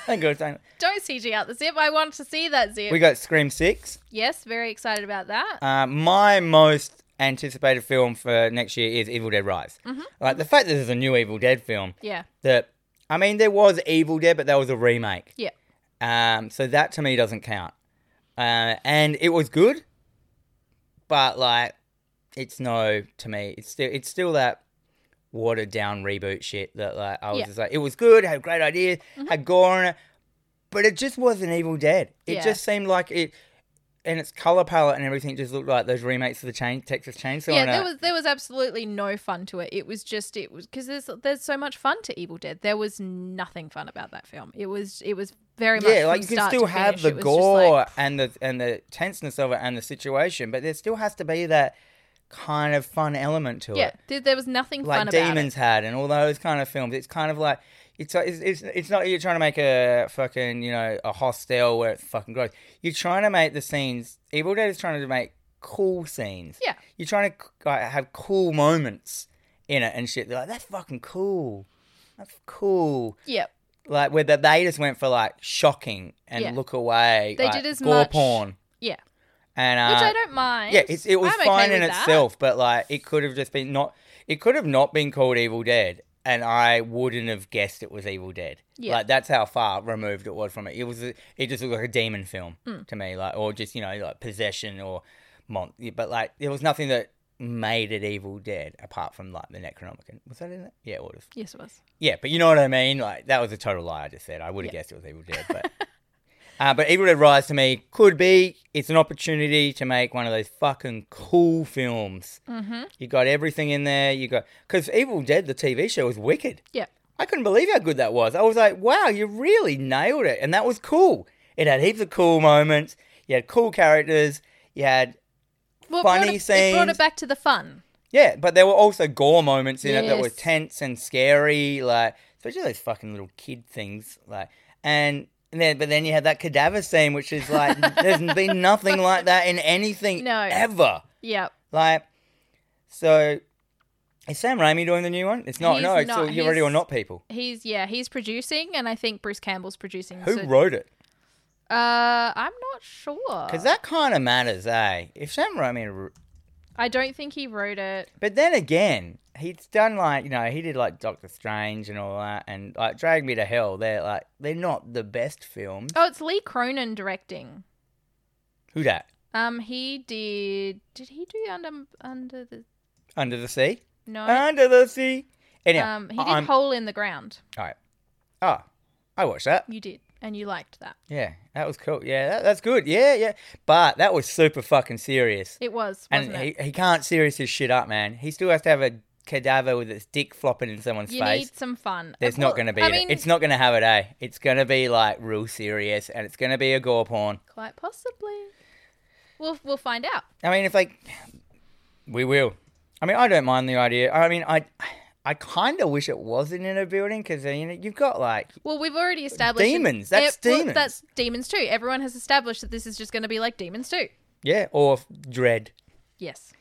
Speaker 2: Thank God, don't-
Speaker 1: Don't CG out the zip. I want to see that zip.
Speaker 2: we got Scream Six.
Speaker 1: yes, very excited about that.
Speaker 2: Uh, my most anticipated film for next year is Evil Dead Rise. Like the fact that there's a new Evil Dead film.
Speaker 1: yeah,
Speaker 2: That I mean, there was Evil Dead, but that was a remake.
Speaker 1: yeah.
Speaker 2: Um, so that to me doesn't count. Uh, and it was good, but like, it's no to me. It's still it's still that watered down reboot shit that like I was
Speaker 1: Yeah. Mm-hmm.
Speaker 2: just like, it was good, had great ideas, had gore in it, but it just wasn't Evil Dead. It
Speaker 1: Yeah.
Speaker 2: just seemed like it. and its color palette and everything just looked like those remakes of the chain, Texas Chainsaw.
Speaker 1: yeah,
Speaker 2: and, uh,
Speaker 1: there was there was absolutely no fun to it. It was just it was because there's there's so much fun to Evil Dead. There was nothing fun about that film. It was it was very much
Speaker 2: yeah,
Speaker 1: from
Speaker 2: like you can
Speaker 1: start
Speaker 2: still
Speaker 1: to
Speaker 2: have
Speaker 1: finish,
Speaker 2: the
Speaker 1: it was just
Speaker 2: gore
Speaker 1: like-
Speaker 2: and the and the tenseness of it and the situation, but there still has to be that kind of fun element to
Speaker 1: yeah,
Speaker 2: it,
Speaker 1: there, there was nothing fun
Speaker 2: like
Speaker 1: about
Speaker 2: Demons had and all those kind of films. It's kind of like it's it's it's, it's not you're trying to make a fucking you know a hostel where it's fucking gross. You're trying to make the scenes. Evil Dead is trying to make cool scenes.
Speaker 1: Yeah.
Speaker 2: you're trying to like, have cool moments in it and shit. They're like that's fucking cool. That's cool
Speaker 1: it. Yeah,
Speaker 2: like where the, they just went for like shocking and
Speaker 1: Yeah.
Speaker 2: look away.
Speaker 1: They
Speaker 2: like,
Speaker 1: did as
Speaker 2: gore
Speaker 1: much-
Speaker 2: porn,
Speaker 1: yeah,
Speaker 2: and uh,
Speaker 1: which I don't mind.
Speaker 2: yeah, it's, it was
Speaker 1: I'm okay
Speaker 2: fine in
Speaker 1: with that.
Speaker 2: itself, but like it could have just been not. It could have not been called Evil Dead, and I wouldn't have guessed it was Evil Dead.
Speaker 1: Yeah.
Speaker 2: Like that's how far removed it was from it. It was it just looked like a demon film
Speaker 1: Hmm.
Speaker 2: to me, like or just you know like possession or mon. But like there was nothing that made it Evil Dead apart from like the Necronomicon. Was that in it? Yeah, it was.
Speaker 1: Yes, it was.
Speaker 2: Yeah, but you know what I mean. Like that was a total lie. I just said I would have
Speaker 1: Yeah.
Speaker 2: guessed it was Evil Dead, but uh, but Evil Dead Rise to me could be. It's an opportunity to make one of those fucking cool films.
Speaker 1: Mm-hmm.
Speaker 2: You got everything in there. You got because Evil Dead the TV show was wicked.
Speaker 1: Yeah.
Speaker 2: I couldn't believe how good that was. I was like, wow, you really nailed it, and that was cool. It had heaps of cool moments. You had cool characters. You had
Speaker 1: Well, it brought
Speaker 2: Funny
Speaker 1: it, it brought
Speaker 2: scenes.
Speaker 1: it back to the fun.
Speaker 2: Yeah, but there were also gore moments in it that were
Speaker 1: Yes.
Speaker 2: tense and scary, like especially those fucking little kid things, like and. And then, but then you had that cadaver scene, which is like there's been nothing like that in anything
Speaker 1: No.
Speaker 2: ever.
Speaker 1: Yeah,
Speaker 2: Like, so is Sam Raimi doing the new one? It's not.
Speaker 1: He's
Speaker 2: no, it's
Speaker 1: not.
Speaker 2: all, you're ready or
Speaker 1: He's-
Speaker 2: not, people.
Speaker 1: he's yeah he's producing, and I think Bruce Campbell's producing.
Speaker 2: Who
Speaker 1: so-
Speaker 2: wrote it?
Speaker 1: Uh, I'm not sure.
Speaker 2: Because that kind of matters, eh? If Sam Raimi, r-
Speaker 1: I don't think he wrote it.
Speaker 2: but then again, he's done like you know he did like Doctor Strange and all that, and like Drag Me to Hell. They're like they're not the best films.
Speaker 1: Oh, it's Lee Cronin directing.
Speaker 2: Who dat?
Speaker 1: Um, he did. Did he do under under the
Speaker 2: Under the sea?
Speaker 1: no?
Speaker 2: Under the sea. Anyhow,
Speaker 1: Oh, um, he did
Speaker 2: Uh, I'm-
Speaker 1: hole in the ground.
Speaker 2: all right. Oh, I watched that.
Speaker 1: You did, and you liked that.
Speaker 2: Yeah, that was cool. Yeah, that, that's good. Yeah, yeah. But that was super fucking serious.
Speaker 1: It was, wasn't
Speaker 2: And
Speaker 1: it?
Speaker 2: he, he can't serious his shit up, man. He still has to have a cadaver with its dick flopping in someone's
Speaker 1: You
Speaker 2: face.
Speaker 1: need some fun.
Speaker 2: There's
Speaker 1: Well,
Speaker 2: not going to be.
Speaker 1: I
Speaker 2: in it.
Speaker 1: mean,
Speaker 2: It's not going to have it, eh? It's going to be like real serious, and it's going to be a gore porn.
Speaker 1: quite possibly. We'll we'll find out.
Speaker 2: I mean, if like we will. I mean, I don't mind the idea. I mean, I I kind of wish it wasn't in a building because you know you've got like
Speaker 1: Well, we've already established
Speaker 2: Demons,
Speaker 1: Yeah,
Speaker 2: that's
Speaker 1: well,
Speaker 2: demons.
Speaker 1: that's demons too. Everyone has established that this is just going to be like demons too.
Speaker 2: yeah or f- dread.
Speaker 1: Yes.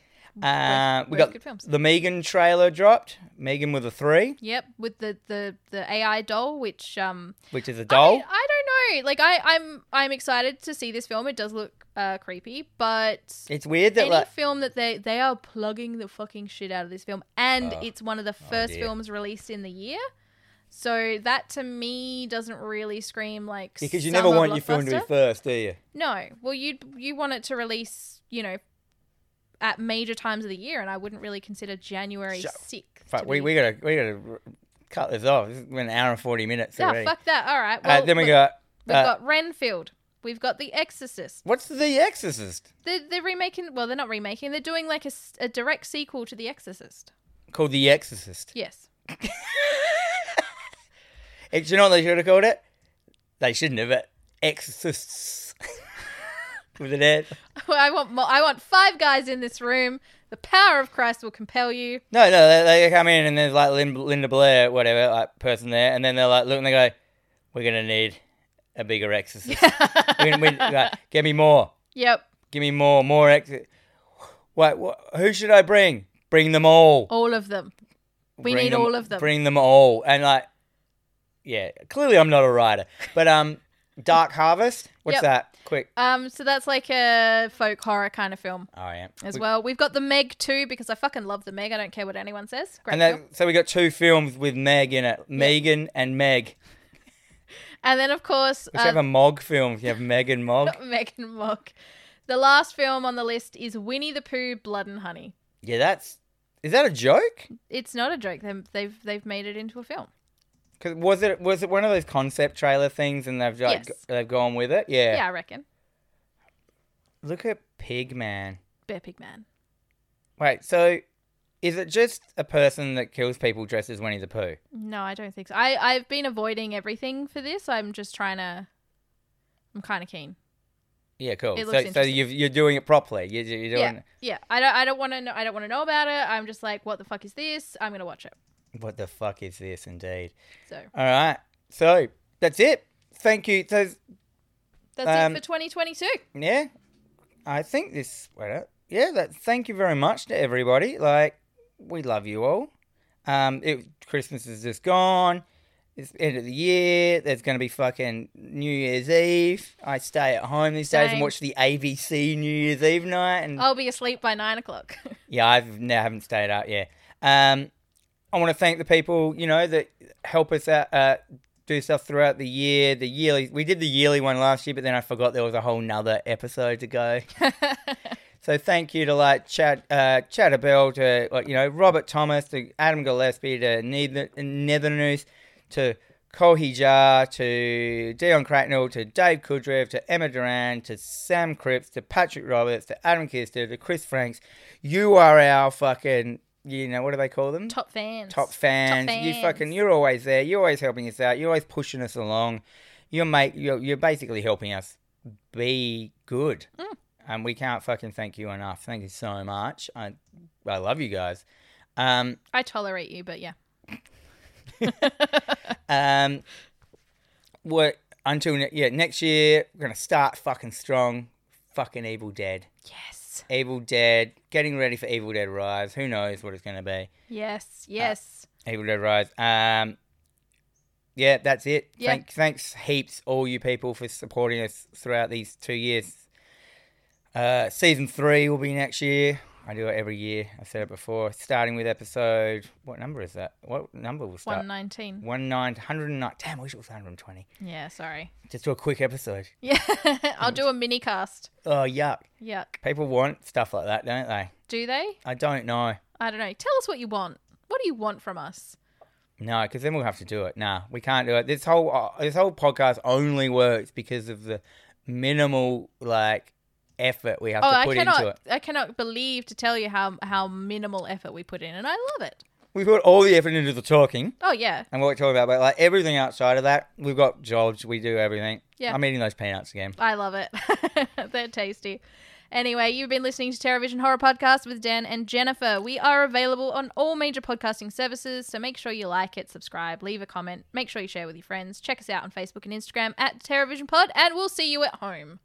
Speaker 2: Uh,
Speaker 1: both
Speaker 2: we got
Speaker 1: Mm-hmm. good films.
Speaker 2: the Megan trailer dropped. Megan with a three,
Speaker 1: Yep. With the the the AI doll, which um,
Speaker 2: which is a
Speaker 1: I,
Speaker 2: doll.
Speaker 1: I don't know. Like I I'm I'm excited to see this film. It does look uh creepy, but
Speaker 2: it's weird that
Speaker 1: any
Speaker 2: like
Speaker 1: film that they they are plugging the fucking shit out of this film and
Speaker 2: Oh.
Speaker 1: it's one of the first
Speaker 2: dear.
Speaker 1: films released in the year so that to me doesn't really scream like
Speaker 2: because you
Speaker 1: summer
Speaker 2: never want your film to be
Speaker 1: blockbuster.
Speaker 2: first, do you?
Speaker 1: no well you you want it to release you know at major times of the year and i wouldn't really consider january
Speaker 2: Sure.
Speaker 1: 6th
Speaker 2: Fuck,
Speaker 1: to
Speaker 2: we,
Speaker 1: be- Ah,
Speaker 2: we gotta we gotta r- cut this off. This is an hour and forty minutes
Speaker 1: Ah,
Speaker 2: already.
Speaker 1: fuck that all right
Speaker 2: Uh,
Speaker 1: well,
Speaker 2: then we
Speaker 1: look,
Speaker 2: got
Speaker 1: we've
Speaker 2: uh,
Speaker 1: got renfield we've got the exorcist
Speaker 2: what's the Exorcist
Speaker 1: they're, they're remaking well they're not remaking they're doing like a s a a direct sequel to the exorcist
Speaker 2: called? The Exorcist.
Speaker 1: yes
Speaker 2: It's you know what they should have called it? They shouldn't have. It Exorcists. With an X.
Speaker 1: Well, I want more, I want five guys in this room. The power of Christ will compel you.
Speaker 2: No, no, they, they come in and there's like Lin- Linda Blair, whatever, like person there, and then they're like, look, and they go, "We're gonna need a bigger exorcist. we, we, like, get me more,
Speaker 1: Yep.
Speaker 2: give me more, more exorcist. What, what? Who should I bring? Bring them all.
Speaker 1: All of them. We
Speaker 2: Bring
Speaker 1: need all of them.
Speaker 2: Bring them all, and like, yeah, clearly I'm not a writer, but um, Dark Harvest. What's
Speaker 1: Yep.
Speaker 2: that? Quick.
Speaker 1: Um, so that's like a folk horror kind of film
Speaker 2: Oh yeah.
Speaker 1: as
Speaker 2: We-
Speaker 1: well. We've got the Meg too because I fucking love the Meg. I don't care what anyone says. Great
Speaker 2: And
Speaker 1: film.
Speaker 2: that, so we got two films with Meg in it, Megan and Meg.
Speaker 1: and then of course
Speaker 2: We should have
Speaker 1: uh,
Speaker 2: a Mog film. You have Meg and Mog.
Speaker 1: Megan Mock. The last film on the list is Winnie the Pooh: Blood and Honey.
Speaker 2: Yeah, that's. Is that a joke?
Speaker 1: It's not a joke. They've they've, they've made it into a film.
Speaker 2: Cause was it was it one of those concept trailer things, and they've like,
Speaker 1: Yes.
Speaker 2: they've gone with it? Yeah.
Speaker 1: Yeah, I reckon.
Speaker 2: Look at Pigman.
Speaker 1: Bear Pigman.
Speaker 2: Wait, so is it just a person that kills people dressed as Winnie the Pooh?
Speaker 1: No, I don't think so. I, I've been avoiding everything for this. I'm just trying to. I'm kind of keen.
Speaker 2: Yeah, cool.
Speaker 1: It looks
Speaker 2: so so
Speaker 1: interesting.
Speaker 2: you've, you're doing it properly. You're, you're doing
Speaker 1: Yeah, yeah. I don't. I don't want to. know I don't want to know about it. I'm just like, what the fuck is this? I'm gonna watch it.
Speaker 2: what the fuck is this indeed?
Speaker 1: So
Speaker 2: All right, so that's it. Thank you. So
Speaker 1: that's
Speaker 2: Um,
Speaker 1: it for 2022.
Speaker 2: yeah, I think this. Wait up. Yeah, that. Thank you very much to everybody. Like we love you all. Um, it, Christmas is just gone. It's the end of the year. There's gonna be fucking New Year's Eve. I stay at home these days
Speaker 1: Same. Oh.
Speaker 2: and watch the ABC New Year's Eve night. And
Speaker 1: I'll be asleep by nine o'clock.
Speaker 2: Yeah, I've no, haven't stayed out yet. Um, I want to thank the people you know that help us out, uh, do stuff throughout the year. The yearly we did the yearly one last year, but then I forgot there was a whole nother episode to go. So thank you to like Chad, uh, Chatter Bell, to like, you know Robert Thomas, to Adam Gillespie, to Nether- Nethernoose, to Kohi Jar, to Dion Cracknell, to Dave Kudrev, to Emma Duran, to Sam Cripps, to Patrick Roberts, to Adam Kister, to Chris Franks. You are our fucking, you know, what do they call them?
Speaker 1: Top fans.
Speaker 2: Top fans. You
Speaker 1: fans.
Speaker 2: fucking, you're always there. You're always helping us out. You're always pushing us along. You're make, you're, you're basically helping us be good. And we can't fucking thank you enough. Thank you so much. I, I love you guys. Um,
Speaker 1: I tolerate you, but yeah.
Speaker 2: um, what until ne- yeah next year we're gonna start fucking strong. Fucking Evil Dead.
Speaker 1: Yes.
Speaker 2: Evil Dead. Getting ready for Evil Dead Rise. Who knows what it's gonna be.
Speaker 1: Yes.
Speaker 2: Uh,
Speaker 1: Yes.
Speaker 2: Evil Dead Rise. Um, yeah, that's it.
Speaker 1: Yeah.
Speaker 2: Thank, thanks heaps, all you people, for supporting us throughout these two years. Uh, season three will be next year. I do it every year. I said it before. Starting with episode, what number is that? What number will start?
Speaker 1: One nineteen.
Speaker 2: One nine hundred and nine. Damn, I wish it was 120.
Speaker 1: Yeah. Sorry.
Speaker 2: Just do a quick episode.
Speaker 1: Yeah. I'll do a mini cast.
Speaker 2: Oh, yuck.
Speaker 1: Yuck.
Speaker 2: People want stuff like that, don't they?
Speaker 1: Do they?
Speaker 2: I don't know.
Speaker 1: I don't know. Tell us what you want. What do you want from us?
Speaker 2: No, because then we'll have to do it. Nah, we can't do it. This whole uh, this whole podcast only works because of the minimal like effort we have
Speaker 1: Oh,
Speaker 2: to
Speaker 1: I
Speaker 2: put into
Speaker 1: cannot.
Speaker 2: it.
Speaker 1: I cannot believe to tell you how how minimal effort we put in, and I love it.
Speaker 2: We put all the effort into the talking
Speaker 1: Oh yeah.
Speaker 2: and what we're talking about, but like everything outside of that, we've got jobs. We do everything.
Speaker 1: Yeah.
Speaker 2: I'm eating those peanuts again.
Speaker 1: I love it. They're tasty. Anyway, you've been listening to TerraVision Horror Podcast with Dan and Jennifer. We are available on all major podcasting services, so make sure you like it, subscribe, leave a comment, make sure you share with your friends. Check us out on Facebook and Instagram at TerraVision Pod, and we'll see you at home.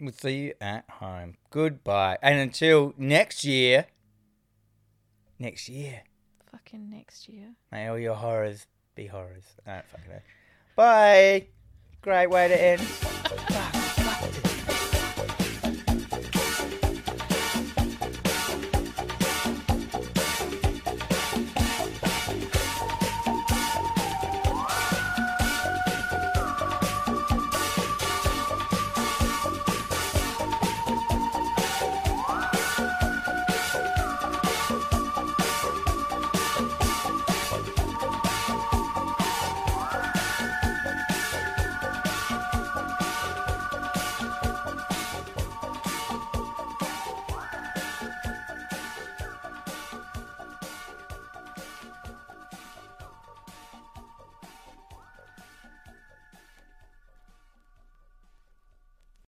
Speaker 2: We'll see you at home. Goodbye, and until next year. Next year,
Speaker 1: Fucking next year.
Speaker 2: may all your horrors Ah, be horrors. I don't fucking know. Bye. Great way to end. Fuck.